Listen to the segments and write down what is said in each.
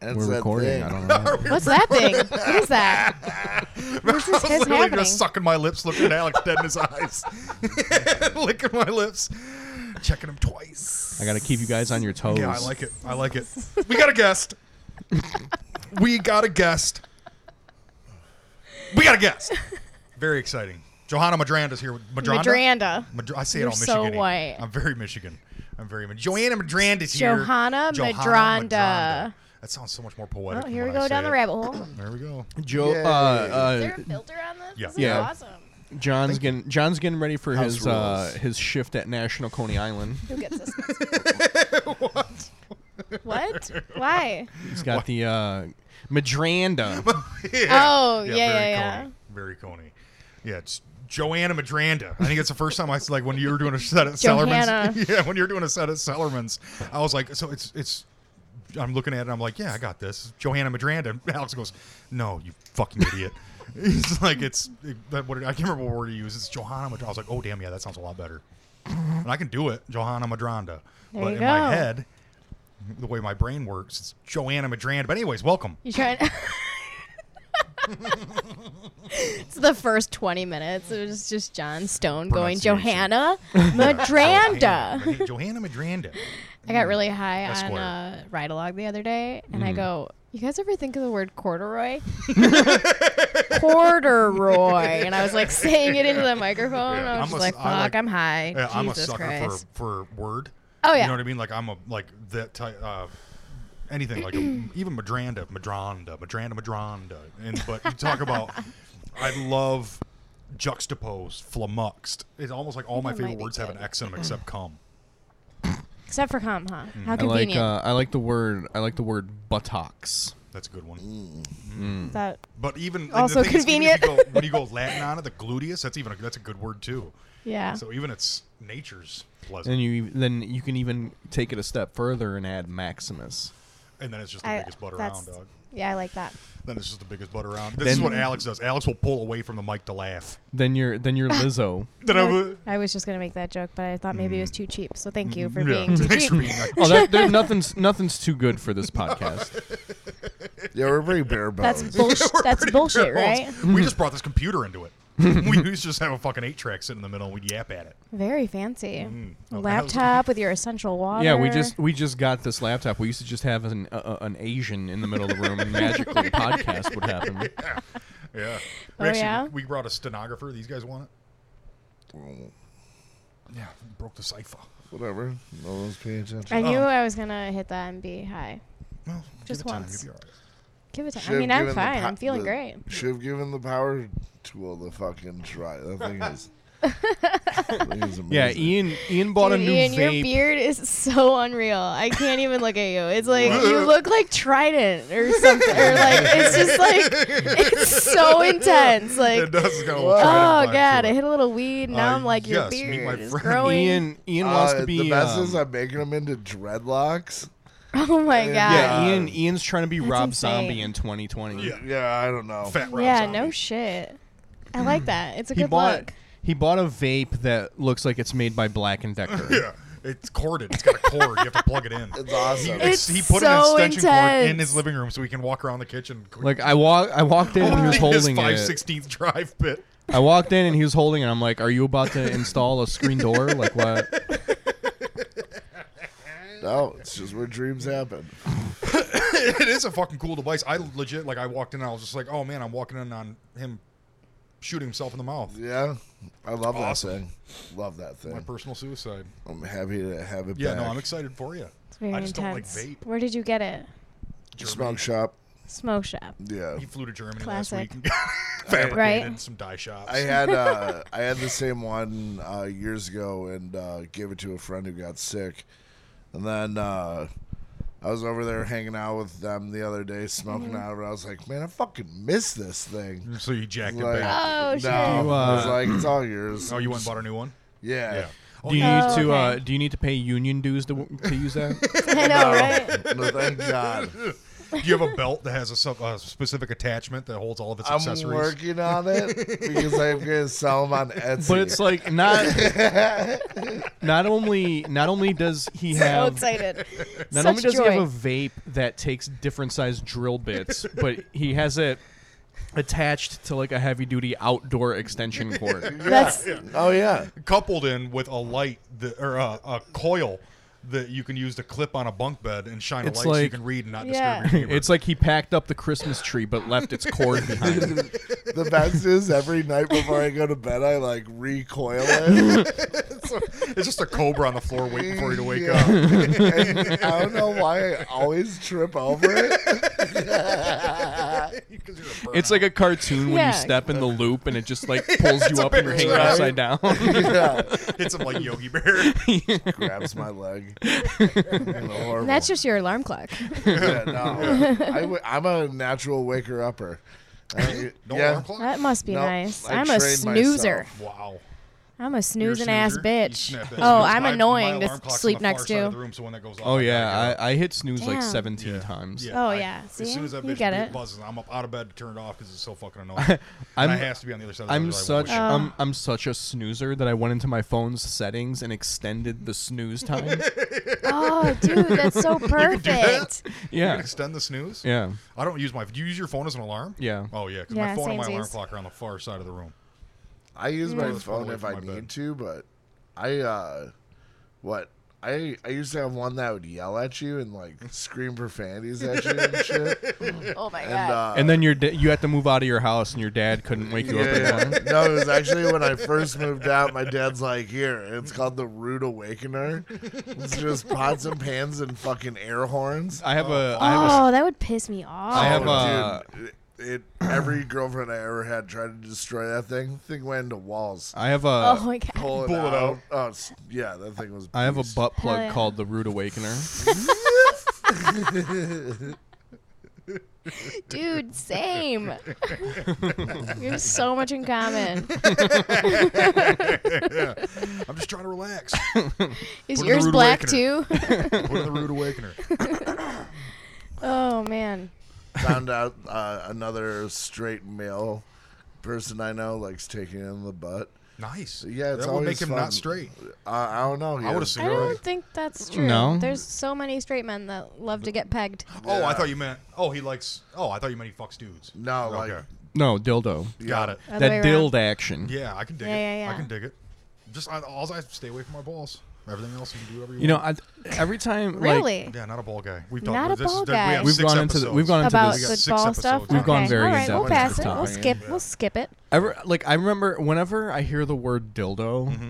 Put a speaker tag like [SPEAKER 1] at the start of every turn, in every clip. [SPEAKER 1] That's
[SPEAKER 2] We're
[SPEAKER 1] that
[SPEAKER 2] recording.
[SPEAKER 1] thing.
[SPEAKER 2] I don't know.
[SPEAKER 3] What's that thing? What is that? Where's
[SPEAKER 4] I
[SPEAKER 3] this
[SPEAKER 4] was
[SPEAKER 3] kiss
[SPEAKER 4] literally
[SPEAKER 3] happening?
[SPEAKER 4] just sucking my lips, looking at Alex dead in his eyes, licking my lips, checking him twice.
[SPEAKER 2] I got to keep you guys on your toes.
[SPEAKER 4] Yeah, I like it. I like it. We got a guest. we got a guest. We got a guest. Very exciting. Johanna Madranda is here. with Madranda.
[SPEAKER 3] Madranda.
[SPEAKER 4] Madr- I say it
[SPEAKER 3] You're
[SPEAKER 4] all
[SPEAKER 3] so
[SPEAKER 4] Michigan.
[SPEAKER 3] white.
[SPEAKER 4] I'm very Michigan. I'm very. Ma- Joanna Madranda is here.
[SPEAKER 3] Johanna Madranda.
[SPEAKER 4] That sounds so much more poetic.
[SPEAKER 3] Oh,
[SPEAKER 4] than
[SPEAKER 3] here we
[SPEAKER 4] when I
[SPEAKER 3] go
[SPEAKER 4] say
[SPEAKER 3] down the
[SPEAKER 4] it.
[SPEAKER 3] rabbit hole.
[SPEAKER 4] There we go.
[SPEAKER 2] Joe.
[SPEAKER 1] Yay.
[SPEAKER 2] Uh, uh,
[SPEAKER 3] filter on this?
[SPEAKER 4] Yeah. This is
[SPEAKER 2] Yeah.
[SPEAKER 3] awesome.
[SPEAKER 2] John's getting John's getting ready for
[SPEAKER 1] House
[SPEAKER 2] his uh,
[SPEAKER 1] rules.
[SPEAKER 2] his shift at National Coney Island.
[SPEAKER 3] Who gets this? what? What? Why?
[SPEAKER 2] He's got the uh, Madranda.
[SPEAKER 3] Oh, yeah, yeah,
[SPEAKER 4] very
[SPEAKER 3] yeah.
[SPEAKER 4] Coney. Very Coney. Yeah, it's Joanna Madranda. I think it's the first time I s- like when you were doing a set at
[SPEAKER 3] Johanna.
[SPEAKER 4] Sellerman's. Yeah, when you were doing a set at Sellerman's, I was like, so it's it's. I'm looking at it. I'm like, yeah, I got this. Johanna Madranda. And Alex goes, no, you fucking idiot. He's like, it's it, that, what I can't remember what word he used. It's Johanna Madranda. I was like, oh damn, yeah, that sounds a lot better. And I can do it, Johanna Madranda.
[SPEAKER 3] There
[SPEAKER 4] but
[SPEAKER 3] you
[SPEAKER 4] in my
[SPEAKER 3] go.
[SPEAKER 4] head, the way my brain works, it's Joanna Madranda. But anyways, welcome.
[SPEAKER 3] You trying? it's the first 20 minutes. It was just John Stone going,
[SPEAKER 4] Pronunciation.
[SPEAKER 3] Johanna Madranda.
[SPEAKER 4] Johanna, Johanna Madranda.
[SPEAKER 3] I got really high on
[SPEAKER 4] Esquire.
[SPEAKER 3] uh, Ride Along the other day, and
[SPEAKER 4] Mm.
[SPEAKER 3] I go, You guys ever think of the word corduroy? corduroy. And I was like saying it into the microphone.
[SPEAKER 4] Yeah,
[SPEAKER 3] I
[SPEAKER 4] I'm
[SPEAKER 3] was just
[SPEAKER 4] a s-
[SPEAKER 3] like, Fuck,
[SPEAKER 4] I like-
[SPEAKER 3] I'm high.
[SPEAKER 4] Yeah,
[SPEAKER 3] Jesus
[SPEAKER 4] Uh, I'm a sucker
[SPEAKER 3] Christ.
[SPEAKER 4] for for word.
[SPEAKER 3] Oh,
[SPEAKER 4] You
[SPEAKER 3] yeah.
[SPEAKER 4] know what I mean? Like I'm a like that type. Uh, anything like a, even Madranda, Madranda, Madranda, Madranda. And but you talk about, I love juxtapose, flummoxed. It's almost like all my
[SPEAKER 3] That might
[SPEAKER 4] favorite
[SPEAKER 3] be
[SPEAKER 4] words have an
[SPEAKER 3] good.
[SPEAKER 4] X in them except cum.
[SPEAKER 3] Except for cum, huh?
[SPEAKER 4] Mm.
[SPEAKER 3] How
[SPEAKER 2] I like
[SPEAKER 3] convenient.
[SPEAKER 4] um,
[SPEAKER 2] uh, I like the word I like the word buttocks.
[SPEAKER 4] That's a good one.
[SPEAKER 3] that
[SPEAKER 4] But even and the
[SPEAKER 3] Mm. Also
[SPEAKER 4] thing is, even if
[SPEAKER 3] convenient.
[SPEAKER 4] you go- when you go Latin on it, the gluteus. That's even a, that's a good word too.
[SPEAKER 3] Yeah.
[SPEAKER 4] So even it's nature's pleasant,
[SPEAKER 2] And you then you can even take it a step further and add Maximus.
[SPEAKER 4] and then it's just the
[SPEAKER 3] I-
[SPEAKER 4] biggest butt
[SPEAKER 3] that's-
[SPEAKER 4] around, dog.
[SPEAKER 3] Yeah, I like that.
[SPEAKER 4] Then it's just the biggest butt around. This is
[SPEAKER 2] Then-
[SPEAKER 4] what Alex does. Alex will pull away from the mic to laugh.
[SPEAKER 2] Then you're then you're Lizzo.
[SPEAKER 3] I was just gonna make that joke, but I thought maybe it was too cheap. So thank you for
[SPEAKER 4] Mm. Mm-hmm. Yeah.
[SPEAKER 3] being too
[SPEAKER 4] Thanks
[SPEAKER 3] cheap.
[SPEAKER 4] for being like,
[SPEAKER 2] Oh, that, there, nothing's nothing's too good for this podcast.
[SPEAKER 1] Yeah, we're very bare bones.
[SPEAKER 3] That's bullshit. That's bullshit, right?
[SPEAKER 4] We just brought this computer into it. we used to just have a fucking eight track sitting in the middle and we'd yap at it.
[SPEAKER 3] Very fancy. A
[SPEAKER 4] Oh, that was-
[SPEAKER 3] Laptop with your essential water.
[SPEAKER 2] Yeah, we just we just got this laptop. We used to just have an uh, an Asian in the middle of the room, and magically a podcast would happen.
[SPEAKER 4] Yeah.
[SPEAKER 3] Oh, yeah?
[SPEAKER 4] We brought a stenographer. These guys want it. Yeah. we Broke the cipher.
[SPEAKER 1] Whatever. No one's paying attention.
[SPEAKER 3] I knew
[SPEAKER 4] Oh.
[SPEAKER 3] I was gonna hit that and be high.
[SPEAKER 4] Well,
[SPEAKER 3] Just
[SPEAKER 4] give it time.
[SPEAKER 3] once.
[SPEAKER 4] You'll be all right.
[SPEAKER 3] Give it time. I
[SPEAKER 1] Should've
[SPEAKER 3] mean, I'm
[SPEAKER 1] given the
[SPEAKER 3] fine.
[SPEAKER 1] po-
[SPEAKER 3] I'm feeling
[SPEAKER 1] the-
[SPEAKER 3] great.
[SPEAKER 1] Should've given the power tool the fucking try. That thing is. that thing is amazing.
[SPEAKER 2] Yeah, Ian Ian bought
[SPEAKER 3] Dude,
[SPEAKER 2] a new
[SPEAKER 3] Ian, your
[SPEAKER 2] vape.
[SPEAKER 3] beard is so unreal. I can't even look at you. It's like you look like Trident or something, or like it's just like it's so intense. Like,
[SPEAKER 4] It does. It's got a little
[SPEAKER 3] oh
[SPEAKER 4] trident vibe
[SPEAKER 3] god,
[SPEAKER 4] to
[SPEAKER 3] I
[SPEAKER 4] it.
[SPEAKER 3] hit a little weed. Now
[SPEAKER 4] Uh,
[SPEAKER 3] I'm like, your
[SPEAKER 4] yes, meet
[SPEAKER 3] beard
[SPEAKER 4] my
[SPEAKER 3] is
[SPEAKER 4] friend
[SPEAKER 3] growing.
[SPEAKER 2] Ian Ian wants
[SPEAKER 1] Uh,
[SPEAKER 2] to be
[SPEAKER 1] the best
[SPEAKER 2] um,
[SPEAKER 1] is I'm making them into dreadlocks.
[SPEAKER 3] Oh my god.
[SPEAKER 2] yeah.
[SPEAKER 1] Uh,
[SPEAKER 2] Ian Ian's trying to be
[SPEAKER 3] That's
[SPEAKER 2] Rob
[SPEAKER 3] insane.
[SPEAKER 2] Zombie in 2020.
[SPEAKER 4] Yeah.
[SPEAKER 1] Yeah, I don't know.
[SPEAKER 4] Fat Rob
[SPEAKER 3] Yeah,
[SPEAKER 4] Zombie.
[SPEAKER 3] no shit. I like that. It's a
[SPEAKER 2] He
[SPEAKER 3] good
[SPEAKER 2] bought
[SPEAKER 3] look.
[SPEAKER 2] he bought a vape that looks like it's made by Black and Decker.
[SPEAKER 4] Yeah. It's corded. It's got a cord. You have to plug it in.
[SPEAKER 1] It's awesome.
[SPEAKER 3] It's
[SPEAKER 4] he put an
[SPEAKER 3] so
[SPEAKER 4] extension cord in
[SPEAKER 3] intense.
[SPEAKER 4] his living room so he can walk around the kitchen.
[SPEAKER 2] Like I walk I walked in and he was holding
[SPEAKER 4] Oh, his
[SPEAKER 2] it.
[SPEAKER 4] 516th drive bit.
[SPEAKER 2] I walked in and he was holding it. I'm like, "Are you about to install a screen door? Like what?"
[SPEAKER 1] no, it's just where dreams happen.
[SPEAKER 4] it is a fucking cool device. I legit like I walked in and I was just like, oh man, I'm walking in on him shooting himself in the mouth.
[SPEAKER 1] Yeah, I love
[SPEAKER 4] Awesome.
[SPEAKER 1] that thing. Love that
[SPEAKER 4] My
[SPEAKER 1] thing.
[SPEAKER 4] personal suicide.
[SPEAKER 1] I'm happy to have it
[SPEAKER 4] Yeah,
[SPEAKER 1] back.
[SPEAKER 4] no, I'm excited for you.
[SPEAKER 3] It's very
[SPEAKER 4] I just don't like
[SPEAKER 3] intense.
[SPEAKER 4] vape.
[SPEAKER 3] Where did you get it?
[SPEAKER 1] Smoke shop.
[SPEAKER 3] Smoke shop.
[SPEAKER 1] Yeah.
[SPEAKER 4] He flew to Germany
[SPEAKER 3] Classic.
[SPEAKER 4] last week. Fabricated
[SPEAKER 3] Right.
[SPEAKER 4] some dye shops.
[SPEAKER 1] I had uh, I had the same one uh, years ago and uh, gave it to a friend who got sick, and then uh, I was over there hanging out with them the other day,
[SPEAKER 3] Mm-hmm.
[SPEAKER 1] smoking out, and I was like, man, I fucking miss this thing.
[SPEAKER 4] so you jacked it
[SPEAKER 1] Like,
[SPEAKER 4] back.
[SPEAKER 3] Oh,
[SPEAKER 1] no,
[SPEAKER 3] shit.
[SPEAKER 1] I was like, it's all yours.
[SPEAKER 4] Oh, you went and bought a new one?
[SPEAKER 1] yeah.
[SPEAKER 4] Yeah.
[SPEAKER 2] Do you need
[SPEAKER 3] Oh,
[SPEAKER 2] to uh,
[SPEAKER 3] okay.
[SPEAKER 2] do you need to pay union dues to, to use that?
[SPEAKER 3] I know, right?
[SPEAKER 1] No, thank God.
[SPEAKER 4] Do you have a belt that has a, sub- a specific attachment that holds all of its
[SPEAKER 1] I'm
[SPEAKER 4] accessories?
[SPEAKER 1] working on it because I'm gonna sell them on Etsy.
[SPEAKER 2] But it's like not not only not only does he
[SPEAKER 3] so
[SPEAKER 2] have
[SPEAKER 3] excited.
[SPEAKER 2] not
[SPEAKER 3] Such
[SPEAKER 2] only does
[SPEAKER 3] joy.
[SPEAKER 2] he have a vape that takes different sized drill bits, but he has it attached to like a heavy duty outdoor extension cord.
[SPEAKER 3] That's
[SPEAKER 1] oh yeah,
[SPEAKER 4] coupled in with a light that, or a, a coil that you can use to clip on a bunk bed and shine
[SPEAKER 2] It's
[SPEAKER 4] a light so you
[SPEAKER 2] like-
[SPEAKER 4] can read and not
[SPEAKER 3] Yeah.
[SPEAKER 4] disturb your neighbor.
[SPEAKER 2] It's like he packed up the Christmas tree but left its cord behind.
[SPEAKER 1] the best is every night before I go to bed, I like recoil it.
[SPEAKER 4] it's just a cobra on the floor waiting for you to wake
[SPEAKER 1] Yeah.
[SPEAKER 4] up.
[SPEAKER 1] And I don't know why I always trip over it.
[SPEAKER 4] 'Cause you're a bird.
[SPEAKER 2] It's like a cartoon when
[SPEAKER 3] Yeah.
[SPEAKER 2] you step in the loop and it just like pulls you up and you're hanging
[SPEAKER 1] picture, right?
[SPEAKER 2] upside down.
[SPEAKER 1] Yeah,
[SPEAKER 4] hits him like Yogi Bear.
[SPEAKER 1] grabs my leg. Horrible.
[SPEAKER 3] that's just your alarm clock.
[SPEAKER 1] Yeah, no. I w- I'm a natural waker upper.
[SPEAKER 4] No alarm clock?
[SPEAKER 3] That must be
[SPEAKER 1] No,
[SPEAKER 3] nice.
[SPEAKER 1] I
[SPEAKER 3] I'm a
[SPEAKER 1] trained
[SPEAKER 3] snoozer.
[SPEAKER 1] myself.
[SPEAKER 4] Wow.
[SPEAKER 3] I'm a snoozing
[SPEAKER 4] You're a
[SPEAKER 3] ass
[SPEAKER 4] snoozer?
[SPEAKER 3] bitch.
[SPEAKER 4] You snap that
[SPEAKER 3] Oh,
[SPEAKER 4] snooze.
[SPEAKER 3] I'm
[SPEAKER 4] My- my
[SPEAKER 3] annoying
[SPEAKER 4] alarm
[SPEAKER 3] to
[SPEAKER 4] clock's on
[SPEAKER 3] sleep
[SPEAKER 4] the far
[SPEAKER 3] next
[SPEAKER 4] side of the
[SPEAKER 3] to.
[SPEAKER 4] room, so when that goes off,
[SPEAKER 2] Oh
[SPEAKER 4] I gotta
[SPEAKER 2] yeah,
[SPEAKER 4] get up.
[SPEAKER 2] I, I hit snooze like
[SPEAKER 3] Damn.
[SPEAKER 2] 17 times.
[SPEAKER 3] Oh,
[SPEAKER 4] I-
[SPEAKER 3] yeah.
[SPEAKER 4] as
[SPEAKER 3] See?
[SPEAKER 4] soon as that
[SPEAKER 3] You
[SPEAKER 4] bitch
[SPEAKER 3] get
[SPEAKER 4] beep
[SPEAKER 3] it.
[SPEAKER 4] buzzes, I'm up out of bed to turn it off because it's so fucking annoying. And
[SPEAKER 2] I'm-
[SPEAKER 4] I has to be on the other side. Of the
[SPEAKER 2] I'm
[SPEAKER 4] door, otherwise I
[SPEAKER 2] such
[SPEAKER 3] Oh.
[SPEAKER 4] won't wake
[SPEAKER 2] I'm, I'm such a snoozer that I went into my phone's settings and extended the snooze time.
[SPEAKER 3] Oh, dude, that's so perfect.
[SPEAKER 4] up. You can
[SPEAKER 2] yeah.
[SPEAKER 4] extend the snooze.
[SPEAKER 2] Yeah.
[SPEAKER 4] I don't use my. Do you use your phone as an alarm?
[SPEAKER 2] Yeah.
[SPEAKER 4] Oh yeah, because my
[SPEAKER 3] Yeah,
[SPEAKER 4] phone and my alarm
[SPEAKER 3] samesies.
[SPEAKER 4] clock are on the far side of the room.
[SPEAKER 1] I use my
[SPEAKER 4] That's
[SPEAKER 1] phone
[SPEAKER 4] probably
[SPEAKER 1] if
[SPEAKER 4] for
[SPEAKER 1] I
[SPEAKER 4] my
[SPEAKER 1] need
[SPEAKER 4] bed.
[SPEAKER 1] to, but I uh what I I used to have one that would yell at you and like scream profanities at you and shit.
[SPEAKER 3] Oh my
[SPEAKER 1] And
[SPEAKER 3] god.
[SPEAKER 1] uh
[SPEAKER 2] And then your da- you had to move out of your house and your dad couldn't wake you up
[SPEAKER 1] yeah,
[SPEAKER 2] anymore.
[SPEAKER 1] yeah. No, it was actually when I first moved out. My dad's like, "Here, it's called the Rude Awakener. It's just pots and pans and fucking air horns."
[SPEAKER 2] I have a I have a
[SPEAKER 3] Oh, that would piss me off.
[SPEAKER 2] I have
[SPEAKER 1] Oh,
[SPEAKER 2] a- uh,
[SPEAKER 1] dude, it, it, every girlfriend I ever had tried to destroy that thing. Thing went into walls.
[SPEAKER 2] I have a
[SPEAKER 3] oh my god.
[SPEAKER 1] Pull it,
[SPEAKER 4] Pull it
[SPEAKER 1] out.
[SPEAKER 4] out.
[SPEAKER 1] Oh, s- yeah, that thing was.
[SPEAKER 2] I have a
[SPEAKER 1] beast.
[SPEAKER 2] butt plug
[SPEAKER 3] Hell yeah.
[SPEAKER 2] called the Rude Awakener.
[SPEAKER 3] Dude, same. we have so much in common.
[SPEAKER 4] I'm just trying to relax.
[SPEAKER 3] Is
[SPEAKER 4] Put it in the
[SPEAKER 3] yours
[SPEAKER 4] Rude
[SPEAKER 3] black
[SPEAKER 4] Awakener.
[SPEAKER 3] too?
[SPEAKER 4] Put in the rude awakener.
[SPEAKER 3] oh man.
[SPEAKER 1] found out uh, another straight male person I know likes taking it in the butt.
[SPEAKER 4] Nice.
[SPEAKER 1] Yeah, it's
[SPEAKER 4] that would
[SPEAKER 1] always
[SPEAKER 4] make him
[SPEAKER 1] fun.
[SPEAKER 4] not straight.
[SPEAKER 1] Uh, I don't know.
[SPEAKER 4] I would
[SPEAKER 1] seen.
[SPEAKER 4] assume.
[SPEAKER 3] I
[SPEAKER 4] Right?
[SPEAKER 3] don't think that's true.
[SPEAKER 2] No.
[SPEAKER 3] There's so many straight men that love to get pegged.
[SPEAKER 4] Oh,
[SPEAKER 1] Yeah.
[SPEAKER 4] I thought you meant. Oh, he likes. Oh, I thought you meant he fucks dudes.
[SPEAKER 1] No,
[SPEAKER 4] Okay.
[SPEAKER 1] like
[SPEAKER 2] No, dildo.
[SPEAKER 4] got it.
[SPEAKER 3] Other way
[SPEAKER 2] that
[SPEAKER 3] around.
[SPEAKER 2] dild action.
[SPEAKER 4] Yeah, I can dig
[SPEAKER 3] Yeah,
[SPEAKER 4] it.
[SPEAKER 3] yeah,
[SPEAKER 4] I
[SPEAKER 3] yeah.
[SPEAKER 4] can dig it. Just I, all I stay away from my balls. Everything else you can do whatever you,
[SPEAKER 2] You know,
[SPEAKER 4] want.
[SPEAKER 2] I, every time like,
[SPEAKER 3] Really?
[SPEAKER 4] yeah, not a ball guy. We've
[SPEAKER 3] Not
[SPEAKER 4] talked about
[SPEAKER 3] a
[SPEAKER 4] this.
[SPEAKER 3] ball
[SPEAKER 4] is- that-
[SPEAKER 3] guy.
[SPEAKER 4] We have
[SPEAKER 2] We've
[SPEAKER 4] six
[SPEAKER 2] gone into the-
[SPEAKER 4] episodes.
[SPEAKER 2] we've gone into
[SPEAKER 3] About
[SPEAKER 2] this-
[SPEAKER 4] We got
[SPEAKER 3] the
[SPEAKER 4] six
[SPEAKER 3] ball
[SPEAKER 4] episodes
[SPEAKER 3] stuff.
[SPEAKER 4] on
[SPEAKER 2] We've gone
[SPEAKER 3] Okay.
[SPEAKER 2] very
[SPEAKER 3] All right,
[SPEAKER 2] in-depth
[SPEAKER 3] we'll
[SPEAKER 2] on
[SPEAKER 3] pass
[SPEAKER 2] this
[SPEAKER 3] it. We'll
[SPEAKER 2] topic.
[SPEAKER 3] skip.
[SPEAKER 4] Yeah.
[SPEAKER 3] We'll skip it.
[SPEAKER 2] Ever like I remember whenever I hear the word dildo,
[SPEAKER 4] Mm-hmm.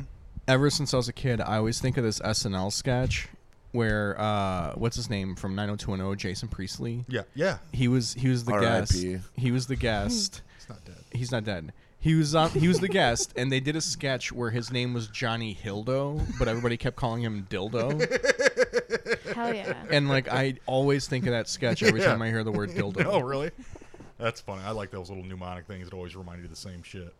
[SPEAKER 2] ever since I was a kid, I always think of this SNL sketch where uh what's his name from 90210 oh, Jason Priestley.
[SPEAKER 4] Yeah, yeah.
[SPEAKER 2] He was he was the guest.
[SPEAKER 1] R.I.P..
[SPEAKER 2] He was the guest.
[SPEAKER 4] It's not dead.
[SPEAKER 2] He's not dead. He was on, he was the guest and they did a sketch where his name was Johnny Hildo, but everybody kept calling him Dildo.
[SPEAKER 3] Hell yeah.
[SPEAKER 2] And like I always think of that sketch every
[SPEAKER 4] Yeah.
[SPEAKER 2] time I hear the word dildo.
[SPEAKER 4] Oh, really? That's funny. I like those little mnemonic things that always remind you of the same shit.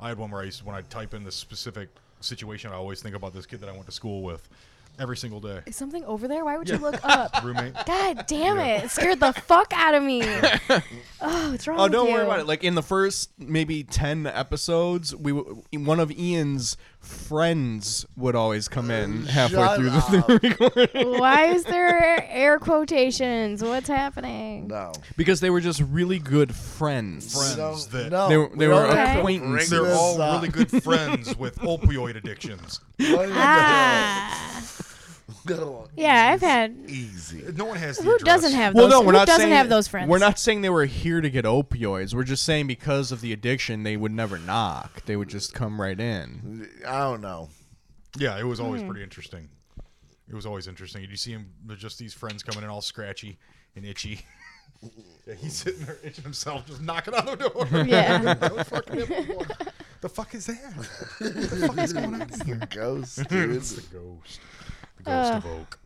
[SPEAKER 4] I had one where I used when I type in this specific situation, I always think about this kid that I went to school with every single day.
[SPEAKER 3] Is something over there? Why would you look up?
[SPEAKER 4] Roommate.
[SPEAKER 3] God damn
[SPEAKER 4] Yeah.
[SPEAKER 3] it! It scared the fuck out of me. oh, what's wrong
[SPEAKER 2] Oh,
[SPEAKER 3] with
[SPEAKER 2] don't
[SPEAKER 3] you?
[SPEAKER 2] worry about it. Like in the first maybe ten episodes, we w- one of Ian's friends would always come in halfway
[SPEAKER 1] Shut
[SPEAKER 2] through the recording
[SPEAKER 3] Why is there air quotations? What's happening?
[SPEAKER 1] no.
[SPEAKER 2] because they were just really good friends.
[SPEAKER 4] Friends.
[SPEAKER 1] No,
[SPEAKER 4] that-
[SPEAKER 1] no,
[SPEAKER 2] They were- they
[SPEAKER 1] we
[SPEAKER 2] were
[SPEAKER 1] don't have to
[SPEAKER 2] acquaintances.
[SPEAKER 1] bring
[SPEAKER 4] They're
[SPEAKER 1] this
[SPEAKER 4] all
[SPEAKER 1] up.
[SPEAKER 4] really good friends with opioid addictions.
[SPEAKER 1] What the hell?
[SPEAKER 3] Ah,
[SPEAKER 1] Go on.
[SPEAKER 3] yeah, I've had.
[SPEAKER 1] Easy.
[SPEAKER 4] No one has. The
[SPEAKER 3] Who
[SPEAKER 4] address.
[SPEAKER 3] doesn't have
[SPEAKER 2] Well,
[SPEAKER 3] those?
[SPEAKER 2] no, we're
[SPEAKER 3] who
[SPEAKER 2] not
[SPEAKER 3] doesn't
[SPEAKER 2] saying
[SPEAKER 3] have those friends?
[SPEAKER 2] We're not saying they were here to get opioids. We're just saying because of the addiction, they would never knock. They would just come right in.
[SPEAKER 1] I don't know.
[SPEAKER 4] Yeah, it was always
[SPEAKER 3] Hmm.
[SPEAKER 4] pretty interesting. It was always interesting. You see him, they're just these friends coming in all scratchy and itchy. yeah, he's sitting there itching himself, just knocking on the door.
[SPEAKER 3] Yeah.
[SPEAKER 4] That was fucking him. the fuck is that? The fuck is going on here?
[SPEAKER 1] Ghost, dude.
[SPEAKER 4] It's the ghost. The ghost of Oak.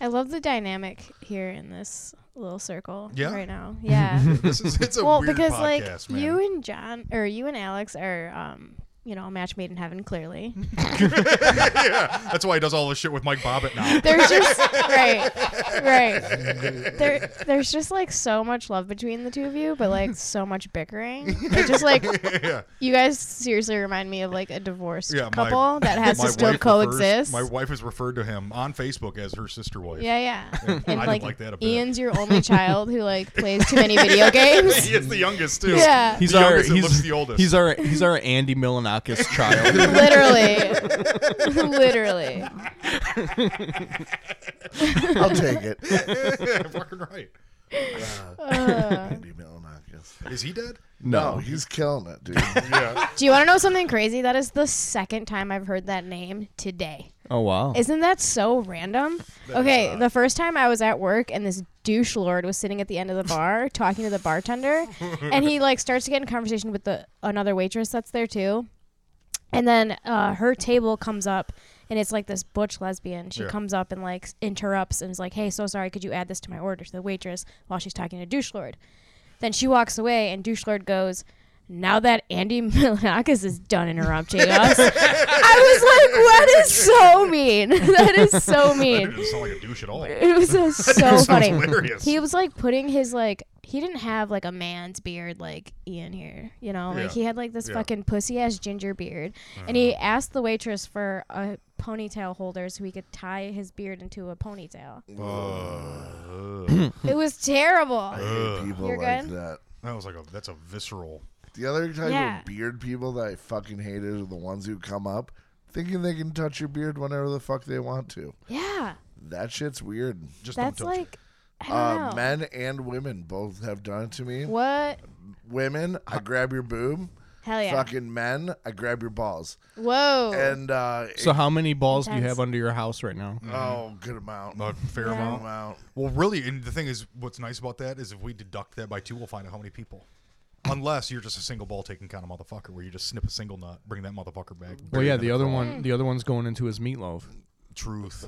[SPEAKER 3] I love the dynamic here in this little circle
[SPEAKER 4] Yeah?
[SPEAKER 3] right now. Yeah.
[SPEAKER 4] This is it's a
[SPEAKER 3] well,
[SPEAKER 4] weird
[SPEAKER 3] because
[SPEAKER 4] podcast,
[SPEAKER 3] like
[SPEAKER 4] man.
[SPEAKER 3] you and John or you and Alex are um you know, a match made in heaven, clearly.
[SPEAKER 4] That's why he does all this shit with Mike Bobbitt now.
[SPEAKER 3] There's just right, right. There, there's just like so much love between the two of you, but like so much bickering. It just like
[SPEAKER 4] yeah.
[SPEAKER 3] you guys seriously remind me of like a divorced
[SPEAKER 4] Yeah, my-
[SPEAKER 3] couple that has
[SPEAKER 4] My
[SPEAKER 3] to still
[SPEAKER 4] wife Refers,
[SPEAKER 3] coexist.
[SPEAKER 4] my wife has referred to him on Facebook as her sister wife.
[SPEAKER 3] yeah, yeah.
[SPEAKER 4] And
[SPEAKER 3] And
[SPEAKER 4] I
[SPEAKER 3] like,
[SPEAKER 4] didn't like that a bit.
[SPEAKER 3] Ian's your only child who like plays too many video games.
[SPEAKER 4] he is the youngest too.
[SPEAKER 3] Yeah.
[SPEAKER 2] He's
[SPEAKER 4] The
[SPEAKER 2] our
[SPEAKER 4] youngest that
[SPEAKER 2] he's,
[SPEAKER 4] looks the oldest.
[SPEAKER 2] he's our he's our Andy Milanakis child.
[SPEAKER 3] Literally, literally.
[SPEAKER 1] I'll take it.
[SPEAKER 4] fucking right.
[SPEAKER 3] Ugh.
[SPEAKER 1] Andy Milanakis.
[SPEAKER 4] Is he dead?
[SPEAKER 1] No, he's killing it, dude.
[SPEAKER 4] Yeah.
[SPEAKER 3] Do you want to know something crazy? That is the second time I've heard that name today.
[SPEAKER 2] Oh wow.
[SPEAKER 3] Isn't that so random? Okay, the first time I was at work and this douche lord was sitting at the end of the bar talking to the bartender, and he like starts to get in conversation with the another waitress that's there too, and then uh, her table comes up. And it's like this butch lesbian. She
[SPEAKER 4] Yeah.
[SPEAKER 3] comes up and like s- interrupts and is like, "Hey, so sorry. Could you add this to my order?" To the waitress while she's talking to douche lord. Then she walks away, and douche lord goes, "Now that Andy Milanakis is done interrupting us, I was like, what is so mean? that is so
[SPEAKER 4] That
[SPEAKER 3] mean.
[SPEAKER 4] doesn't sound like a douche at all.
[SPEAKER 3] It was just so
[SPEAKER 4] sounds
[SPEAKER 3] funny.
[SPEAKER 4] hilarious.
[SPEAKER 3] He was like putting his like he didn't have like a man's beard like Ian here, you know. Like
[SPEAKER 4] Yeah.
[SPEAKER 3] he had like this
[SPEAKER 4] Yeah. Uh-huh.
[SPEAKER 3] fucking pussy ass ginger beard, and he asked the waitress for a ponytail holder so he could tie his beard into a ponytail. it was terrible.
[SPEAKER 4] Uh.
[SPEAKER 1] I hate people
[SPEAKER 3] You're
[SPEAKER 1] like
[SPEAKER 3] good?
[SPEAKER 1] that.
[SPEAKER 4] That was like a that's a visceral.
[SPEAKER 1] The other type
[SPEAKER 3] Yeah.
[SPEAKER 1] of beard people that I fucking hated are the ones who come up thinking they can touch your beard whenever the fuck they want to.
[SPEAKER 3] Yeah,
[SPEAKER 1] That shit's weird.
[SPEAKER 4] Just
[SPEAKER 3] that's
[SPEAKER 4] don't touch
[SPEAKER 3] like I don't
[SPEAKER 1] Uh,
[SPEAKER 3] know.
[SPEAKER 1] men and women both have done it to me.
[SPEAKER 3] what?
[SPEAKER 1] Women, I grab your boob.
[SPEAKER 3] Hell Oh, yeah! Oh.
[SPEAKER 1] Fucking men, I grab your balls.
[SPEAKER 3] Whoa!
[SPEAKER 1] And uh,
[SPEAKER 2] so how many balls do you
[SPEAKER 3] Intense.
[SPEAKER 2] have under your house right now?
[SPEAKER 1] oh, good amount.
[SPEAKER 4] it. A fair
[SPEAKER 1] Good
[SPEAKER 4] amount.
[SPEAKER 1] amount.
[SPEAKER 4] Well, really, and the thing is, what's nice about that is if we deduct that by two, we'll find out how many people. Unless you're just a single ball taking kind of motherfucker, where you just snip a single nut, bring that motherfucker back.
[SPEAKER 2] Well,
[SPEAKER 4] bury
[SPEAKER 2] yeah,
[SPEAKER 4] it in
[SPEAKER 2] the other
[SPEAKER 4] ground.
[SPEAKER 2] one, the other one's going into his meatloaf.
[SPEAKER 4] Truth.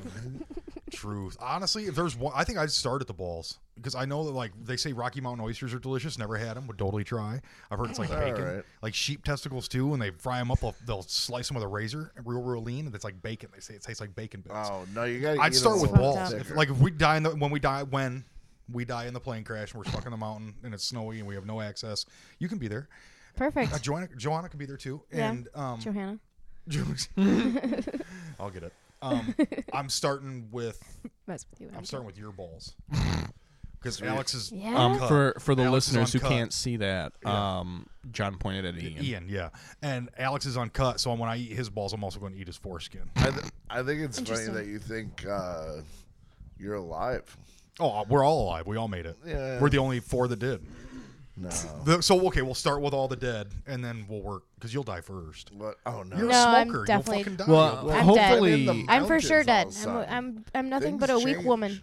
[SPEAKER 4] Truth. Honestly, if there's one, I think I'd start at the balls because I know that like they say Rocky Mountain oysters are delicious. Never had them. Would totally try. I've heard it's like bacon,
[SPEAKER 1] right.
[SPEAKER 4] like sheep testicles too. When they fry them up, they'll, they'll slice them with a razor, real real lean, and it's like bacon. They say it tastes like bacon bits.
[SPEAKER 1] Oh no, you gotta.
[SPEAKER 4] I'd
[SPEAKER 1] eat
[SPEAKER 4] start
[SPEAKER 1] a
[SPEAKER 4] with
[SPEAKER 1] little
[SPEAKER 4] balls.
[SPEAKER 1] thicker.
[SPEAKER 4] If- like if we die in the when we die when we die in the plane crash and we're stuck in the mountain and it's snowy and we have no access, you can be there. Uh,
[SPEAKER 3] Perfect,
[SPEAKER 4] Joanna, Joanna can be there too,
[SPEAKER 3] Yeah.
[SPEAKER 4] and um,
[SPEAKER 3] Johanna.
[SPEAKER 4] I'll get it. Um, I'm starting with
[SPEAKER 3] Mess with you.
[SPEAKER 4] I'm
[SPEAKER 3] Andy.
[SPEAKER 4] starting with your balls because Alex is
[SPEAKER 3] Yeah.
[SPEAKER 2] Um,
[SPEAKER 4] Cut.
[SPEAKER 2] for for the
[SPEAKER 4] Alex is
[SPEAKER 2] listeners who
[SPEAKER 4] uncut.
[SPEAKER 2] can't see that, um, John pointed at Ian.
[SPEAKER 4] Ian, yeah, and Alex is uncut. So when I eat his balls, I'm also going to eat his foreskin.
[SPEAKER 1] I, th- I think it's funny
[SPEAKER 3] Interesting.
[SPEAKER 1] that you think uh, you're alive.
[SPEAKER 4] Oh, we're all alive. We all made it.
[SPEAKER 1] Yeah.
[SPEAKER 4] We're the only four that did.
[SPEAKER 1] No.
[SPEAKER 4] The- so okay, we'll start with all the dead, and then we'll work because you'll die first.
[SPEAKER 1] What? Oh no.
[SPEAKER 4] You're
[SPEAKER 3] No,
[SPEAKER 4] a
[SPEAKER 3] I'm
[SPEAKER 4] smoker.
[SPEAKER 3] definitely-
[SPEAKER 4] You'll fucking die.
[SPEAKER 2] Well,
[SPEAKER 4] You'll-
[SPEAKER 3] I'm
[SPEAKER 2] hopefully,
[SPEAKER 1] dead.
[SPEAKER 3] I'm for sure dead.
[SPEAKER 1] Mountains
[SPEAKER 3] I'm,
[SPEAKER 1] all of a
[SPEAKER 3] I'm I'm nothing
[SPEAKER 1] Things
[SPEAKER 3] but a weak
[SPEAKER 1] change.
[SPEAKER 3] woman.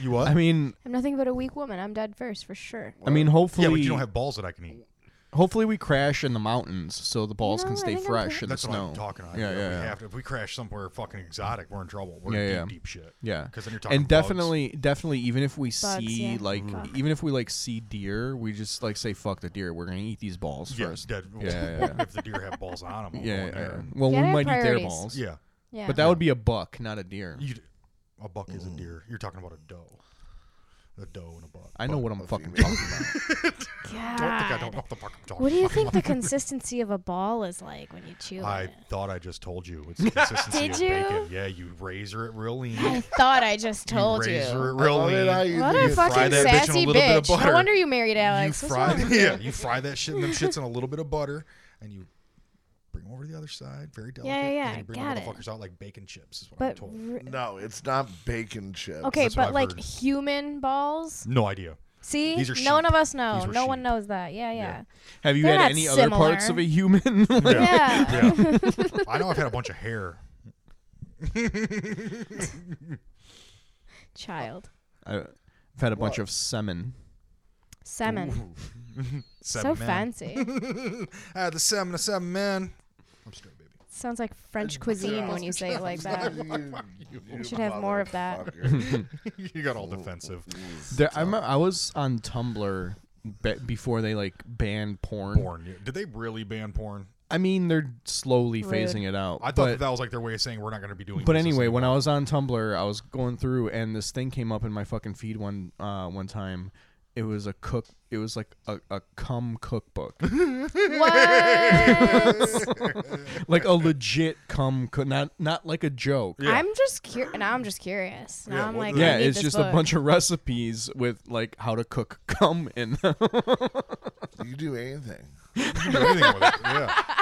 [SPEAKER 4] you what?
[SPEAKER 2] I mean,
[SPEAKER 3] I'm nothing but a weak woman. I'm dead first for sure.
[SPEAKER 2] I mean, hopefully,
[SPEAKER 4] yeah, but you don't have balls that I can eat.
[SPEAKER 2] hopefully we crash in the mountains so the balls
[SPEAKER 3] No,
[SPEAKER 2] can
[SPEAKER 3] I
[SPEAKER 2] stay
[SPEAKER 3] think I'm
[SPEAKER 2] fresh
[SPEAKER 3] good.
[SPEAKER 2] in
[SPEAKER 4] That's
[SPEAKER 2] the
[SPEAKER 4] what
[SPEAKER 2] snow.
[SPEAKER 4] I'm talking about.
[SPEAKER 2] Yeah,
[SPEAKER 4] You know,
[SPEAKER 2] yeah,
[SPEAKER 4] we
[SPEAKER 2] yeah.
[SPEAKER 4] Have to, if we crash somewhere fucking exotic, we're in trouble. We're
[SPEAKER 2] Yeah,
[SPEAKER 4] in
[SPEAKER 2] yeah.
[SPEAKER 4] deep, deep shit.
[SPEAKER 2] Yeah,
[SPEAKER 4] because then you're talking
[SPEAKER 2] and
[SPEAKER 4] bugs. Mm-hmm.
[SPEAKER 2] definitely, definitely, even if we see
[SPEAKER 3] yeah.
[SPEAKER 2] like,
[SPEAKER 3] Fuck.
[SPEAKER 2] even if we like see deer, we just like say fuck the deer. We're gonna eat these balls
[SPEAKER 4] yeah,
[SPEAKER 2] first.
[SPEAKER 4] dead.
[SPEAKER 2] Yeah, yeah, yeah.
[SPEAKER 4] if the deer have balls on them,
[SPEAKER 2] Yeah, yeah, yeah. Well,
[SPEAKER 3] Gotta
[SPEAKER 2] we
[SPEAKER 3] have
[SPEAKER 2] might eat their
[SPEAKER 3] priorities.
[SPEAKER 2] balls.
[SPEAKER 4] yeah.
[SPEAKER 3] Yeah.
[SPEAKER 2] But that would be a buck, not a deer.
[SPEAKER 4] You, a buck is a deer. You're talking about a doe. A doe and a buck.
[SPEAKER 2] I know what I'm fucking
[SPEAKER 1] female.
[SPEAKER 2] talking about.
[SPEAKER 3] God.
[SPEAKER 4] I don't think I don't know what the fuck I'm talking
[SPEAKER 3] What do you think the consistency of a ball is like when you chew
[SPEAKER 4] about. I
[SPEAKER 3] on it?
[SPEAKER 4] thought I just told you. It's the consistency
[SPEAKER 3] Did
[SPEAKER 4] of
[SPEAKER 3] you?
[SPEAKER 4] bacon. Yeah, you razor it real lean.
[SPEAKER 3] I thought I just told you.
[SPEAKER 4] razor it real
[SPEAKER 1] Why did I
[SPEAKER 4] lean.
[SPEAKER 1] even
[SPEAKER 3] What
[SPEAKER 1] get
[SPEAKER 3] a
[SPEAKER 1] to
[SPEAKER 4] fry
[SPEAKER 3] fucking
[SPEAKER 4] that bitch in a
[SPEAKER 3] sassy
[SPEAKER 4] little bit of
[SPEAKER 3] bitch.
[SPEAKER 4] butter.
[SPEAKER 3] No wonder you married Alex.
[SPEAKER 4] You
[SPEAKER 3] What's
[SPEAKER 4] fry,
[SPEAKER 3] wrong with
[SPEAKER 4] yeah,
[SPEAKER 3] you?
[SPEAKER 4] you fry that shit in them shits in a little bit of butter, and you bring 'em over to the other side, very delicate.
[SPEAKER 3] yeah,
[SPEAKER 4] and
[SPEAKER 3] yeah,
[SPEAKER 4] then you bring
[SPEAKER 3] got
[SPEAKER 4] the
[SPEAKER 3] it.
[SPEAKER 4] motherfuckers out like bacon chips. Is what I'm
[SPEAKER 3] But
[SPEAKER 4] told.
[SPEAKER 3] r-
[SPEAKER 1] No, it's not bacon chips.
[SPEAKER 3] okay,
[SPEAKER 4] That's what
[SPEAKER 3] but
[SPEAKER 4] I've
[SPEAKER 3] like
[SPEAKER 4] heard.
[SPEAKER 3] human balls.
[SPEAKER 4] No idea.
[SPEAKER 3] See,
[SPEAKER 4] These are
[SPEAKER 3] no one
[SPEAKER 4] sheep.
[SPEAKER 3] of us know.
[SPEAKER 4] These were
[SPEAKER 3] No one
[SPEAKER 4] sheep.
[SPEAKER 3] knows that. Yeah, yeah,
[SPEAKER 2] Have you
[SPEAKER 3] They're
[SPEAKER 2] had
[SPEAKER 3] not
[SPEAKER 2] any other parts of
[SPEAKER 3] similar.
[SPEAKER 2] a human? Like-
[SPEAKER 4] Yeah.
[SPEAKER 3] yeah.
[SPEAKER 4] Yeah, I know I've had a bunch of hair.
[SPEAKER 3] Child,
[SPEAKER 2] I- I've had a bunch of semen.
[SPEAKER 3] semen, so
[SPEAKER 4] Seven men.
[SPEAKER 3] fancy.
[SPEAKER 4] I had the seven, the seven men. I'm straight, baby.
[SPEAKER 3] Sounds like French cuisine when you say it like that.
[SPEAKER 1] You
[SPEAKER 3] should have more of that.
[SPEAKER 1] motherfucker.
[SPEAKER 4] you got all defensive.
[SPEAKER 2] There, I, remember, I was on Tumblr be- before they like banned porn.
[SPEAKER 4] Porn. Did they really ban porn?
[SPEAKER 2] I mean, they're slowly
[SPEAKER 3] Rude.
[SPEAKER 2] phasing it out.
[SPEAKER 4] I thought
[SPEAKER 2] but,
[SPEAKER 4] that, that was like their way of saying we're not going to be doing.
[SPEAKER 2] But
[SPEAKER 4] this
[SPEAKER 2] anyway,
[SPEAKER 4] anymore.
[SPEAKER 2] when I was on Tumblr, I was going through, and this thing came up in my fucking feed one uh, one time. It was a cook. It was like a, a cum cookbook,
[SPEAKER 3] What?
[SPEAKER 2] like a legit cum cook, not not like a joke.
[SPEAKER 4] Yeah.
[SPEAKER 3] I'm just curious. Now I'm just curious. Now
[SPEAKER 4] Yeah,
[SPEAKER 3] I'm
[SPEAKER 4] what
[SPEAKER 3] like,
[SPEAKER 4] the-
[SPEAKER 3] I
[SPEAKER 2] Yeah,
[SPEAKER 3] need
[SPEAKER 2] it's
[SPEAKER 3] this
[SPEAKER 2] just
[SPEAKER 3] book.
[SPEAKER 2] a bunch of recipes with like how to cook cum in them.
[SPEAKER 1] You do anything.
[SPEAKER 4] You can do anything with it. Yeah.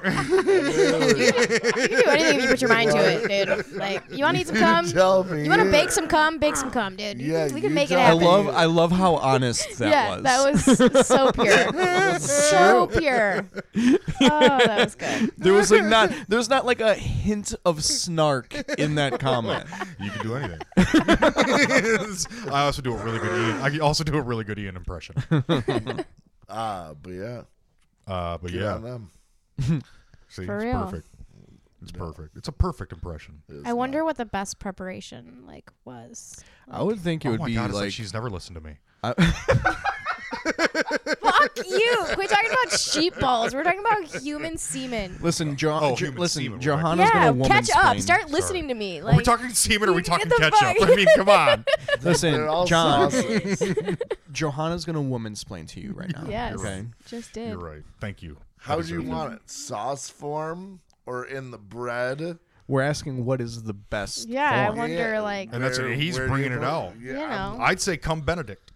[SPEAKER 3] You can do anything if you put your mind to it, dude. Like, you want to eat some cum?
[SPEAKER 1] Tell me.
[SPEAKER 3] You want to bake some cum? Bake some cum, dude.
[SPEAKER 1] Yeah,
[SPEAKER 3] we can
[SPEAKER 1] you
[SPEAKER 3] make it
[SPEAKER 1] tell
[SPEAKER 2] I
[SPEAKER 1] me.
[SPEAKER 3] happen.
[SPEAKER 2] love I love how honest that
[SPEAKER 3] yeah,
[SPEAKER 2] was.
[SPEAKER 3] that was so pure. so pure. Oh, that was good.
[SPEAKER 2] there was like not there's not like a hint of snark in that comment.
[SPEAKER 4] You can do anything. I also do a really good Ian. I can also do a really good Ian impression.
[SPEAKER 1] Ah, but yeah,
[SPEAKER 4] Uh, but
[SPEAKER 1] good
[SPEAKER 4] yeah,
[SPEAKER 1] on them.
[SPEAKER 4] see,
[SPEAKER 3] For
[SPEAKER 4] it's
[SPEAKER 3] real.
[SPEAKER 4] perfect. It's perfect. It's a perfect impression.
[SPEAKER 3] I wonder what the best preparation like was.
[SPEAKER 2] I would think it
[SPEAKER 4] oh
[SPEAKER 2] would
[SPEAKER 4] my
[SPEAKER 2] be
[SPEAKER 4] god, it's like
[SPEAKER 2] like,
[SPEAKER 4] she's never listened to me.
[SPEAKER 3] Fuck you! Quit talking about sheep balls. We're talking about human semen.
[SPEAKER 2] listen, jo-
[SPEAKER 4] Oh,
[SPEAKER 2] Jo-
[SPEAKER 4] human
[SPEAKER 2] listen,
[SPEAKER 4] semen, right.
[SPEAKER 2] Johanna's
[SPEAKER 3] Yeah,
[SPEAKER 2] gonna
[SPEAKER 3] catch up.
[SPEAKER 2] womansplain.
[SPEAKER 3] Start listening to me. Like,
[SPEAKER 4] are we talking semen or are we
[SPEAKER 3] get
[SPEAKER 4] talking
[SPEAKER 3] the
[SPEAKER 4] ketchup?
[SPEAKER 3] fuck-
[SPEAKER 4] I mean, come on.
[SPEAKER 1] They're
[SPEAKER 2] Listen,
[SPEAKER 1] all
[SPEAKER 2] John,
[SPEAKER 1] sauces.
[SPEAKER 2] Johanna's gonna womansplain to you right now.
[SPEAKER 3] Yes,
[SPEAKER 2] Okay.
[SPEAKER 3] just did.
[SPEAKER 4] You're right. Thank you.
[SPEAKER 1] How do you want it? Sauce form or in the bread?
[SPEAKER 2] We're asking what is the best.
[SPEAKER 3] Yeah, I
[SPEAKER 2] form.
[SPEAKER 3] wonder
[SPEAKER 1] Yeah.
[SPEAKER 3] like
[SPEAKER 4] And that's
[SPEAKER 1] Where-
[SPEAKER 4] he's
[SPEAKER 1] where do
[SPEAKER 4] bringing
[SPEAKER 1] you
[SPEAKER 4] it
[SPEAKER 1] put
[SPEAKER 4] out.
[SPEAKER 1] Yeah,
[SPEAKER 3] You
[SPEAKER 1] I'm-
[SPEAKER 3] know.
[SPEAKER 4] I'd say come Benedict.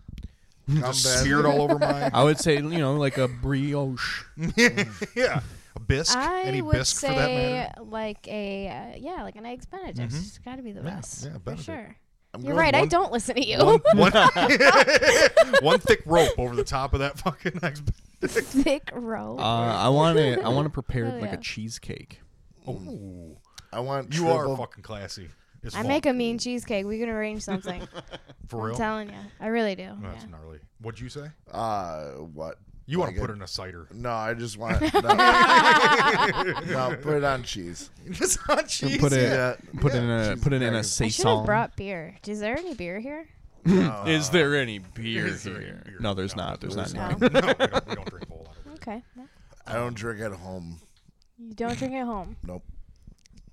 [SPEAKER 1] I'm
[SPEAKER 4] Just
[SPEAKER 1] bad.
[SPEAKER 4] smear it all over my
[SPEAKER 2] I would say you know like a brioche.
[SPEAKER 4] yeah. A bisque.
[SPEAKER 3] I
[SPEAKER 4] Any
[SPEAKER 3] would
[SPEAKER 4] bisque
[SPEAKER 3] say
[SPEAKER 4] for that matter. Mm-hmm.
[SPEAKER 3] like a uh, yeah, like an eggs Benedict. It's got to be the best
[SPEAKER 4] yeah,
[SPEAKER 3] for
[SPEAKER 4] Benedict.
[SPEAKER 3] sure.
[SPEAKER 1] I'm
[SPEAKER 3] You're
[SPEAKER 1] going
[SPEAKER 3] right. I
[SPEAKER 1] one-
[SPEAKER 3] don't listen to you.
[SPEAKER 4] One, one- one thick rope over the top of that fucking ex-
[SPEAKER 3] Thick rope.
[SPEAKER 2] Uh, I want it. I want it prepared
[SPEAKER 3] Oh,
[SPEAKER 2] like
[SPEAKER 3] yeah.
[SPEAKER 2] a cheesecake.
[SPEAKER 4] Oh. Ooh.
[SPEAKER 1] I want.
[SPEAKER 4] You
[SPEAKER 1] triple-
[SPEAKER 4] are fucking classy. It's
[SPEAKER 3] I
[SPEAKER 4] full.
[SPEAKER 3] make a mean cheesecake. We can arrange something.
[SPEAKER 4] for real.
[SPEAKER 3] I'm telling you, I really do.
[SPEAKER 4] That's
[SPEAKER 3] yeah.
[SPEAKER 4] gnarly. What'd you say?
[SPEAKER 1] Uh, what?
[SPEAKER 4] You want
[SPEAKER 1] Like
[SPEAKER 4] to put
[SPEAKER 1] a-
[SPEAKER 4] it in a cider.
[SPEAKER 1] No, I just want. No, no put it on cheese.
[SPEAKER 4] it's not cheese.
[SPEAKER 2] Put it.
[SPEAKER 1] Yeah.
[SPEAKER 2] Put it in
[SPEAKER 1] Yeah,
[SPEAKER 2] a.
[SPEAKER 1] cheese
[SPEAKER 2] Put it in a
[SPEAKER 1] crackers.
[SPEAKER 3] I should have
[SPEAKER 2] saison.
[SPEAKER 3] brought beer. Is there any beer here?
[SPEAKER 2] Is there any
[SPEAKER 4] Uh,
[SPEAKER 2] beer
[SPEAKER 4] Is there any
[SPEAKER 2] here?
[SPEAKER 4] beer?
[SPEAKER 2] No, there's
[SPEAKER 4] No,
[SPEAKER 2] not. There's,
[SPEAKER 1] there's
[SPEAKER 2] not.
[SPEAKER 3] not.
[SPEAKER 2] any.
[SPEAKER 4] no, we don't, we don't drink a whole lot of it.
[SPEAKER 3] Okay. No.
[SPEAKER 1] I don't drink at home.
[SPEAKER 3] You don't drink at home.
[SPEAKER 1] Nope.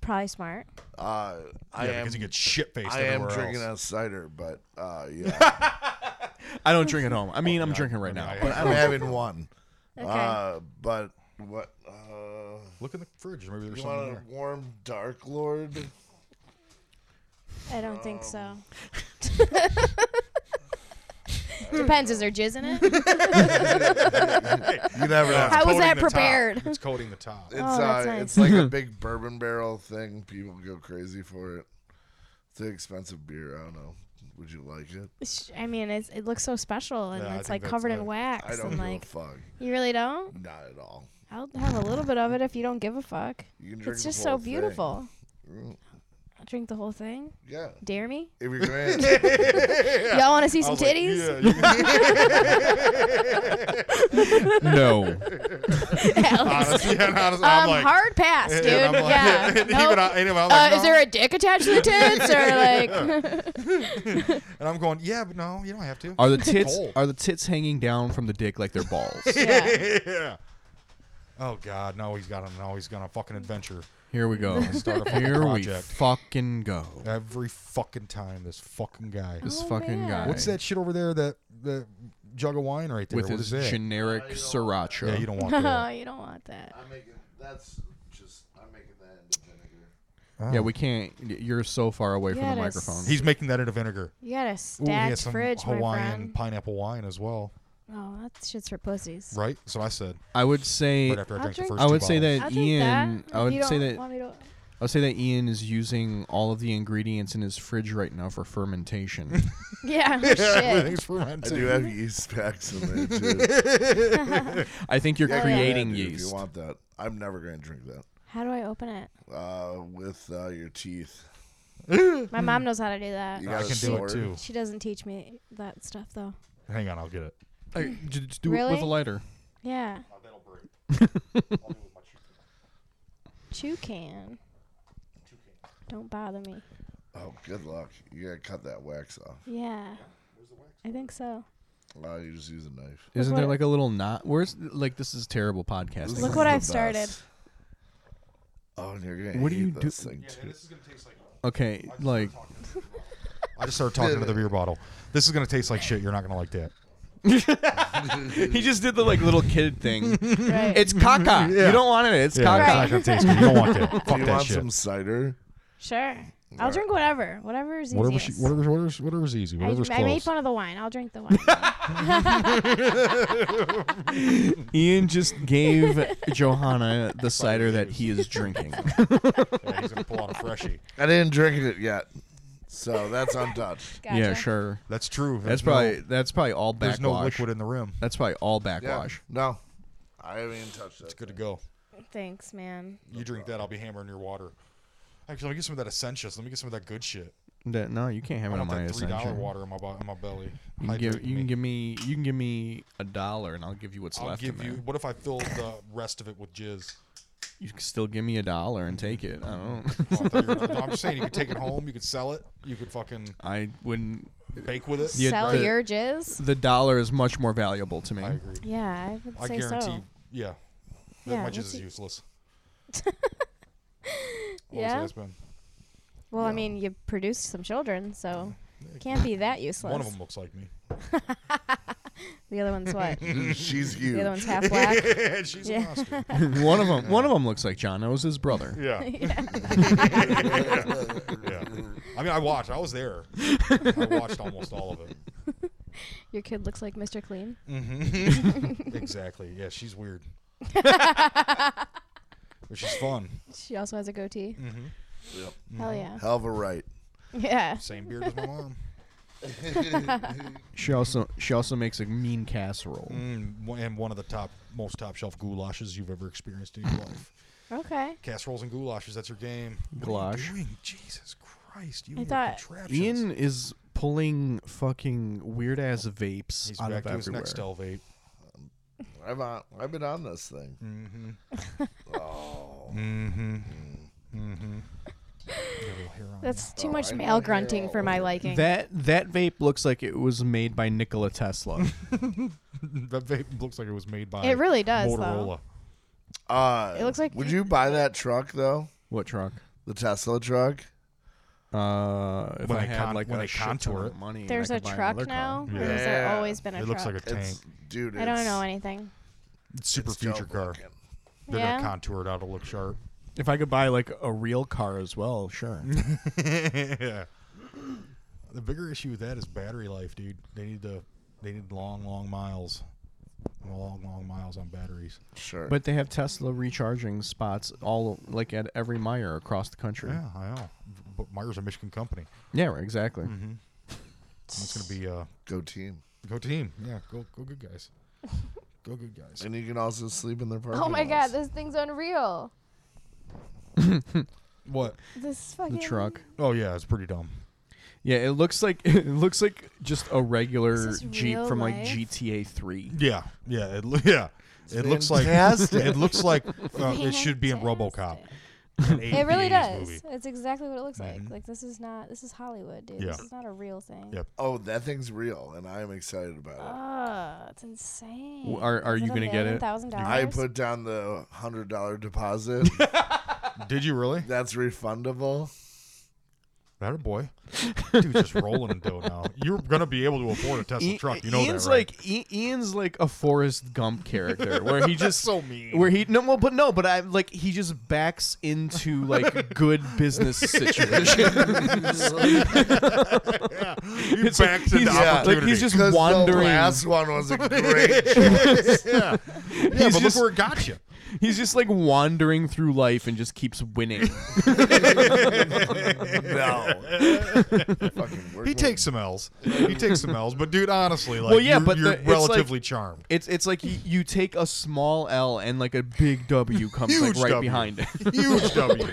[SPEAKER 3] Probably smart.
[SPEAKER 1] Uh, I
[SPEAKER 4] Yeah,
[SPEAKER 1] am.
[SPEAKER 4] because you get shit faced
[SPEAKER 1] I am
[SPEAKER 4] everywhere
[SPEAKER 1] drinking
[SPEAKER 4] else.
[SPEAKER 1] a cider, but uh, yeah,
[SPEAKER 2] I don't drink at home. I mean, I'm drinking right
[SPEAKER 4] I-
[SPEAKER 2] now.
[SPEAKER 1] but I'm having one.
[SPEAKER 3] Okay.
[SPEAKER 4] Ah,
[SPEAKER 1] Uh, but what? Uh,
[SPEAKER 4] Look in the fridge. Maybe there's
[SPEAKER 1] you
[SPEAKER 4] something there.
[SPEAKER 1] want a warm Dark Lord?
[SPEAKER 3] I don't think so. Depends. Is there jizz in it?
[SPEAKER 1] You never know.
[SPEAKER 3] How was
[SPEAKER 4] Coating
[SPEAKER 3] that
[SPEAKER 4] the top.
[SPEAKER 3] prepared?
[SPEAKER 4] It's coating the top.
[SPEAKER 1] It's
[SPEAKER 3] Oh,
[SPEAKER 1] uh,
[SPEAKER 3] that's nice.
[SPEAKER 1] it's like a big bourbon barrel thing. People go crazy for it. It's an expensive beer. I don't know. Would you like it?
[SPEAKER 3] Sh- I mean, it's, it looks so special, and
[SPEAKER 4] Yeah, I
[SPEAKER 3] it's
[SPEAKER 4] think
[SPEAKER 3] like
[SPEAKER 4] that's
[SPEAKER 3] covered
[SPEAKER 4] it.
[SPEAKER 3] in wax,
[SPEAKER 1] I don't
[SPEAKER 3] and
[SPEAKER 1] give
[SPEAKER 3] like
[SPEAKER 1] a fuck.
[SPEAKER 3] you really don't.
[SPEAKER 1] Not at all.
[SPEAKER 3] I'll have a little bit of it if you don't give a fuck.
[SPEAKER 1] You can drink
[SPEAKER 3] It's
[SPEAKER 1] the
[SPEAKER 3] just
[SPEAKER 1] whole
[SPEAKER 3] so
[SPEAKER 1] thing.
[SPEAKER 3] beautiful. I'll drink the whole thing.
[SPEAKER 1] Yeah.
[SPEAKER 3] Dare me?
[SPEAKER 1] If you're going,
[SPEAKER 3] Y'all want to see
[SPEAKER 4] I
[SPEAKER 3] some
[SPEAKER 4] was like,
[SPEAKER 3] titties?
[SPEAKER 4] yeah, you can-
[SPEAKER 2] no.
[SPEAKER 4] honestly, and honestly, I'm
[SPEAKER 3] um,
[SPEAKER 4] like,
[SPEAKER 3] hard pass,
[SPEAKER 4] and
[SPEAKER 3] dude.
[SPEAKER 4] I'm like-
[SPEAKER 3] yeah.
[SPEAKER 4] and even
[SPEAKER 3] Nope.
[SPEAKER 4] I- and even I'm
[SPEAKER 3] uh,
[SPEAKER 4] like,
[SPEAKER 3] Is
[SPEAKER 4] no.
[SPEAKER 3] there a dick attached to the tits, or like?
[SPEAKER 4] And I'm going, yeah, but no, you don't have to.
[SPEAKER 2] Are the tits
[SPEAKER 4] Cold.
[SPEAKER 2] are the tits hanging down from the dick like they're balls?
[SPEAKER 3] yeah.
[SPEAKER 4] yeah. Oh God, no, he's got a no, he's got a fucking adventure.
[SPEAKER 2] Here we go.
[SPEAKER 4] Start a fucking
[SPEAKER 2] Here we
[SPEAKER 4] project. Oh,
[SPEAKER 2] fucking go.
[SPEAKER 4] Every fucking time, this fucking guy.
[SPEAKER 2] This
[SPEAKER 3] Oh,
[SPEAKER 2] fucking
[SPEAKER 3] man.
[SPEAKER 2] guy
[SPEAKER 4] What's that shit over there? That the jug of wine right there.
[SPEAKER 2] with
[SPEAKER 4] What
[SPEAKER 2] his
[SPEAKER 4] is that?
[SPEAKER 2] generic sriracha?
[SPEAKER 4] yeah, you don't want
[SPEAKER 3] No,
[SPEAKER 4] that.
[SPEAKER 3] you don't want that.
[SPEAKER 1] I'm making. That's just. I'm making that into vinegar.
[SPEAKER 2] Yeah, we can't. y- You're so far away from
[SPEAKER 3] Yeah,
[SPEAKER 2] the
[SPEAKER 3] it is.
[SPEAKER 2] microphone.
[SPEAKER 4] He's making that into vinegar.
[SPEAKER 3] You got a
[SPEAKER 4] Ooh, he has
[SPEAKER 3] stacked
[SPEAKER 4] some
[SPEAKER 3] fridge, my
[SPEAKER 4] Hawaiian
[SPEAKER 3] friend.
[SPEAKER 4] pineapple wine as well,
[SPEAKER 3] Oh, that shit's for pussies.
[SPEAKER 4] right? So I said,
[SPEAKER 2] I would say.
[SPEAKER 4] right after I
[SPEAKER 3] I'll
[SPEAKER 4] drank the
[SPEAKER 3] drink-
[SPEAKER 4] first
[SPEAKER 2] I
[SPEAKER 4] two
[SPEAKER 2] would say
[SPEAKER 4] bottles.
[SPEAKER 2] that
[SPEAKER 3] I'll drink
[SPEAKER 2] Ian.
[SPEAKER 3] that.
[SPEAKER 2] I would
[SPEAKER 3] You
[SPEAKER 2] say
[SPEAKER 3] don't
[SPEAKER 2] that.
[SPEAKER 3] want me to-
[SPEAKER 2] I would say that Ian is using all of the ingredients in his fridge right now for fermentation.
[SPEAKER 3] Yeah. no
[SPEAKER 4] Yeah,
[SPEAKER 3] shit.
[SPEAKER 4] everything's fermented.
[SPEAKER 1] I do have yeast packs in there too.
[SPEAKER 2] I think you're
[SPEAKER 1] Yeah, you can
[SPEAKER 2] creating
[SPEAKER 1] add it If
[SPEAKER 2] yeast.
[SPEAKER 1] you want that, I'm never going to drink that.
[SPEAKER 3] How do I open it?
[SPEAKER 1] Uh, with uh, your teeth.
[SPEAKER 3] My mom knows how to do that.
[SPEAKER 1] You
[SPEAKER 4] Hmm. I
[SPEAKER 1] got
[SPEAKER 4] can
[SPEAKER 1] a
[SPEAKER 4] do
[SPEAKER 1] sword.
[SPEAKER 4] it too.
[SPEAKER 3] She doesn't teach me that stuff though.
[SPEAKER 4] Hang on, I'll get it.
[SPEAKER 2] Hey, j- just do it with
[SPEAKER 3] Really?
[SPEAKER 2] a lighter.
[SPEAKER 3] Yeah.
[SPEAKER 4] that'll break.
[SPEAKER 3] Chew can. Don't bother me.
[SPEAKER 1] Oh, good luck. You gotta cut that wax off.
[SPEAKER 3] Yeah. I think so.
[SPEAKER 1] Uh, you just use a knife.
[SPEAKER 2] Isn't there
[SPEAKER 3] what-
[SPEAKER 2] like a little knot? Where's like this is terrible podcasting.
[SPEAKER 1] This
[SPEAKER 3] Look
[SPEAKER 1] is
[SPEAKER 3] what
[SPEAKER 1] the
[SPEAKER 3] I've started.
[SPEAKER 1] best. Oh, and you're gonna
[SPEAKER 2] What
[SPEAKER 1] what
[SPEAKER 2] do
[SPEAKER 1] hate
[SPEAKER 2] you
[SPEAKER 1] this
[SPEAKER 2] do-
[SPEAKER 1] thing too.
[SPEAKER 4] is gonna taste like.
[SPEAKER 2] Okay, like
[SPEAKER 4] I just started talking to the beer bottle. This is gonna taste like shit. You're not gonna like that.
[SPEAKER 2] he just did the like little kid thing.
[SPEAKER 3] Right.
[SPEAKER 2] It's caca.
[SPEAKER 4] Yeah.
[SPEAKER 2] You don't want it. It's
[SPEAKER 4] Yeah,
[SPEAKER 2] caca.
[SPEAKER 3] Right.
[SPEAKER 4] it's not gonna taste good. You don't want that.
[SPEAKER 1] Do
[SPEAKER 4] Fuck
[SPEAKER 1] you
[SPEAKER 4] that
[SPEAKER 1] want
[SPEAKER 4] shit.
[SPEAKER 1] some cider?
[SPEAKER 3] sure. I'll drink whatever. Whatever is
[SPEAKER 4] Whatever,
[SPEAKER 3] easiest.
[SPEAKER 4] she, whatever's, whatever's, whatever's easy,
[SPEAKER 3] I,
[SPEAKER 4] whatever's
[SPEAKER 3] I
[SPEAKER 4] close.
[SPEAKER 3] made fun of the wine. I'll drink the wine.
[SPEAKER 2] Ian just gave Johanna the cider that he is drinking.
[SPEAKER 4] Yeah, he's gonna pull out a freshie.
[SPEAKER 1] I didn't drink it yet, so that's untouched.
[SPEAKER 3] Gotcha.
[SPEAKER 2] Yeah, sure.
[SPEAKER 4] That's true. There's
[SPEAKER 2] That's
[SPEAKER 4] no-
[SPEAKER 2] probably that's probably all
[SPEAKER 4] there's
[SPEAKER 2] backwash.
[SPEAKER 4] no liquid in the rim.
[SPEAKER 2] That's probably all
[SPEAKER 1] Yeah,
[SPEAKER 2] backwash.
[SPEAKER 1] no, I haven't even touched it.
[SPEAKER 4] It's good to go.
[SPEAKER 3] Thanks, man.
[SPEAKER 4] You drink that, I'll be hammering your water. Actually, let me get some of that essentials. Let me get some of that good shit.
[SPEAKER 2] That- no, you can't have
[SPEAKER 4] I
[SPEAKER 2] it on
[SPEAKER 4] want
[SPEAKER 2] my
[SPEAKER 4] that three dollar
[SPEAKER 2] essential.
[SPEAKER 4] water in my bo- in my belly.
[SPEAKER 2] You can, give,
[SPEAKER 4] Hydrate
[SPEAKER 2] you
[SPEAKER 4] me.
[SPEAKER 2] can give me you can give me a dollar and I'll give you what's
[SPEAKER 4] I'll
[SPEAKER 2] left.
[SPEAKER 4] give
[SPEAKER 2] in
[SPEAKER 4] you.
[SPEAKER 2] there.
[SPEAKER 4] What if I fill the rest of it with jizz?
[SPEAKER 2] You can still give me a dollar and take it. I don't.
[SPEAKER 4] Oh, I thought you were gonna- I'm just saying you could take it home. You could sell it. You could fucking
[SPEAKER 2] I wouldn't.
[SPEAKER 4] bake with it.
[SPEAKER 2] Yeah,
[SPEAKER 3] Sell
[SPEAKER 2] the-
[SPEAKER 3] your jizz?
[SPEAKER 2] The dollar is much more valuable to me.
[SPEAKER 4] I agree.
[SPEAKER 3] Yeah, I would
[SPEAKER 4] I
[SPEAKER 3] say
[SPEAKER 4] guarantee.
[SPEAKER 3] so.
[SPEAKER 4] Yeah. That
[SPEAKER 3] Yeah,
[SPEAKER 4] my
[SPEAKER 3] what's
[SPEAKER 4] jizz is
[SPEAKER 3] it-
[SPEAKER 4] useless.
[SPEAKER 3] Yeah?
[SPEAKER 4] Always has been.
[SPEAKER 3] Well, I mean, you produced some children, so can't be that useless.
[SPEAKER 4] One of them looks like me.
[SPEAKER 3] The other one's what?
[SPEAKER 1] She's
[SPEAKER 3] the other
[SPEAKER 1] huge.
[SPEAKER 3] one's half black.
[SPEAKER 4] She's
[SPEAKER 3] Yeah.
[SPEAKER 4] a monster.
[SPEAKER 2] one of them. One of them looks like John. That was his brother.
[SPEAKER 4] Yeah. yeah. I mean, I watched. I was there. I watched almost all of it.
[SPEAKER 3] Your kid looks like Mr. Clean.
[SPEAKER 4] Mm.
[SPEAKER 3] Mm-hmm.
[SPEAKER 4] Exactly. Yeah, she's weird. but she's fun.
[SPEAKER 3] She also has a goatee.
[SPEAKER 4] Mm-hmm.
[SPEAKER 1] Yep.
[SPEAKER 3] Hell yeah.
[SPEAKER 1] Hell of a right.
[SPEAKER 3] Yeah.
[SPEAKER 4] Same beard as my mom.
[SPEAKER 2] She also she also makes a mean casserole.
[SPEAKER 4] Mm, one- and one of the top, most top shelf goulashes you've ever experienced in your life.
[SPEAKER 3] Okay.
[SPEAKER 4] Casseroles and goulashes. That's your game. What are
[SPEAKER 2] Goulash.
[SPEAKER 4] you doing? Jesus Christ! You
[SPEAKER 3] I
[SPEAKER 4] and your
[SPEAKER 3] thought-
[SPEAKER 4] contraptions.
[SPEAKER 2] Ian is pulling fucking weird ass vapes
[SPEAKER 4] He's
[SPEAKER 2] out
[SPEAKER 4] back
[SPEAKER 2] of
[SPEAKER 4] to his
[SPEAKER 2] everywhere.
[SPEAKER 4] next Elvate.
[SPEAKER 1] I've on, I've been on this thing.
[SPEAKER 4] Mm. Mm-hmm.
[SPEAKER 3] That's too
[SPEAKER 4] Oh,
[SPEAKER 3] much
[SPEAKER 1] I
[SPEAKER 3] male
[SPEAKER 1] don't hear
[SPEAKER 3] grunting
[SPEAKER 1] all
[SPEAKER 3] for my liking.
[SPEAKER 2] That that vape looks like it was made by Nikola Tesla.
[SPEAKER 4] that vape looks like it was made by.
[SPEAKER 3] It really does, though.
[SPEAKER 4] Motorola.
[SPEAKER 1] Uh,
[SPEAKER 3] It looks like-
[SPEAKER 1] Would you buy that truck though?
[SPEAKER 2] what truck?
[SPEAKER 1] The Tesla truck?
[SPEAKER 2] Uh, if
[SPEAKER 4] When
[SPEAKER 2] I
[SPEAKER 4] they
[SPEAKER 2] had
[SPEAKER 4] con-
[SPEAKER 2] like
[SPEAKER 4] when
[SPEAKER 2] a
[SPEAKER 4] they
[SPEAKER 2] shit ton
[SPEAKER 4] contour
[SPEAKER 2] of
[SPEAKER 4] it.
[SPEAKER 2] money, and I
[SPEAKER 3] There's a
[SPEAKER 2] could buy
[SPEAKER 3] truck
[SPEAKER 2] another
[SPEAKER 3] now?
[SPEAKER 2] car.
[SPEAKER 3] Or has there
[SPEAKER 1] Yeah.
[SPEAKER 3] always been a
[SPEAKER 4] It looks
[SPEAKER 3] truck?
[SPEAKER 4] like a tank.
[SPEAKER 1] It's dude.
[SPEAKER 3] I don't
[SPEAKER 1] it's-
[SPEAKER 3] know anything.
[SPEAKER 4] It's super
[SPEAKER 1] it's
[SPEAKER 4] future car.
[SPEAKER 1] dope-looking.
[SPEAKER 4] They're
[SPEAKER 3] Yeah.
[SPEAKER 4] gonna contour it out to look sharp.
[SPEAKER 2] If I could buy like a real car as well, sure.
[SPEAKER 4] yeah. The bigger issue with that is battery life, dude. They need to they need long, long miles. Long, long miles on batteries.
[SPEAKER 1] Sure.
[SPEAKER 2] but they have Tesla recharging spots all like at every mile across the country.
[SPEAKER 4] Yeah, I know. But Meyer's a Michigan company.
[SPEAKER 2] Yeah, right,
[SPEAKER 4] Mm.
[SPEAKER 2] exactly.
[SPEAKER 4] It's gonna be uh
[SPEAKER 1] go team.
[SPEAKER 4] go team. Yeah, go go good guys. Go good guys.
[SPEAKER 1] And you can also sleep in their parking
[SPEAKER 3] Oh my god,
[SPEAKER 1] lots.
[SPEAKER 3] this thing's unreal.
[SPEAKER 4] What?
[SPEAKER 3] This
[SPEAKER 2] The
[SPEAKER 3] fucking
[SPEAKER 2] truck.
[SPEAKER 4] Oh yeah, it's pretty dumb.
[SPEAKER 2] Yeah, it looks like it looks like just a regular
[SPEAKER 3] Is this
[SPEAKER 2] Jeep
[SPEAKER 3] real
[SPEAKER 2] from like
[SPEAKER 3] life?
[SPEAKER 2] GTA Three.
[SPEAKER 4] Yeah, yeah, it, lo- yeah. It looks like
[SPEAKER 1] fantastic.
[SPEAKER 4] it looks like uh, it should be in RoboCop.
[SPEAKER 3] Fantastic.
[SPEAKER 4] an
[SPEAKER 3] It really
[SPEAKER 4] 80s
[SPEAKER 3] does.
[SPEAKER 4] movie.
[SPEAKER 3] It's exactly what it looks
[SPEAKER 4] Mhm.
[SPEAKER 3] like. Like this is not this is Hollywood, dude.
[SPEAKER 4] Yeah.
[SPEAKER 3] This is not a real thing.
[SPEAKER 4] Yep.
[SPEAKER 1] Oh, that thing's real, and I'm excited about it.
[SPEAKER 3] Ugh, it's insane.
[SPEAKER 2] W- are- are you gonna get it?
[SPEAKER 3] Thousand dollars.
[SPEAKER 1] I put down the hundred dollar deposit.
[SPEAKER 4] Did you really?
[SPEAKER 1] That's refundable.
[SPEAKER 4] That a boy. Dude, just rolling dough now. You're gonna be able to afford a Tesla
[SPEAKER 2] I-
[SPEAKER 4] truck. You know
[SPEAKER 2] Ian's
[SPEAKER 4] that, right?
[SPEAKER 2] like I- Ian's like a Forrest Gump character where he just
[SPEAKER 4] so mean.
[SPEAKER 2] Where he no, well, but no, but I like he just backs into like good business situations.
[SPEAKER 4] he
[SPEAKER 2] It's like-
[SPEAKER 4] backs
[SPEAKER 2] he's-
[SPEAKER 4] into
[SPEAKER 2] yeah,
[SPEAKER 4] opportunity.
[SPEAKER 2] like, he's just-
[SPEAKER 1] 'Cause
[SPEAKER 2] Wandering.
[SPEAKER 1] The last one was a great. choice.
[SPEAKER 4] yeah, yeah. But
[SPEAKER 2] just-
[SPEAKER 4] look where it got you.
[SPEAKER 2] He's just like wandering through life and just keeps winning.
[SPEAKER 1] no. Fucking work
[SPEAKER 4] He takes some L's. He takes some L's. But dude, honestly, like,
[SPEAKER 2] Well, yeah,
[SPEAKER 4] you're,
[SPEAKER 2] but
[SPEAKER 4] you're
[SPEAKER 2] the- it's
[SPEAKER 4] relatively charmed.
[SPEAKER 2] It's it's like you, you take a small L and like a big W comes like
[SPEAKER 4] Huge
[SPEAKER 2] right
[SPEAKER 4] W.
[SPEAKER 2] behind it.
[SPEAKER 4] Huge W.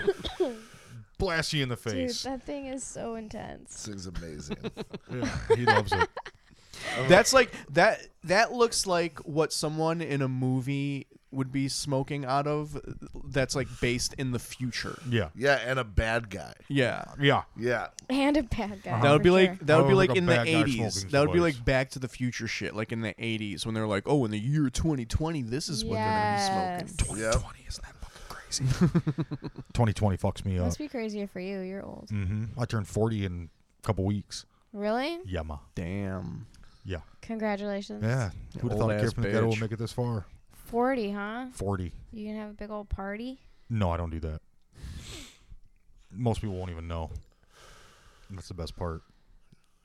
[SPEAKER 4] Blast you in the
[SPEAKER 3] Dude,
[SPEAKER 4] face.
[SPEAKER 3] that thing is so intense.
[SPEAKER 1] This thing's amazing.
[SPEAKER 4] Yeah, he loves it.
[SPEAKER 2] That's like that that looks like what someone in a movie would be smoking out of that's like based in the future.
[SPEAKER 4] Yeah.
[SPEAKER 1] Yeah, and a bad guy.
[SPEAKER 2] Yeah.
[SPEAKER 4] Yeah.
[SPEAKER 1] Yeah.
[SPEAKER 3] and a bad guy.
[SPEAKER 2] That would
[SPEAKER 3] for
[SPEAKER 2] be
[SPEAKER 3] sure.
[SPEAKER 2] like that would
[SPEAKER 4] Oh,
[SPEAKER 2] be
[SPEAKER 4] like
[SPEAKER 2] like,
[SPEAKER 4] a
[SPEAKER 2] in the
[SPEAKER 4] bad guy
[SPEAKER 2] eighties.
[SPEAKER 4] smoking
[SPEAKER 2] That would be
[SPEAKER 4] device.
[SPEAKER 2] like Back to the Future shit, like in the eighties when they're like, oh, in the year twenty twenty, this is when they're gonna be smoking.
[SPEAKER 1] Yeah.
[SPEAKER 4] 2020, isn't that fucking crazy? 2020 fucks me up.
[SPEAKER 3] Must be crazier for you. You're old.
[SPEAKER 4] hmm I turned 40 in a couple weeks.
[SPEAKER 3] Really?
[SPEAKER 4] Yeah, ma.
[SPEAKER 2] Damn.
[SPEAKER 4] Yeah.
[SPEAKER 3] Congratulations.
[SPEAKER 4] Yeah. Who'd have thought a
[SPEAKER 2] Old-ass
[SPEAKER 4] kid from the ghetto would
[SPEAKER 2] bitch.
[SPEAKER 4] make it this far?
[SPEAKER 3] 40, huh?
[SPEAKER 4] 40.
[SPEAKER 3] You gonna have a big old party?
[SPEAKER 4] No, I don't do that. Most people won't even know. That's the best part.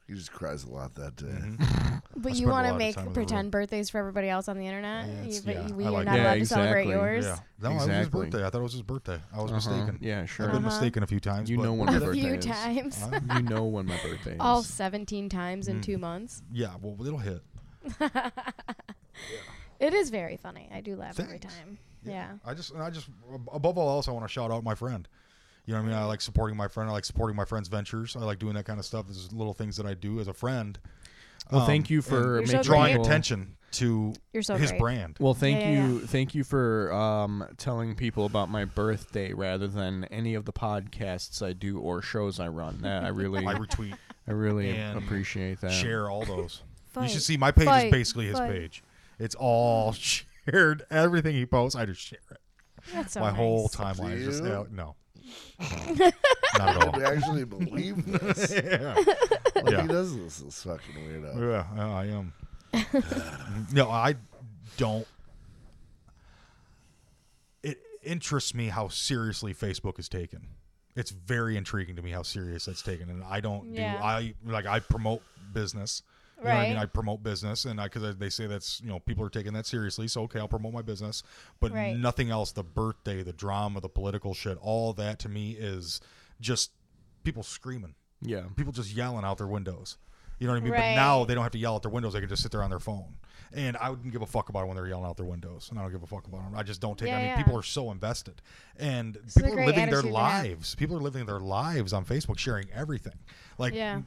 [SPEAKER 1] He just cries a lot that day.
[SPEAKER 4] Mm-hmm.
[SPEAKER 3] But
[SPEAKER 4] I
[SPEAKER 3] you
[SPEAKER 4] spend a lot
[SPEAKER 3] want to
[SPEAKER 4] of
[SPEAKER 3] make
[SPEAKER 4] time in the
[SPEAKER 3] pretend birthdays for everybody else on the internet,
[SPEAKER 4] Yeah, it's-
[SPEAKER 3] You- but
[SPEAKER 4] yeah,
[SPEAKER 3] you- we
[SPEAKER 4] I
[SPEAKER 3] are
[SPEAKER 4] like
[SPEAKER 3] not
[SPEAKER 2] that.
[SPEAKER 3] allowed
[SPEAKER 2] Yeah,
[SPEAKER 3] to celebrate
[SPEAKER 2] exactly.
[SPEAKER 3] yours.
[SPEAKER 4] Yeah. No, it was his
[SPEAKER 2] Exactly.
[SPEAKER 4] birthday. I thought it was his birthday. I was
[SPEAKER 2] Uh-huh.
[SPEAKER 4] mistaken.
[SPEAKER 2] Yeah,
[SPEAKER 4] I've been
[SPEAKER 2] sure.
[SPEAKER 3] Uh-huh.
[SPEAKER 4] mistaken a few times.
[SPEAKER 2] You
[SPEAKER 4] but
[SPEAKER 2] know when my
[SPEAKER 3] A
[SPEAKER 2] birthday
[SPEAKER 3] few
[SPEAKER 2] is.
[SPEAKER 3] times,
[SPEAKER 4] I-
[SPEAKER 2] You know when my birthday is.
[SPEAKER 3] all 17 times in
[SPEAKER 4] Mm.
[SPEAKER 3] two months.
[SPEAKER 4] yeah, well, it'll hit.
[SPEAKER 3] It is very funny. I do laugh every
[SPEAKER 4] Thanks.
[SPEAKER 3] time. Yeah.
[SPEAKER 4] I just, and I just, ab- above all else, I want to shout out my friend. You know what I mean? I like supporting my friend. I like supporting my friend's ventures. I like doing that kind of stuff. There's little things that I do as a friend.
[SPEAKER 2] Well,
[SPEAKER 4] Um,
[SPEAKER 2] thank you
[SPEAKER 4] and
[SPEAKER 2] for
[SPEAKER 3] You're so
[SPEAKER 2] making
[SPEAKER 4] drawing
[SPEAKER 2] people-
[SPEAKER 4] attention to
[SPEAKER 3] You're so
[SPEAKER 4] his
[SPEAKER 3] great.
[SPEAKER 4] brand.
[SPEAKER 2] Well, thank
[SPEAKER 3] Yeah, yeah,
[SPEAKER 2] you, thank you for um, telling people about my birthday rather than any of the podcasts I do or shows I run. That I really,
[SPEAKER 4] I retweet,
[SPEAKER 2] I really
[SPEAKER 4] and
[SPEAKER 2] appreciate that.
[SPEAKER 4] share all those. You
[SPEAKER 3] Fight.
[SPEAKER 4] should see my page
[SPEAKER 3] Fight.
[SPEAKER 4] is basically his
[SPEAKER 3] Fight.
[SPEAKER 4] page. It's all shared. Everything he posts, I just share it.
[SPEAKER 3] That's so
[SPEAKER 4] my
[SPEAKER 3] nice.
[SPEAKER 4] whole timeline is just
[SPEAKER 1] you?
[SPEAKER 4] yeah, no, No. not at all.
[SPEAKER 1] We actually believe this.
[SPEAKER 4] yeah,
[SPEAKER 1] Like,
[SPEAKER 4] Yeah.
[SPEAKER 1] He does this. This fucking weirdo.
[SPEAKER 4] yeah, yeah, I am. no, I don't. It interests me how seriously Facebook is taken. It's very intriguing to me how serious that's taken, and I don't
[SPEAKER 3] Yeah.
[SPEAKER 4] do. I like I promote business. You know what I mean?
[SPEAKER 3] Right.
[SPEAKER 4] I promote business, and I because they say that's you know people are taking that seriously. So okay, I'll promote my business, but
[SPEAKER 3] Right.
[SPEAKER 4] nothing else. The birthday, the drama, the political shit, all that to me is just people screaming
[SPEAKER 2] Yeah.
[SPEAKER 4] people just yelling out their windows. You know what I mean? But
[SPEAKER 3] Right.
[SPEAKER 4] now they don't have to yell out their windows; they can just sit there on their phone. And I wouldn't give a fuck about it when they're yelling out their windows, and I don't give a fuck about them. I just don't take. I
[SPEAKER 3] Yeah,
[SPEAKER 4] mean,
[SPEAKER 3] yeah.
[SPEAKER 4] people are so invested, and
[SPEAKER 3] is a
[SPEAKER 4] people are
[SPEAKER 3] great
[SPEAKER 4] living their
[SPEAKER 3] attitude to have.
[SPEAKER 4] lives. People are living their lives on Facebook, sharing everything. Like,
[SPEAKER 3] Yeah.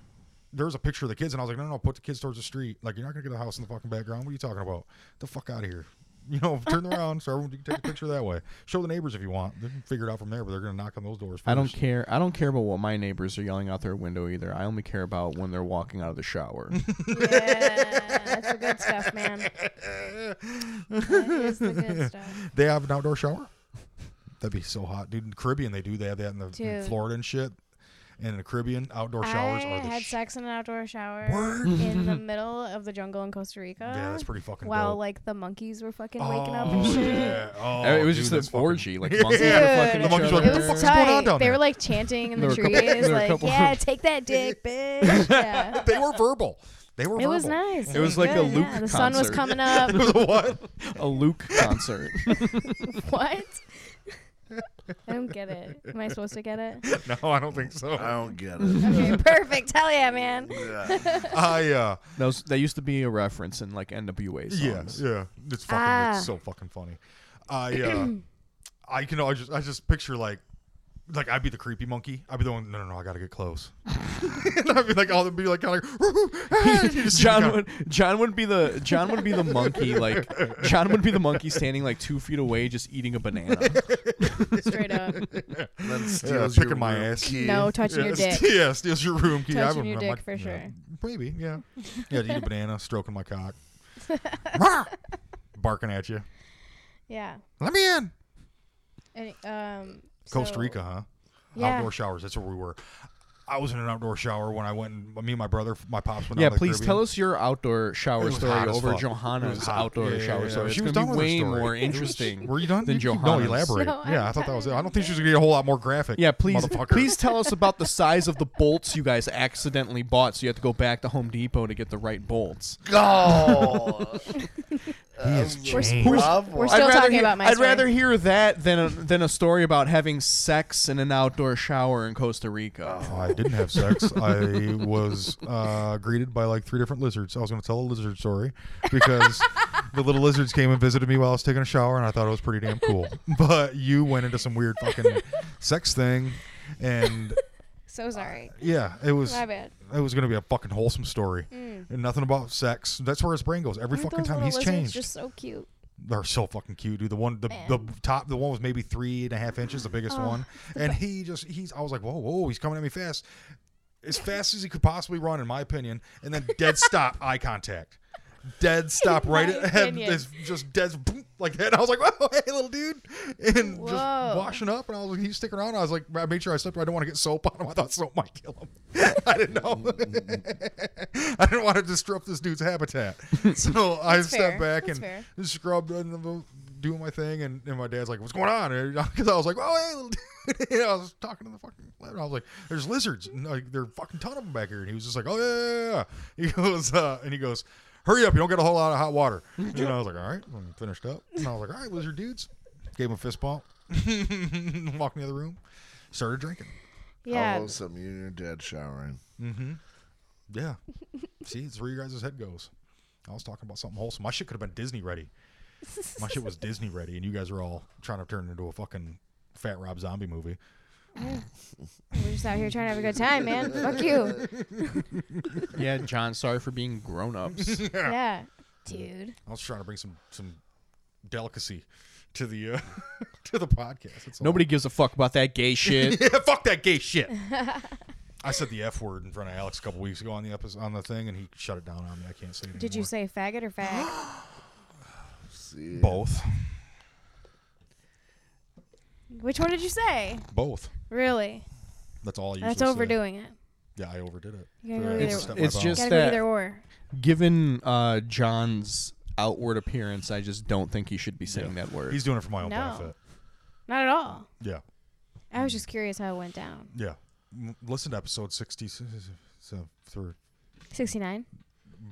[SPEAKER 4] there was a picture of the kids, and I was like, no, no, no, put the kids towards the street. Like, you're not gonna get a house in the fucking background. What are you talking about? The fuck out of here. You know, turn around so everyone you can take a picture that way. Show the neighbors if you want. They can figure it out from there, but they're gonna knock on those doors. First.
[SPEAKER 2] I don't care. I don't care about what my neighbors are yelling out their window either. I only care about when they're walking out of the shower.
[SPEAKER 3] yeah, that's the good stuff, man. That is the good stuff.
[SPEAKER 4] They have an outdoor shower. That'd be so hot, dude. In the Caribbean, they do. They have that in the in
[SPEAKER 3] Dude.
[SPEAKER 4] Florida and shit. And in the Caribbean, outdoor showers
[SPEAKER 3] I
[SPEAKER 4] are the
[SPEAKER 3] had
[SPEAKER 4] sh-
[SPEAKER 3] sex in an outdoor shower
[SPEAKER 4] Word?
[SPEAKER 3] in the middle of the jungle in Costa Rica.
[SPEAKER 4] Yeah, that's pretty fucking
[SPEAKER 3] While
[SPEAKER 4] dope.
[SPEAKER 3] like the monkeys were fucking
[SPEAKER 4] oh,
[SPEAKER 3] waking up and shit.
[SPEAKER 4] Yeah. Oh,
[SPEAKER 2] it was
[SPEAKER 4] dude,
[SPEAKER 2] just
[SPEAKER 4] that's
[SPEAKER 2] an
[SPEAKER 4] fucking-
[SPEAKER 2] orgy. Like
[SPEAKER 4] Yeah.
[SPEAKER 2] monkeys were
[SPEAKER 4] Yeah.
[SPEAKER 2] fucking
[SPEAKER 4] The
[SPEAKER 2] each
[SPEAKER 4] monkeys were like,
[SPEAKER 2] other.
[SPEAKER 3] it
[SPEAKER 4] "What the fuck
[SPEAKER 3] was
[SPEAKER 4] is going on
[SPEAKER 3] tight.
[SPEAKER 4] down
[SPEAKER 3] They
[SPEAKER 4] there?"
[SPEAKER 3] were like chanting in
[SPEAKER 2] There
[SPEAKER 3] the
[SPEAKER 2] were a couple-
[SPEAKER 3] trees,
[SPEAKER 2] there were a
[SPEAKER 3] like,
[SPEAKER 2] couple-
[SPEAKER 3] "Yeah, take that dick, bitch." Yeah.
[SPEAKER 4] They were verbal. They were.
[SPEAKER 3] It was
[SPEAKER 4] verbal.
[SPEAKER 3] nice.
[SPEAKER 2] It was like a
[SPEAKER 3] good,
[SPEAKER 2] Luke
[SPEAKER 3] Yeah. The sun was
[SPEAKER 2] concert.
[SPEAKER 3] coming up.
[SPEAKER 4] It was a what?
[SPEAKER 2] a Luke concert.
[SPEAKER 3] what? I don't get it. Am I supposed to get it?
[SPEAKER 4] No, I don't think so.
[SPEAKER 1] I don't get it.
[SPEAKER 3] Okay, perfect. Hell yeah, man.
[SPEAKER 1] Yeah.
[SPEAKER 4] I uh,
[SPEAKER 2] that, was, that used to be a reference in like NWA
[SPEAKER 4] yeah,
[SPEAKER 2] songs.
[SPEAKER 4] yeah. It's fucking.
[SPEAKER 3] Ah.
[SPEAKER 4] It's so fucking funny. I uh, I can. I just. I just picture like. Like I'd be the creepy monkey. I'd be the one. No, no, no. I gotta get close. and I'd be like, all would be like, kind of. Like, you just-
[SPEAKER 2] John would John would be the John would be the monkey like John would be the monkey standing like two feet away just eating a banana.
[SPEAKER 3] Straight up.
[SPEAKER 1] And then steals
[SPEAKER 4] Yeah,
[SPEAKER 1] your
[SPEAKER 4] picking my
[SPEAKER 1] room
[SPEAKER 4] ass.
[SPEAKER 1] key.
[SPEAKER 3] No touching your
[SPEAKER 4] Yeah,
[SPEAKER 3] dick.
[SPEAKER 4] st- Yeah, steals your room key. I
[SPEAKER 3] Touching
[SPEAKER 4] would,
[SPEAKER 3] your
[SPEAKER 4] I'm
[SPEAKER 3] dick
[SPEAKER 4] like,
[SPEAKER 3] for
[SPEAKER 4] yeah,
[SPEAKER 3] sure.
[SPEAKER 4] Maybe, yeah. Yeah, to eat a banana, stroking my cock, Rah! barking at you.
[SPEAKER 3] Yeah.
[SPEAKER 4] Let me in.
[SPEAKER 3] And, um,
[SPEAKER 4] Costa
[SPEAKER 3] so-
[SPEAKER 4] Rica, huh?
[SPEAKER 3] Yeah.
[SPEAKER 4] Outdoor showers. That's where we were. I was in an outdoor shower when I went. And, me and my brother, my pops went. out
[SPEAKER 2] yeah,
[SPEAKER 4] to the
[SPEAKER 2] please
[SPEAKER 4] Caribbean.
[SPEAKER 2] tell us your outdoor
[SPEAKER 4] It
[SPEAKER 2] shower
[SPEAKER 4] was
[SPEAKER 2] story
[SPEAKER 4] hot as
[SPEAKER 2] over
[SPEAKER 4] fuck. It
[SPEAKER 2] Johanna's
[SPEAKER 4] was hot.
[SPEAKER 2] outdoor
[SPEAKER 4] Yeah, yeah,
[SPEAKER 2] shower
[SPEAKER 4] yeah.
[SPEAKER 2] story.
[SPEAKER 4] She
[SPEAKER 2] it's
[SPEAKER 4] was
[SPEAKER 2] gonna
[SPEAKER 4] done with her
[SPEAKER 2] be way
[SPEAKER 4] story.
[SPEAKER 2] more
[SPEAKER 4] It was-
[SPEAKER 2] interesting.
[SPEAKER 4] Were you done?
[SPEAKER 2] Then
[SPEAKER 4] You- No,
[SPEAKER 2] Johanna's.
[SPEAKER 4] elaborate.
[SPEAKER 3] No, I'm
[SPEAKER 4] yeah, I thought that was it. I don't think she
[SPEAKER 3] done.
[SPEAKER 4] was gonna get a whole lot more graphic.
[SPEAKER 2] Yeah, please,
[SPEAKER 4] motherfucker.
[SPEAKER 2] please tell us about the size of the bolts you guys accidentally bought. So you had to go back to Home Depot to get the right bolts.
[SPEAKER 1] Oh.
[SPEAKER 4] He has
[SPEAKER 3] We're, s-
[SPEAKER 4] changed.
[SPEAKER 3] we're, s-
[SPEAKER 1] Bravo.
[SPEAKER 3] we're
[SPEAKER 2] I'd
[SPEAKER 3] still
[SPEAKER 2] rather
[SPEAKER 3] talking
[SPEAKER 2] hear,
[SPEAKER 3] about my
[SPEAKER 2] I'd
[SPEAKER 3] story.
[SPEAKER 2] rather hear that than a, than a story about having sex in an outdoor shower in Costa Rica.
[SPEAKER 4] Oh, I didn't have sex. I was uh, greeted by like three different lizards. I was going to tell a lizard story because the little lizards came and visited me while I was taking a shower, and I thought it was pretty damn cool. But you went into some weird fucking sex thing, and
[SPEAKER 3] So sorry.
[SPEAKER 4] yeah, it was
[SPEAKER 3] My bad.
[SPEAKER 4] it was going to be a fucking
[SPEAKER 3] Mm.
[SPEAKER 4] wholesome story and nothing about sex. That's where his brain goes every
[SPEAKER 3] Aren't
[SPEAKER 4] fucking
[SPEAKER 3] those
[SPEAKER 4] time.
[SPEAKER 3] little
[SPEAKER 4] He's
[SPEAKER 3] lizards
[SPEAKER 4] changed.
[SPEAKER 3] Just so cute.
[SPEAKER 4] They're so fucking cute, dude. The one, the, the top, the one was maybe three and a half inches, the biggest
[SPEAKER 3] Oh,
[SPEAKER 4] one. And he just, he's, I was like, whoa, whoa, he's coming at me fast, as fast as he could possibly run, in my opinion. And then dead stop, eye contact, dead stop,
[SPEAKER 3] In
[SPEAKER 4] right
[SPEAKER 3] my
[SPEAKER 4] at him,
[SPEAKER 3] opinion.
[SPEAKER 4] this just dead boom, like that. I was like, whoa, hey, little dude, and just
[SPEAKER 3] Whoa.
[SPEAKER 4] washing up. And I was like, he's sticking around. I was like, I made sure I slept. I didn't want to get soap on him. I thought soap might kill him. I didn't know. I didn't want to disrupt this dude's habitat. So I stepped
[SPEAKER 3] fair.
[SPEAKER 4] back
[SPEAKER 3] That's
[SPEAKER 4] and uh,
[SPEAKER 3] fair.
[SPEAKER 4] scrubbed and doing my thing. And, and my dad's like, What's going on? Because I was like, Oh, hey, little dude. And I was talking to the fucking lizard. I was like, There's lizards. And, like, there are fucking ton of them back here. And he was just like, Oh, yeah, yeah, yeah. He goes, uh, And he goes, Hurry up. You don't get a whole lot of hot water. And I was like, All right. And I finished up. And I was like, All right, lizard dudes. Gave him a fist bump. Walked in the other room. Started drinking.
[SPEAKER 1] How
[SPEAKER 3] Yeah.
[SPEAKER 1] awesome. You and your dad showering.
[SPEAKER 4] Yeah. See, it's where you guys' head goes. I was talking about something wholesome. My shit could have been Disney ready. My shit was Disney ready, and you guys are all trying to turn it into a fucking Fat Rob Zombie movie.
[SPEAKER 3] We're just out here trying to have a good time, man. Fuck you.
[SPEAKER 2] Yeah, John, sorry for being grown ups.
[SPEAKER 3] Yeah. Dude.
[SPEAKER 4] I was trying to bring some some delicacy to the uh, to the podcast. That's all.
[SPEAKER 2] Nobody gives a fuck about that gay shit.
[SPEAKER 4] Yeah, fuck that gay shit. I said the f word in front of Alex a couple weeks ago on the episode on the thing, and he shut it down on me. I can't say it
[SPEAKER 3] Did you
[SPEAKER 4] anymore.
[SPEAKER 3] say faggot or fag?
[SPEAKER 1] See,
[SPEAKER 4] both?
[SPEAKER 3] Which one did you say?
[SPEAKER 4] Both.
[SPEAKER 3] Really?
[SPEAKER 4] That's all. I
[SPEAKER 3] That's
[SPEAKER 4] usually say.
[SPEAKER 3] overdoing it.
[SPEAKER 4] Yeah, I overdid it.
[SPEAKER 3] You gotta
[SPEAKER 4] Yeah,
[SPEAKER 3] go
[SPEAKER 4] it's
[SPEAKER 3] either-
[SPEAKER 4] just-
[SPEAKER 2] it's just
[SPEAKER 3] Gotta go
[SPEAKER 2] that
[SPEAKER 3] either or.
[SPEAKER 2] given uh, John's outward appearance, I just don't think he should be saying that word.
[SPEAKER 4] He's doing it for my own
[SPEAKER 3] No.
[SPEAKER 4] benefit.
[SPEAKER 3] Not at all.
[SPEAKER 4] Yeah.
[SPEAKER 3] I was just curious how it went down.
[SPEAKER 4] Yeah. M- Listen to episode 66. so, through-
[SPEAKER 3] 69?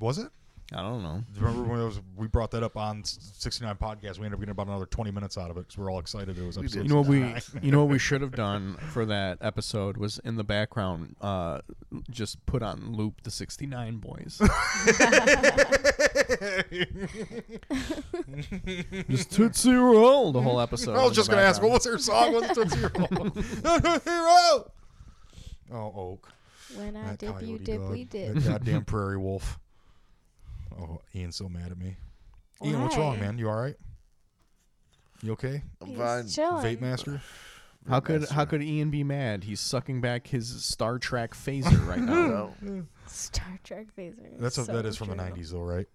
[SPEAKER 4] Was it?
[SPEAKER 2] I don't know.
[SPEAKER 4] Remember when it was, we brought that up on s- 69 podcast? We ended up getting about another 20 minutes out of it because we were all excited. It was episode.
[SPEAKER 2] You know what we you know what we should have done for that episode was in the background uh, just put on loop the 69 boys. just tootsie roll the whole episode.
[SPEAKER 4] I
[SPEAKER 2] in
[SPEAKER 4] was
[SPEAKER 2] the
[SPEAKER 4] just going to ask, what
[SPEAKER 2] background.
[SPEAKER 4] was their song? What's Tootsie Roll? Hero! Oh, Oak.
[SPEAKER 3] When I
[SPEAKER 4] That
[SPEAKER 3] dip, you
[SPEAKER 4] coyote
[SPEAKER 3] dip,
[SPEAKER 4] dog.
[SPEAKER 3] we dip.
[SPEAKER 4] That goddamn prairie wolf. Oh, Ian's so mad at me. Ian, what's wrong,
[SPEAKER 3] Why?
[SPEAKER 4] man? You all right? You okay?
[SPEAKER 1] I'm
[SPEAKER 3] He's
[SPEAKER 1] fine.
[SPEAKER 3] chilling.
[SPEAKER 4] Vape master?
[SPEAKER 2] How could how could Ian be mad? He's sucking back his Star Trek phaser right now.
[SPEAKER 1] No.
[SPEAKER 3] Star Trek phaser.
[SPEAKER 4] That's a,
[SPEAKER 3] so
[SPEAKER 4] that is from the
[SPEAKER 3] true.
[SPEAKER 4] '90s, though, right?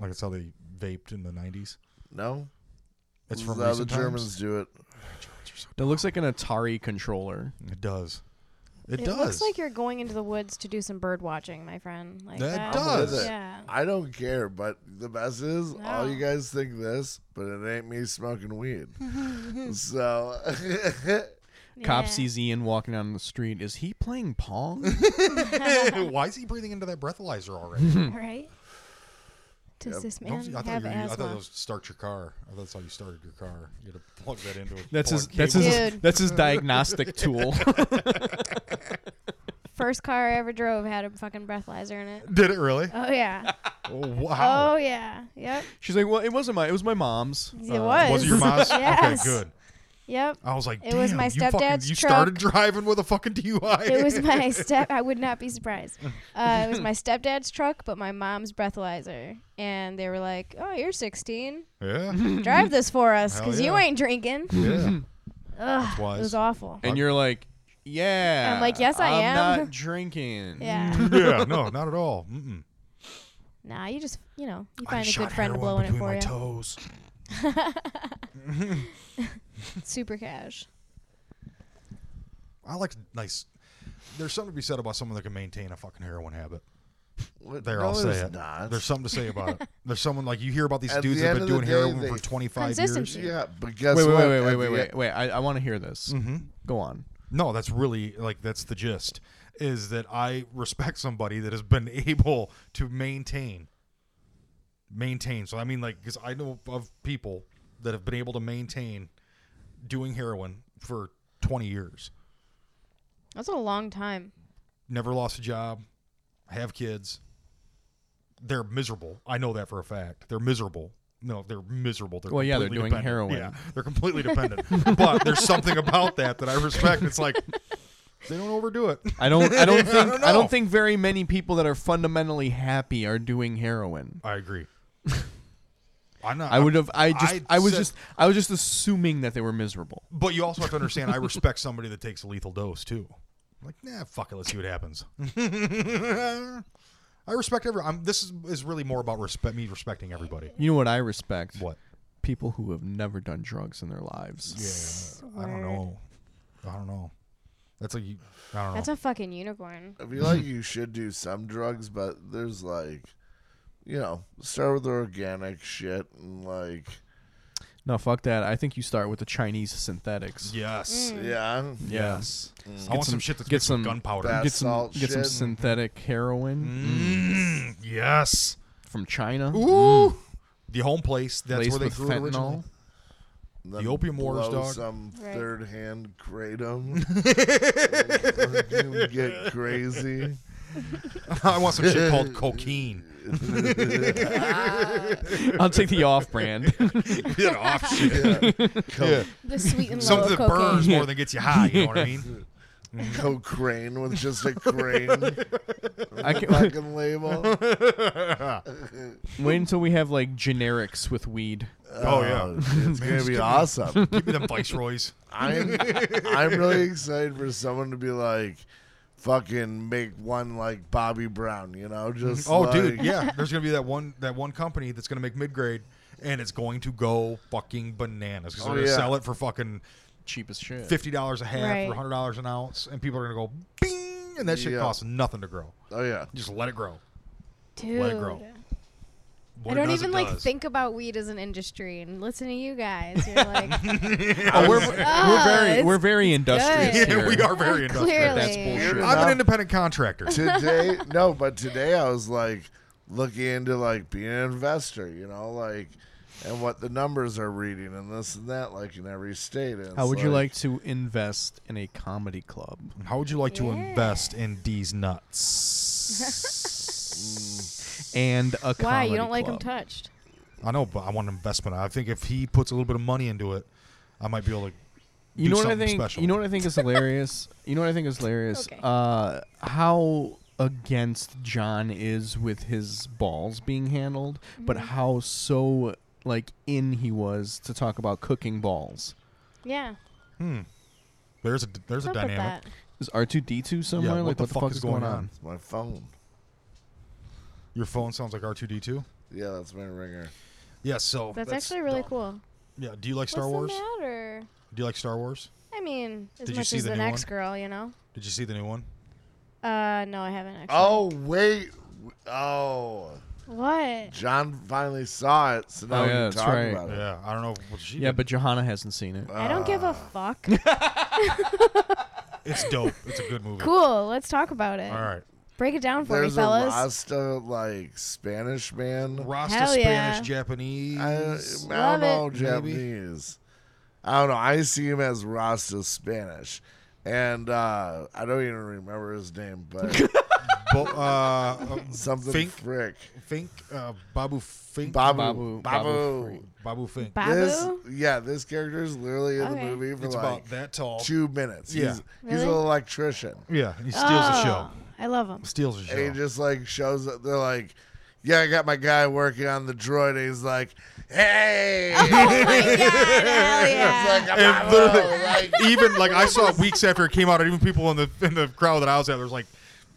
[SPEAKER 4] Like that's how they vaped in the '90s.
[SPEAKER 1] No.
[SPEAKER 4] It's
[SPEAKER 1] This
[SPEAKER 4] from
[SPEAKER 1] is how the
[SPEAKER 4] recent times?
[SPEAKER 1] Germans do it.
[SPEAKER 2] That looks like an Atari controller.
[SPEAKER 4] It does. It,
[SPEAKER 3] It
[SPEAKER 4] does.
[SPEAKER 3] looks like you're going into the woods to do some bird watching, my friend. Like
[SPEAKER 4] That
[SPEAKER 3] that,
[SPEAKER 4] does.
[SPEAKER 1] Is it?
[SPEAKER 3] Yeah.
[SPEAKER 1] I don't care, but the best is all
[SPEAKER 3] No.
[SPEAKER 1] you guys think this, but it ain't me smoking weed. so
[SPEAKER 2] Cop
[SPEAKER 3] Yeah.
[SPEAKER 2] sees Ian walking down the street. Is he playing Pong?
[SPEAKER 4] Why is he breathing into that breathalyzer already?
[SPEAKER 3] Right? Does this
[SPEAKER 4] Don't
[SPEAKER 3] man
[SPEAKER 4] you- I thought,
[SPEAKER 3] have
[SPEAKER 4] you, I thought
[SPEAKER 3] asthma?
[SPEAKER 4] that was start your car. I thought that's how you started your car. You had to plug that into. A
[SPEAKER 2] That's his
[SPEAKER 4] plug
[SPEAKER 2] that's
[SPEAKER 4] cable.
[SPEAKER 2] his
[SPEAKER 3] Dude.
[SPEAKER 2] that's his diagnostic tool.
[SPEAKER 3] First car I ever drove had a fucking breathalyzer in it.
[SPEAKER 4] Did it really?
[SPEAKER 3] Oh yeah.
[SPEAKER 4] Oh wow.
[SPEAKER 3] oh yeah. Yep.
[SPEAKER 2] She's like, well, it wasn't my, it was my mom's. Um,
[SPEAKER 3] It was.
[SPEAKER 4] Was it your mom's?
[SPEAKER 3] Yes.
[SPEAKER 4] Okay, good.
[SPEAKER 3] Yep.
[SPEAKER 4] I was like,
[SPEAKER 3] It was
[SPEAKER 4] "Damn,
[SPEAKER 3] my
[SPEAKER 4] you fucking-
[SPEAKER 3] stepdad's
[SPEAKER 4] You started driving with a fucking DUI.
[SPEAKER 3] It was my step. I would not be surprised. Uh, it was my stepdad's truck, but my mom's breathalyzer, and they were like, "Oh, you're 16.
[SPEAKER 4] yeah.
[SPEAKER 3] Drive this for us,
[SPEAKER 4] Hell
[SPEAKER 3] cause you
[SPEAKER 4] yeah.
[SPEAKER 3] ain't drinking."
[SPEAKER 4] Yeah.
[SPEAKER 3] Ugh,
[SPEAKER 4] wise.
[SPEAKER 3] it was awful.
[SPEAKER 2] And you're like, yeah.
[SPEAKER 3] I'm like, yes, I
[SPEAKER 2] I'm
[SPEAKER 3] am."
[SPEAKER 2] not drinking.
[SPEAKER 3] Yeah.
[SPEAKER 4] yeah. No, not at all. Mm-mm.
[SPEAKER 3] Nah, you just you know you
[SPEAKER 4] I
[SPEAKER 3] find a
[SPEAKER 4] shot
[SPEAKER 3] good friend to blow
[SPEAKER 4] heroin
[SPEAKER 3] in it
[SPEAKER 4] between
[SPEAKER 3] for
[SPEAKER 4] my
[SPEAKER 3] you.
[SPEAKER 4] toes.
[SPEAKER 3] Super cash.
[SPEAKER 4] I like nice. There's something to be said about someone that can maintain a fucking heroin habit.
[SPEAKER 1] what-
[SPEAKER 4] There,
[SPEAKER 1] no,
[SPEAKER 4] I'll say
[SPEAKER 1] there's
[SPEAKER 4] it.
[SPEAKER 1] Not.
[SPEAKER 4] There's something to say about it. There's someone like you hear about these
[SPEAKER 1] At
[SPEAKER 4] dudes
[SPEAKER 1] the
[SPEAKER 4] that have
[SPEAKER 1] end
[SPEAKER 4] been
[SPEAKER 1] of
[SPEAKER 4] doing
[SPEAKER 1] the
[SPEAKER 4] heroin
[SPEAKER 1] day,
[SPEAKER 4] for
[SPEAKER 1] they-
[SPEAKER 4] 25 years.
[SPEAKER 3] Consistency.
[SPEAKER 1] yeah, but guess
[SPEAKER 2] Wait, wait,
[SPEAKER 1] what?
[SPEAKER 2] wait, wait,
[SPEAKER 1] At
[SPEAKER 2] wait,
[SPEAKER 1] the
[SPEAKER 2] wait,
[SPEAKER 1] end-
[SPEAKER 2] wait, wait. I, I want to hear this. Go on.
[SPEAKER 4] No, that's really like that's the gist. Is that I respect somebody that has been able to maintain, maintain. So I mean, like, because I know of people that have been able to maintain doing heroin for 20 years,
[SPEAKER 3] That's a long time.
[SPEAKER 4] never lost a job, have kids. They're miserable. I know that for a fact. They're miserable. No, they're miserable. They're
[SPEAKER 2] Well, yeah, they're
[SPEAKER 4] completely
[SPEAKER 2] doing
[SPEAKER 4] dependent.
[SPEAKER 2] heroin.
[SPEAKER 4] Yeah, they're completely dependent. but there's something about that that I respect. It's like they don't overdo it.
[SPEAKER 2] I don't. I don't think. I,
[SPEAKER 4] don't
[SPEAKER 2] don't
[SPEAKER 4] know.
[SPEAKER 2] think very many people that are fundamentally happy are doing heroin.
[SPEAKER 4] I agree. I'm not-
[SPEAKER 2] I would have. I
[SPEAKER 4] I
[SPEAKER 2] just. I, was
[SPEAKER 4] said-
[SPEAKER 2] just. I was just assuming that they were miserable.
[SPEAKER 4] But you also have to understand, I respect somebody that takes a lethal dose too. I'm like, nah, fuck it, let's see what happens. I respect every. I'm, this is, is really more about respect. Me respecting everybody.
[SPEAKER 2] You know what I respect?
[SPEAKER 4] What?
[SPEAKER 2] people who have never done drugs in their lives.
[SPEAKER 4] I don't know. I don't know. That's like you. I don't know.
[SPEAKER 3] That's a fucking unicorn.
[SPEAKER 1] I feel like you should do some drugs, but there's like, you know, start with the organic shit and like,
[SPEAKER 2] No, fuck that. I think you start with the Chinese synthetics.
[SPEAKER 3] Mm.
[SPEAKER 4] yes.
[SPEAKER 1] yeah,
[SPEAKER 2] Yes.
[SPEAKER 4] I want some, shit that's get some gunpowder.
[SPEAKER 1] That
[SPEAKER 2] Get some
[SPEAKER 1] salt
[SPEAKER 2] get some
[SPEAKER 4] mm-hmm.
[SPEAKER 1] shit.
[SPEAKER 2] synthetic heroin
[SPEAKER 4] Mm, yes.
[SPEAKER 2] from China.
[SPEAKER 4] Ooh. The home place. That's
[SPEAKER 2] laced
[SPEAKER 4] where they
[SPEAKER 2] with
[SPEAKER 4] grew it
[SPEAKER 2] fentanyl.
[SPEAKER 4] originally. The opium wars,
[SPEAKER 1] blow
[SPEAKER 4] dog.
[SPEAKER 1] Some
[SPEAKER 3] Right.
[SPEAKER 1] third hand kratom. you get crazy.
[SPEAKER 4] I want some shit called cocaine.
[SPEAKER 2] I'll take the off brand.
[SPEAKER 4] Get off shit.
[SPEAKER 1] Co-
[SPEAKER 3] The sweet and low
[SPEAKER 4] Something that
[SPEAKER 3] cocaine.
[SPEAKER 4] burns more than gets you high. You know what I mean?
[SPEAKER 1] Cochrane with just a crane
[SPEAKER 2] I can
[SPEAKER 1] fucking label.
[SPEAKER 2] wait until we have like generics with weed.
[SPEAKER 4] Oh, yeah.
[SPEAKER 1] it's
[SPEAKER 4] Man,
[SPEAKER 1] gonna
[SPEAKER 4] just
[SPEAKER 1] be
[SPEAKER 4] give me-
[SPEAKER 1] awesome.
[SPEAKER 4] Give me them viceroys.
[SPEAKER 1] I'm I'm really excited for someone to be like, fucking make one like Bobby Brown, you know? Just
[SPEAKER 4] Oh,
[SPEAKER 1] like,
[SPEAKER 4] dude, yeah. There's gonna be that one that one company that's gonna make mid grade, and it's going to go fucking bananas because
[SPEAKER 1] Oh,
[SPEAKER 4] they're gonna
[SPEAKER 1] yeah.
[SPEAKER 4] sell it for fucking
[SPEAKER 2] Cheap as shit.
[SPEAKER 4] fifty dollars a half
[SPEAKER 3] Right.
[SPEAKER 4] or hundred dollars an ounce, and people are gonna go bing, and that shit
[SPEAKER 1] Yeah.
[SPEAKER 4] costs nothing to grow.
[SPEAKER 1] Oh yeah.
[SPEAKER 4] Just let it grow.
[SPEAKER 3] Dude.
[SPEAKER 4] Let it grow. What
[SPEAKER 3] I
[SPEAKER 4] it
[SPEAKER 3] don't
[SPEAKER 4] does,
[SPEAKER 3] even
[SPEAKER 4] it
[SPEAKER 3] like
[SPEAKER 4] does.
[SPEAKER 3] think about weed as an industry and listen to you guys. You're like,
[SPEAKER 2] Oh, we're, we're very
[SPEAKER 3] Ah, it's
[SPEAKER 2] we're very industrious
[SPEAKER 3] good.
[SPEAKER 2] here.
[SPEAKER 4] Yeah, we are very industrious.
[SPEAKER 3] clearly.
[SPEAKER 2] That's bullshit.
[SPEAKER 1] Weird.
[SPEAKER 4] I'm an
[SPEAKER 1] Enough.
[SPEAKER 4] independent contractor.
[SPEAKER 1] today no but today i was like looking into like being an investor you know like and what the numbers are reading and this and that like in every state And it's
[SPEAKER 2] How would you like to invest in a comedy club?
[SPEAKER 4] How would you like to
[SPEAKER 3] Yeah.
[SPEAKER 4] invest in these nuts?
[SPEAKER 2] And a comedy
[SPEAKER 3] why? You don't like them
[SPEAKER 2] club.
[SPEAKER 3] touched.
[SPEAKER 4] I know, but I want an investment. I think if he puts a little bit of money into it, I might be able to.
[SPEAKER 2] you
[SPEAKER 4] do
[SPEAKER 2] know what I
[SPEAKER 4] something
[SPEAKER 2] think.
[SPEAKER 4] special.
[SPEAKER 2] You know what I think is hilarious. you know what I think is hilarious.
[SPEAKER 3] Okay.
[SPEAKER 2] Uh, how against John is with his balls being handled, but
[SPEAKER 3] Mm-hmm.
[SPEAKER 2] how so like in he was to talk about cooking balls.
[SPEAKER 3] Yeah.
[SPEAKER 4] There's a there's a
[SPEAKER 3] What's up with
[SPEAKER 4] dynamic.
[SPEAKER 3] that?
[SPEAKER 2] Is R two D two somewhere?
[SPEAKER 4] Yeah,
[SPEAKER 2] like what the fuck, is going on?
[SPEAKER 1] it's my phone
[SPEAKER 4] Your phone sounds like R two D two.
[SPEAKER 1] yeah that's my ringer
[SPEAKER 4] Yeah. So
[SPEAKER 3] That's, actually really
[SPEAKER 4] dumb.
[SPEAKER 3] cool.
[SPEAKER 4] Yeah. Do you like Star Wars?
[SPEAKER 3] What's the matter?
[SPEAKER 4] Do you like Star Wars?
[SPEAKER 3] I mean, as
[SPEAKER 4] Did you
[SPEAKER 3] much
[SPEAKER 4] see
[SPEAKER 3] as
[SPEAKER 4] the
[SPEAKER 3] the,
[SPEAKER 4] new
[SPEAKER 3] next
[SPEAKER 4] one?
[SPEAKER 3] girl, you know.
[SPEAKER 4] Did you see the new one?
[SPEAKER 3] Uh, no, I haven't actually.
[SPEAKER 1] oh wait oh
[SPEAKER 3] What?
[SPEAKER 1] john finally saw it so now
[SPEAKER 2] Oh,
[SPEAKER 1] we
[SPEAKER 2] yeah,
[SPEAKER 1] can
[SPEAKER 2] that's
[SPEAKER 1] talk
[SPEAKER 2] right.
[SPEAKER 1] about it
[SPEAKER 4] Yeah. Uh, I don't know. What she
[SPEAKER 2] Yeah,
[SPEAKER 4] did.
[SPEAKER 2] but Johanna hasn't seen it.
[SPEAKER 3] I don't give a fuck.
[SPEAKER 4] it's dope. It's a good movie.
[SPEAKER 3] cool. Let's talk about it.
[SPEAKER 4] All right.
[SPEAKER 3] Break it down for
[SPEAKER 1] there's
[SPEAKER 3] me,
[SPEAKER 1] a
[SPEAKER 3] fellas.
[SPEAKER 1] Rasta like Spanish man.
[SPEAKER 4] Rasta
[SPEAKER 3] Hell
[SPEAKER 4] Spanish
[SPEAKER 3] yeah.
[SPEAKER 4] Japanese.
[SPEAKER 1] I, I don't
[SPEAKER 3] Love it.
[SPEAKER 1] know
[SPEAKER 4] Maybe.
[SPEAKER 1] Japanese. I don't know. I see him as Rasta Spanish, and uh, I don't even remember his name, but
[SPEAKER 4] Bo- uh, um,
[SPEAKER 1] something
[SPEAKER 4] Fink?
[SPEAKER 1] frick.
[SPEAKER 4] Fink. Uh, Babu Fink.
[SPEAKER 1] Babu. Babu.
[SPEAKER 2] Babu- Babu Frick.
[SPEAKER 4] Babu Fink.
[SPEAKER 3] Babu.
[SPEAKER 1] This, yeah, this character is literally in
[SPEAKER 3] Okay.
[SPEAKER 1] the movie for
[SPEAKER 4] it's
[SPEAKER 1] like
[SPEAKER 4] about that tall.
[SPEAKER 1] two minutes. He's, he's an
[SPEAKER 3] Really?
[SPEAKER 1] electrician,
[SPEAKER 4] Yeah. He steals the show.
[SPEAKER 3] Oh, I love him.
[SPEAKER 4] Steals the show.
[SPEAKER 1] and he just like shows up. They're like, "Yeah, I got my guy working on the droid." And he's like, "Hey."
[SPEAKER 3] Oh my god! Hell yeah!
[SPEAKER 1] It's like,
[SPEAKER 4] And
[SPEAKER 1] Babu, Oh,
[SPEAKER 4] literally-
[SPEAKER 1] like,
[SPEAKER 4] even like I saw weeks after it came out, and even people in the in the crowd that I was at, there's like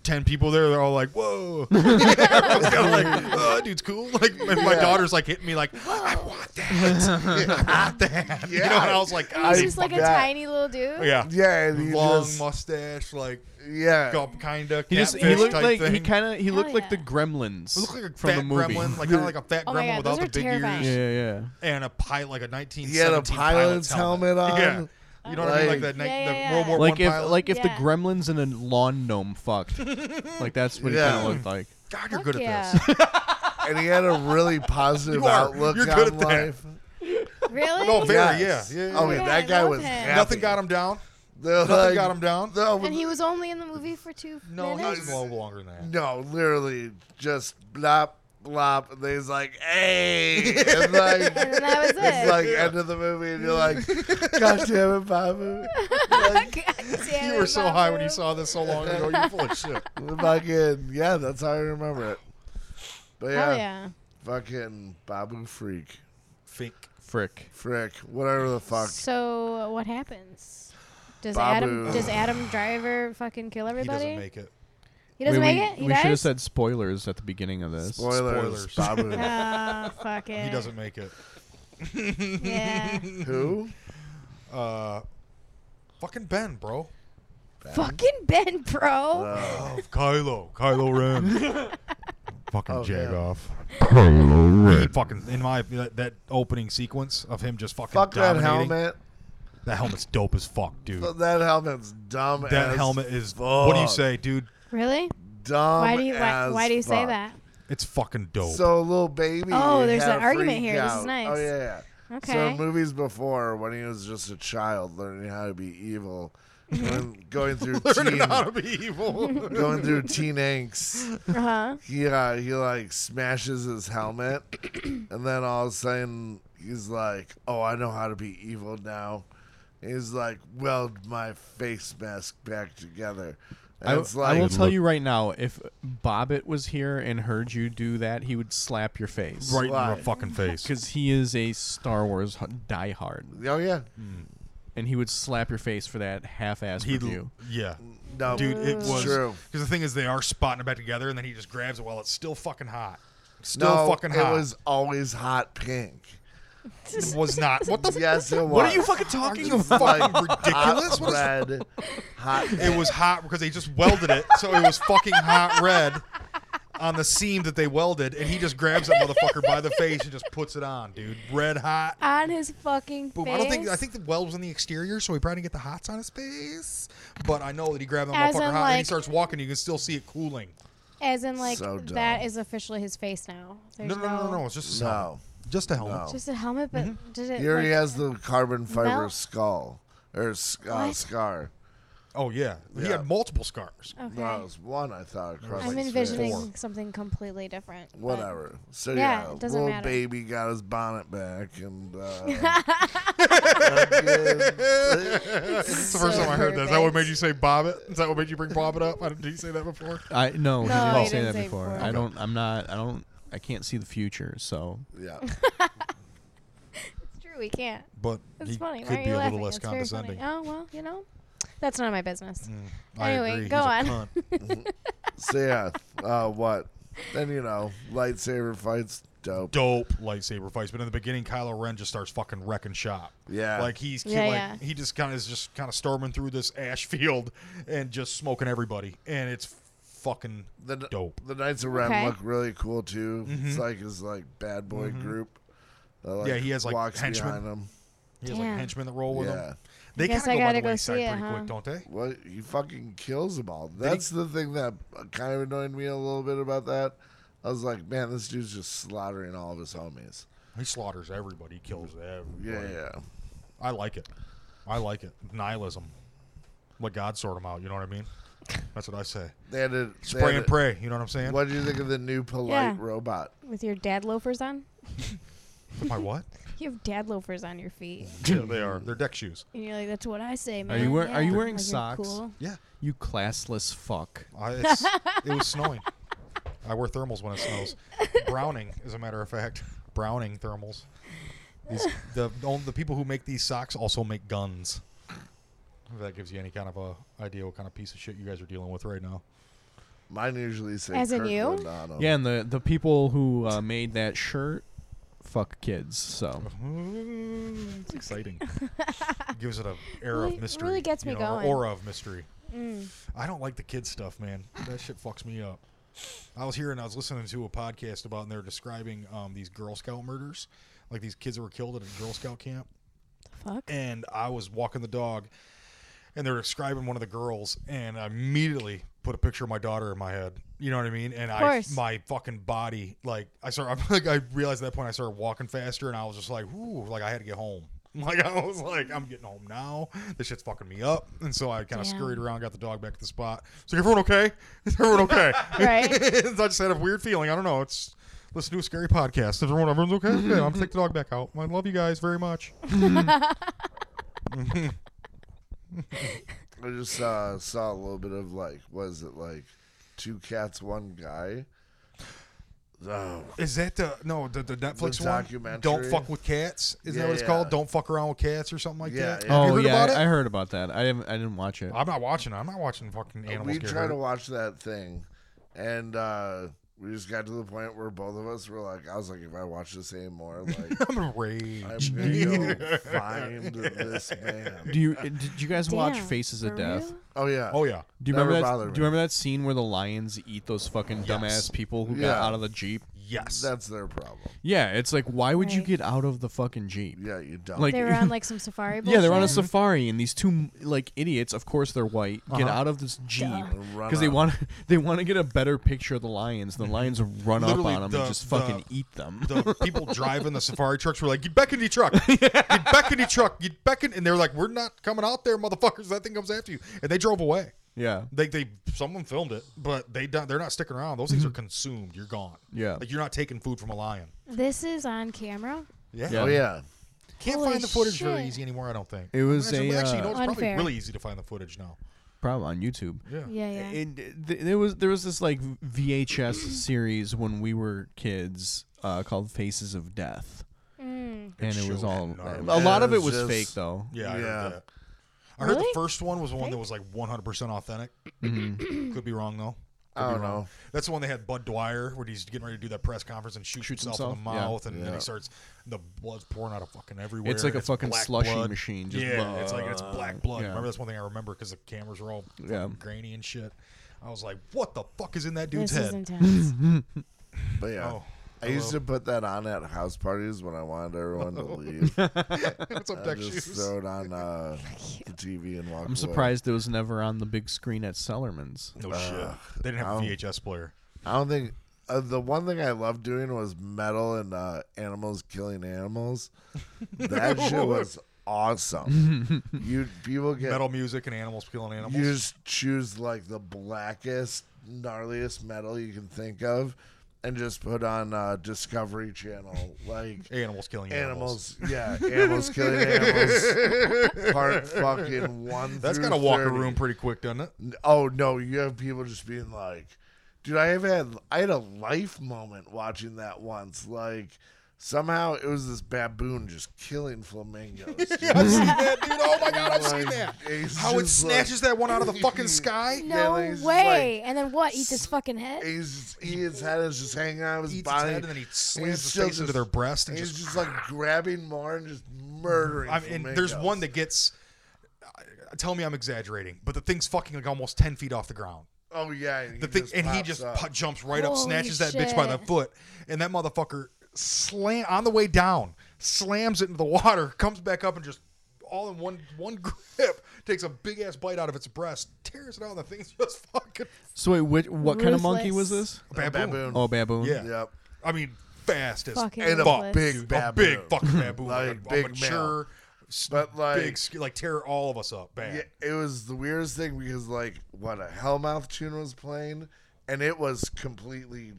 [SPEAKER 4] ten people there. They're all like, "Whoa!" Everyone's kinda like, "Oh, that dude's cool." Like, and my
[SPEAKER 1] Yeah.
[SPEAKER 4] daughter's like hitting me like, "I want that, I want that." You know, and I was like,
[SPEAKER 3] He's
[SPEAKER 4] I- Oh,
[SPEAKER 3] just like a
[SPEAKER 1] forgot.
[SPEAKER 3] tiny little dude.
[SPEAKER 4] "Yeah,
[SPEAKER 1] yeah, and he
[SPEAKER 4] long
[SPEAKER 1] just,
[SPEAKER 4] mustache, like
[SPEAKER 1] yeah,
[SPEAKER 4] kind of."
[SPEAKER 2] He just he looked like he
[SPEAKER 4] kind
[SPEAKER 2] kind of he
[SPEAKER 3] Hell
[SPEAKER 2] looked like
[SPEAKER 3] Oh,
[SPEAKER 2] the
[SPEAKER 3] yeah.
[SPEAKER 2] Gremlins
[SPEAKER 4] of looked like a
[SPEAKER 2] from
[SPEAKER 4] fat
[SPEAKER 2] the movie.
[SPEAKER 4] gremlin, like kind of like a fat
[SPEAKER 3] Oh my
[SPEAKER 4] gremlin
[SPEAKER 3] God,
[SPEAKER 4] without
[SPEAKER 3] those
[SPEAKER 4] the
[SPEAKER 3] are
[SPEAKER 4] big
[SPEAKER 2] yeah,
[SPEAKER 3] terrifying.
[SPEAKER 4] ears,
[SPEAKER 2] yeah, yeah.
[SPEAKER 4] and a pilot like a 1917
[SPEAKER 1] He had a pilot's helmet on.
[SPEAKER 4] Yeah. You know what I mean? Like
[SPEAKER 1] Like-
[SPEAKER 4] that, ni-
[SPEAKER 3] Yeah, yeah,
[SPEAKER 4] the World
[SPEAKER 3] yeah.
[SPEAKER 4] War
[SPEAKER 2] Like
[SPEAKER 4] One
[SPEAKER 2] if
[SPEAKER 4] pilot.
[SPEAKER 2] like if the
[SPEAKER 3] Yeah.
[SPEAKER 2] Gremlins and a lawn gnome fucked, like that's what he
[SPEAKER 1] Yeah.
[SPEAKER 2] kind of looked like.
[SPEAKER 4] God, you're
[SPEAKER 3] Fuck
[SPEAKER 4] good at
[SPEAKER 3] yeah.
[SPEAKER 4] this.
[SPEAKER 1] and he had a really positive
[SPEAKER 4] You are.
[SPEAKER 1] outlook
[SPEAKER 4] You're
[SPEAKER 1] on
[SPEAKER 4] good at that.
[SPEAKER 1] life.
[SPEAKER 3] Really?
[SPEAKER 4] No, very,
[SPEAKER 1] Yes.
[SPEAKER 4] yeah, yeah, yeah.
[SPEAKER 1] Oh,
[SPEAKER 3] Yeah,
[SPEAKER 1] yeah,
[SPEAKER 3] I
[SPEAKER 1] that guy
[SPEAKER 3] love
[SPEAKER 1] was
[SPEAKER 3] him.
[SPEAKER 1] happy.
[SPEAKER 4] Nothing got him down.
[SPEAKER 1] They're
[SPEAKER 4] Nothing
[SPEAKER 1] like-
[SPEAKER 4] got him down.
[SPEAKER 3] and
[SPEAKER 1] No,
[SPEAKER 3] he was only in the movie for two
[SPEAKER 4] No,
[SPEAKER 3] minutes.
[SPEAKER 4] he's a little longer than that.
[SPEAKER 1] no, literally just blop blop. And then he's like, "Hey," and like
[SPEAKER 3] and then that was it.
[SPEAKER 1] it's like end of the movie, and you're like, "God damn it, Babu! Like,
[SPEAKER 3] God damn
[SPEAKER 4] You were
[SPEAKER 3] it,
[SPEAKER 4] so high when you
[SPEAKER 3] Babu.
[SPEAKER 4] saw this so long ago. You're full of shit.
[SPEAKER 1] fucking yeah." That's how I remember it. But yeah,
[SPEAKER 3] Hell yeah!
[SPEAKER 1] fucking Babu freak.
[SPEAKER 4] Fink.
[SPEAKER 2] Frick.
[SPEAKER 1] Frick, whatever the fuck.
[SPEAKER 3] So what happens? Does
[SPEAKER 1] Babu.
[SPEAKER 3] Adam does Adam Driver fucking kill
[SPEAKER 4] He
[SPEAKER 3] everybody?
[SPEAKER 4] doesn't make it.
[SPEAKER 3] He doesn't
[SPEAKER 2] Wait,
[SPEAKER 3] make
[SPEAKER 2] we,
[SPEAKER 3] it. He
[SPEAKER 2] we should have
[SPEAKER 3] dies?
[SPEAKER 2] said spoilers at the beginning of this.
[SPEAKER 1] Spoilers.
[SPEAKER 4] Spoilers.
[SPEAKER 1] Babu.
[SPEAKER 3] Oh, fuck it.
[SPEAKER 4] He doesn't make it.
[SPEAKER 3] Yeah.
[SPEAKER 1] Who?
[SPEAKER 4] Uh, fucking Ben, bro.
[SPEAKER 3] Fucking Ben, bro.
[SPEAKER 1] Uh,
[SPEAKER 4] Oh, Kylo. Kylo Ren. fucking
[SPEAKER 1] Oh,
[SPEAKER 4] jag
[SPEAKER 1] yeah.
[SPEAKER 4] off. He fucking in my that, that opening sequence of him just fucking
[SPEAKER 1] fuck that
[SPEAKER 4] dominating.
[SPEAKER 1] helmet.
[SPEAKER 4] That helmet's dope as fuck, dude.
[SPEAKER 1] Th- That helmet's dumb
[SPEAKER 4] That
[SPEAKER 1] as
[SPEAKER 4] helmet is. What do you
[SPEAKER 1] fuck.
[SPEAKER 4] say, dude?
[SPEAKER 3] Really?
[SPEAKER 1] Dumb
[SPEAKER 3] Why do you why,
[SPEAKER 1] as
[SPEAKER 3] why do you say
[SPEAKER 1] fuck.
[SPEAKER 3] that?
[SPEAKER 4] It's fucking dope.
[SPEAKER 1] So little baby.
[SPEAKER 3] Oh, there's
[SPEAKER 1] had
[SPEAKER 3] an
[SPEAKER 1] a
[SPEAKER 3] argument
[SPEAKER 1] freak
[SPEAKER 3] here. This is
[SPEAKER 1] out.
[SPEAKER 3] nice.
[SPEAKER 1] Oh yeah. yeah. So
[SPEAKER 3] Okay.
[SPEAKER 1] in movies before, when he was just a child learning how to be evil, going, going through
[SPEAKER 4] Learning
[SPEAKER 1] teen,
[SPEAKER 4] how to be evil.
[SPEAKER 1] going through teen angst,
[SPEAKER 3] Uh huh.
[SPEAKER 1] he uh, he like smashes his helmet, and then all of a sudden he's like, "Oh, I know how to be evil now." He's like, "Weld my face mask back together." And
[SPEAKER 2] I,
[SPEAKER 1] it's
[SPEAKER 2] I
[SPEAKER 1] like,
[SPEAKER 2] will tell you right now, if Bobbit was here and heard you do that, he would slap your face.
[SPEAKER 4] right in
[SPEAKER 1] Why?
[SPEAKER 4] your fucking face.
[SPEAKER 2] Because he is a Star Wars h- diehard,
[SPEAKER 1] "Oh yeah,
[SPEAKER 2] and he would slap your face for that half-ass
[SPEAKER 4] He,
[SPEAKER 2] review.
[SPEAKER 4] yeah.
[SPEAKER 1] no,
[SPEAKER 4] Dude, it
[SPEAKER 1] Mm. it's
[SPEAKER 4] was.
[SPEAKER 1] true."
[SPEAKER 4] Because the thing is, they are spotting it back together, and then he just grabs it while it's still fucking hot. Still
[SPEAKER 1] No,
[SPEAKER 4] fucking hot.
[SPEAKER 1] it was always hot pink.
[SPEAKER 4] It was not. What the
[SPEAKER 1] Yes, it was.
[SPEAKER 4] What are you fucking talking about?
[SPEAKER 1] Like,
[SPEAKER 4] ridiculous?
[SPEAKER 1] Hot
[SPEAKER 4] What is-
[SPEAKER 1] red, hot.
[SPEAKER 4] It was hot because they just welded it, so it was fucking hot red on the seam that they welded, and he just grabs that motherfucker by the face and just puts it on, dude. Red hot.
[SPEAKER 3] On his fucking
[SPEAKER 4] Boom.
[SPEAKER 3] face.
[SPEAKER 4] I don't think I think the weld was on the exterior, so he probably didn't get the hots on his face. But I know that he grabbed that
[SPEAKER 3] As
[SPEAKER 4] motherfucker
[SPEAKER 3] in,
[SPEAKER 4] hot, and he
[SPEAKER 3] like-
[SPEAKER 4] starts walking. You can still see it cooling.
[SPEAKER 3] as in like
[SPEAKER 1] So dumb.
[SPEAKER 3] that is officially his face now. There's
[SPEAKER 4] No, no, no, Mm-hmm. no, no. It's just a helmet.
[SPEAKER 1] No,
[SPEAKER 4] just a helmet.
[SPEAKER 1] No.
[SPEAKER 3] Just a helmet, but did it?
[SPEAKER 1] he already
[SPEAKER 3] like-
[SPEAKER 1] has the carbon fiber
[SPEAKER 3] Mel-
[SPEAKER 1] skull or s- uh,
[SPEAKER 3] What?
[SPEAKER 1] scar.
[SPEAKER 4] Oh yeah. he
[SPEAKER 1] Yeah.
[SPEAKER 4] had multiple scars.
[SPEAKER 3] Okay.
[SPEAKER 1] No, it was one I thought across.
[SPEAKER 3] I'm
[SPEAKER 1] his face.
[SPEAKER 3] envisioning
[SPEAKER 4] four.
[SPEAKER 3] something completely different. but-
[SPEAKER 1] Whatever. So
[SPEAKER 3] Yeah,
[SPEAKER 1] yeah,
[SPEAKER 3] it doesn't
[SPEAKER 1] little
[SPEAKER 3] matter.
[SPEAKER 1] baby got his bonnet back, and uh, fucking-
[SPEAKER 4] That's the first
[SPEAKER 3] so
[SPEAKER 4] time I heard that. Is that what
[SPEAKER 3] perfect.
[SPEAKER 4] made you say Bobbit? Is that what made you bring Bobbit up? I- Did you say that before?
[SPEAKER 2] I no, he
[SPEAKER 3] No,
[SPEAKER 2] didn't
[SPEAKER 3] he
[SPEAKER 2] say
[SPEAKER 3] didn't
[SPEAKER 2] that
[SPEAKER 3] say
[SPEAKER 2] before.
[SPEAKER 3] before.
[SPEAKER 2] I don't. I'm not. I don't. I can't see the future, so
[SPEAKER 1] yeah.
[SPEAKER 3] It's true. We can't.
[SPEAKER 4] But
[SPEAKER 3] It's
[SPEAKER 4] he
[SPEAKER 3] funny.
[SPEAKER 4] could
[SPEAKER 3] Why are
[SPEAKER 4] be
[SPEAKER 3] you
[SPEAKER 4] a
[SPEAKER 3] laughing?
[SPEAKER 4] little less
[SPEAKER 3] it's very funny.
[SPEAKER 4] condescending.
[SPEAKER 3] Oh well, you know, that's none of my business.
[SPEAKER 4] I
[SPEAKER 3] Anyway,
[SPEAKER 4] agree.
[SPEAKER 3] go
[SPEAKER 4] He's a
[SPEAKER 3] on.
[SPEAKER 4] cunt.
[SPEAKER 1] So yeah, uh, what? Then you know, lightsaber fights, dope.
[SPEAKER 4] dope lightsaber fights. But in the beginning, Kylo Ren just starts fucking wrecking shop.
[SPEAKER 1] Yeah.
[SPEAKER 4] like he's
[SPEAKER 3] Yeah,
[SPEAKER 4] like
[SPEAKER 3] yeah.
[SPEAKER 4] he just kind of is just kind of storming through this ash field and just smoking everybody, and it's fucking
[SPEAKER 1] The,
[SPEAKER 4] dope. Mm-hmm.
[SPEAKER 1] The Knights of Ren
[SPEAKER 3] Okay.
[SPEAKER 1] look really cool too. It's like his like bad boy group. that, like,
[SPEAKER 4] Yeah, he has, like,
[SPEAKER 1] walks
[SPEAKER 4] henchmen.
[SPEAKER 1] behind him.
[SPEAKER 4] He has like
[SPEAKER 3] Damn.
[SPEAKER 4] henchmen that roll with
[SPEAKER 1] Yeah.
[SPEAKER 4] him. They kind of
[SPEAKER 3] Guess
[SPEAKER 4] go
[SPEAKER 3] I
[SPEAKER 4] by
[SPEAKER 3] gotta
[SPEAKER 4] the
[SPEAKER 3] go
[SPEAKER 4] wayside
[SPEAKER 3] see it,
[SPEAKER 4] pretty
[SPEAKER 3] huh?
[SPEAKER 4] quick, don't they?
[SPEAKER 1] What he fucking kills them all. That's the thing that kind of annoyed me a little bit about that. I was like, man, this dude's just slaughtering all of his homies.
[SPEAKER 4] He slaughters everybody, he kills everybody.
[SPEAKER 1] Yeah, yeah.
[SPEAKER 4] I like it. I like it. Nihilism. Let God sort them out. You know what I mean? That's what I say.
[SPEAKER 1] They had to they
[SPEAKER 4] Spray
[SPEAKER 1] had
[SPEAKER 4] and
[SPEAKER 1] to-
[SPEAKER 4] pray. You know what I'm saying?
[SPEAKER 1] What do you think of the new polite
[SPEAKER 3] Yeah.
[SPEAKER 1] robot?
[SPEAKER 3] With your dad loafers on,
[SPEAKER 4] My what?
[SPEAKER 3] you have dad loafers on your feet,
[SPEAKER 4] yeah, they are. They're deck shoes.
[SPEAKER 3] and you're like, "That's what I say, man."
[SPEAKER 2] Are you wear-
[SPEAKER 3] yeah.
[SPEAKER 2] are you wearing
[SPEAKER 3] Like, you're
[SPEAKER 2] socks?
[SPEAKER 3] cool.
[SPEAKER 4] Yeah.
[SPEAKER 2] you classless fuck.
[SPEAKER 4] I, it's, it was snowing. I wear thermals when it snows. Browning, as a matter of fact, Browning thermals. These, the all the people who make these socks also make guns. If that gives you any kind of a idea what kind of piece of shit you guys are dealing with right now.
[SPEAKER 1] Mine usually say
[SPEAKER 3] As in you?
[SPEAKER 1] Kirkland on 'em.
[SPEAKER 2] Yeah, and the the people who uh, made that shirt, fuck kids. So
[SPEAKER 4] It's exciting. gives it an air
[SPEAKER 3] Really-
[SPEAKER 4] of mystery.
[SPEAKER 3] really gets
[SPEAKER 4] you
[SPEAKER 3] me
[SPEAKER 4] know,
[SPEAKER 3] going.
[SPEAKER 4] Aura of mystery.
[SPEAKER 3] Mm.
[SPEAKER 4] I don't like the kid stuff, man. That shit fucks me up. I was hearing, I was listening to a podcast about, and they're describing um, these Girl Scout murders, like these kids that were killed at a Girl Scout camp.
[SPEAKER 3] Fuck.
[SPEAKER 4] And I was walking the dog, and they're describing one of the girls, and I immediately put a picture of my daughter in my head. You know what I mean? And I,
[SPEAKER 3] course.
[SPEAKER 4] my fucking body, like I started, I'm like I realized at that point I started walking faster, and I was just like, ooh, like I had to get home. Like I was like, I'm getting home now. This shit's fucking me up, and so I kind of
[SPEAKER 3] Damn.
[SPEAKER 4] scurried around, got the dog back to the spot. So everyone okay? Is everyone okay?
[SPEAKER 3] Right.
[SPEAKER 4] I just had a weird feeling. I don't know. It's listen to a scary podcast. Everyone, everyone's okay. Yeah, I'm gonna take the dog back out. I love you guys very much.
[SPEAKER 1] I just uh, saw a little bit of like, was it like two cats, one guy? Oh,
[SPEAKER 4] Is that the no the, the Netflix one?
[SPEAKER 1] documentary.
[SPEAKER 4] Don't fuck with cats. Isn't that
[SPEAKER 1] Yeah,
[SPEAKER 4] what it's
[SPEAKER 1] yeah.
[SPEAKER 4] called? Don't fuck around with cats or something like
[SPEAKER 1] Yeah,
[SPEAKER 4] that.
[SPEAKER 1] yeah.
[SPEAKER 4] Have you
[SPEAKER 2] Oh
[SPEAKER 4] heard
[SPEAKER 2] yeah,
[SPEAKER 4] about it?
[SPEAKER 2] I, I heard about that. I didn't. I didn't watch it.
[SPEAKER 4] I'm not watching. it. I'm not watching fucking animals.
[SPEAKER 1] we
[SPEAKER 4] get
[SPEAKER 1] tried
[SPEAKER 4] hurt.
[SPEAKER 1] to watch that thing, and uh, we just got to the point where both of us were like, I was like, if I watch this anymore, like.
[SPEAKER 4] I'm gonna rage.
[SPEAKER 1] I'm gonna go find this man.
[SPEAKER 2] Do you uh, did you guys watch
[SPEAKER 3] Damn,
[SPEAKER 2] Faces
[SPEAKER 3] for
[SPEAKER 2] of Death?
[SPEAKER 3] real?
[SPEAKER 1] Oh yeah.
[SPEAKER 4] oh yeah.
[SPEAKER 2] Do you
[SPEAKER 1] Never
[SPEAKER 2] remember that?
[SPEAKER 1] bothered
[SPEAKER 2] Do you
[SPEAKER 1] me.
[SPEAKER 2] remember that scene where the lions eat those fucking
[SPEAKER 4] Yes.
[SPEAKER 2] dumbass people who
[SPEAKER 1] Yeah.
[SPEAKER 2] got out of the jeep?
[SPEAKER 4] Yes.
[SPEAKER 1] That's their problem.
[SPEAKER 2] Yeah, it's like why would you
[SPEAKER 3] Right.
[SPEAKER 2] get out of the fucking jeep?
[SPEAKER 1] Yeah, you don't.
[SPEAKER 2] Like-
[SPEAKER 3] They were on like some safari.
[SPEAKER 2] Yeah, they're on a
[SPEAKER 3] bullshit.
[SPEAKER 2] safari, and these two like idiots. Of course, they're white. Get
[SPEAKER 4] Uh-huh.
[SPEAKER 2] out of this jeep
[SPEAKER 1] And run
[SPEAKER 2] because they
[SPEAKER 1] up.
[SPEAKER 2] want they want to get a better picture of the lions. The lions run
[SPEAKER 4] Literally,
[SPEAKER 2] up on them
[SPEAKER 4] the-
[SPEAKER 2] and just fucking
[SPEAKER 4] the-
[SPEAKER 2] eat them.
[SPEAKER 4] the people driving the safari trucks were like, "Get back in your truck! Get back in your truck! Get back in!" And they're like, "We're not coming out there, motherfuckers! That thing comes after you!" And they drove away.
[SPEAKER 2] yeah,
[SPEAKER 4] They, they someone filmed it, but they don't, they're not sticking around. Those things are consumed. You're gone.
[SPEAKER 2] Mm-hmm. Yeah.
[SPEAKER 4] like you're not taking food from a lion.
[SPEAKER 3] This is on camera.
[SPEAKER 4] Yeah,
[SPEAKER 2] Yeah.
[SPEAKER 1] oh yeah.
[SPEAKER 4] can't
[SPEAKER 3] Holy
[SPEAKER 4] find the footage very
[SPEAKER 3] shit.
[SPEAKER 4] easy anymore. I don't think
[SPEAKER 2] It was
[SPEAKER 4] actually,
[SPEAKER 2] a,
[SPEAKER 4] actually,
[SPEAKER 2] uh,
[SPEAKER 4] no, it's probably
[SPEAKER 3] Unfair.
[SPEAKER 4] really easy to find the footage now.
[SPEAKER 2] probably on YouTube.
[SPEAKER 4] Yeah,
[SPEAKER 3] Yeah, yeah.
[SPEAKER 2] And th- there was there was this like VHS series when we were kids uh, called Faces of Death,
[SPEAKER 3] Mm.
[SPEAKER 2] and it was
[SPEAKER 4] showed
[SPEAKER 2] all
[SPEAKER 4] that
[SPEAKER 2] a lot of it
[SPEAKER 1] gnarly-
[SPEAKER 2] was
[SPEAKER 1] Just-
[SPEAKER 2] fake though.
[SPEAKER 4] yeah. I
[SPEAKER 1] Yeah.
[SPEAKER 4] heard, that. I heard the
[SPEAKER 3] Really?
[SPEAKER 4] first one was the one that was like 100 percent authentic.
[SPEAKER 2] Mm-hmm.
[SPEAKER 4] Could be wrong though.
[SPEAKER 1] I don't know.
[SPEAKER 4] That's the one they had Bud Dwyer, where he's getting ready to do that press conference and shoots,
[SPEAKER 2] Shoots
[SPEAKER 4] himself, in the
[SPEAKER 2] himself? Yeah.
[SPEAKER 4] mouth, and then
[SPEAKER 1] Yeah.
[SPEAKER 4] he starts the blood's pouring out of fucking everywhere.
[SPEAKER 2] It's like a fucking
[SPEAKER 4] black
[SPEAKER 2] slushy
[SPEAKER 4] blood.
[SPEAKER 2] machine, just
[SPEAKER 4] Yeah, it's like it's
[SPEAKER 2] blah.
[SPEAKER 4] black blood.
[SPEAKER 2] Yeah.
[SPEAKER 4] Remember that's one thing I remember because the cameras were all fucking
[SPEAKER 2] Yeah.
[SPEAKER 4] grainy and shit. I was like, what the fuck is in that dude's
[SPEAKER 3] This is
[SPEAKER 4] head?
[SPEAKER 3] intense.
[SPEAKER 1] But yeah.
[SPEAKER 4] Oh,
[SPEAKER 1] I used to put that on at house parties when I wanted everyone to leave.
[SPEAKER 4] What's up,
[SPEAKER 1] I
[SPEAKER 4] Deck
[SPEAKER 1] just
[SPEAKER 4] Shoes?
[SPEAKER 1] throw it on uh, the TV and walk
[SPEAKER 2] I'm surprised it was never on the big screen at Sellerman's.
[SPEAKER 4] No shit. They didn't have a
[SPEAKER 1] I'll-
[SPEAKER 4] VHS player.
[SPEAKER 1] I don't think uh, the one thing I loved doing was metal and uh, animals killing animals. That shit was awesome. You people get
[SPEAKER 4] Metal music and animals killing animals.
[SPEAKER 1] you just choose like the blackest, gnarliest metal you can think of, and just put on uh, Discovery Channel like.
[SPEAKER 4] Animals killing animals.
[SPEAKER 1] Animals, yeah, animals killing animals. Part fucking one.
[SPEAKER 4] That's
[SPEAKER 1] through
[SPEAKER 4] gotta walk a
[SPEAKER 1] 30.
[SPEAKER 4] room pretty quick, doesn't it?
[SPEAKER 1] Oh no, you have people just being like, dude, I have had I had a life moment watching that once. Like somehow it was this baboon just killing flamingos.
[SPEAKER 4] I've seen that, dude. Oh my god, I've
[SPEAKER 1] Like,
[SPEAKER 4] seen that.
[SPEAKER 1] it's
[SPEAKER 4] How it
[SPEAKER 1] just like-
[SPEAKER 4] snatches that one out of the fucking sky.
[SPEAKER 1] Yeah,
[SPEAKER 3] no
[SPEAKER 1] like, it's just
[SPEAKER 3] way. and then what? Eat this fucking head?
[SPEAKER 1] He's he his head is just hanging out of his
[SPEAKER 4] eats its
[SPEAKER 1] body,
[SPEAKER 4] head and then he slams
[SPEAKER 1] he's
[SPEAKER 4] his
[SPEAKER 1] still
[SPEAKER 4] face into their breast and
[SPEAKER 1] he's
[SPEAKER 4] just-
[SPEAKER 1] just like grabbing more and just murdering.
[SPEAKER 4] I mean, and there's
[SPEAKER 1] flamingos.
[SPEAKER 4] one that gets. I- Tell me I'm exaggerating, but the thing's fucking like almost ten feet off the ground.
[SPEAKER 1] Oh yeah, and he
[SPEAKER 4] The thing,
[SPEAKER 1] just
[SPEAKER 4] and he
[SPEAKER 1] pops
[SPEAKER 4] just
[SPEAKER 1] up.
[SPEAKER 4] pu- jumps right up,
[SPEAKER 3] Holy
[SPEAKER 4] snatches that bitch by the
[SPEAKER 3] shit.
[SPEAKER 4] foot, and that motherfucker slam on the way down, slams it into the water, comes back up and just all in one one grip takes a big ass bite out of its breast, tears it out, and the thing's just fucking
[SPEAKER 2] So wait, which, what kind of monkey was
[SPEAKER 3] Ruthless.
[SPEAKER 2] this?
[SPEAKER 1] A baboon.
[SPEAKER 2] Oh, baboon.
[SPEAKER 4] Yeah.
[SPEAKER 1] Yep.
[SPEAKER 4] I mean, fast as
[SPEAKER 3] Fucking
[SPEAKER 1] And a
[SPEAKER 3] ruthless.
[SPEAKER 1] big
[SPEAKER 4] a
[SPEAKER 1] baboon.
[SPEAKER 4] big fucking baboon,
[SPEAKER 1] Like,
[SPEAKER 4] like, a- a
[SPEAKER 1] big
[SPEAKER 4] mature, s-
[SPEAKER 1] But, like-
[SPEAKER 4] big, sk- like tear all of us up, bad.
[SPEAKER 1] Yeah, it was the weirdest thing because like what a Hellmouth tune was playing, and it was completely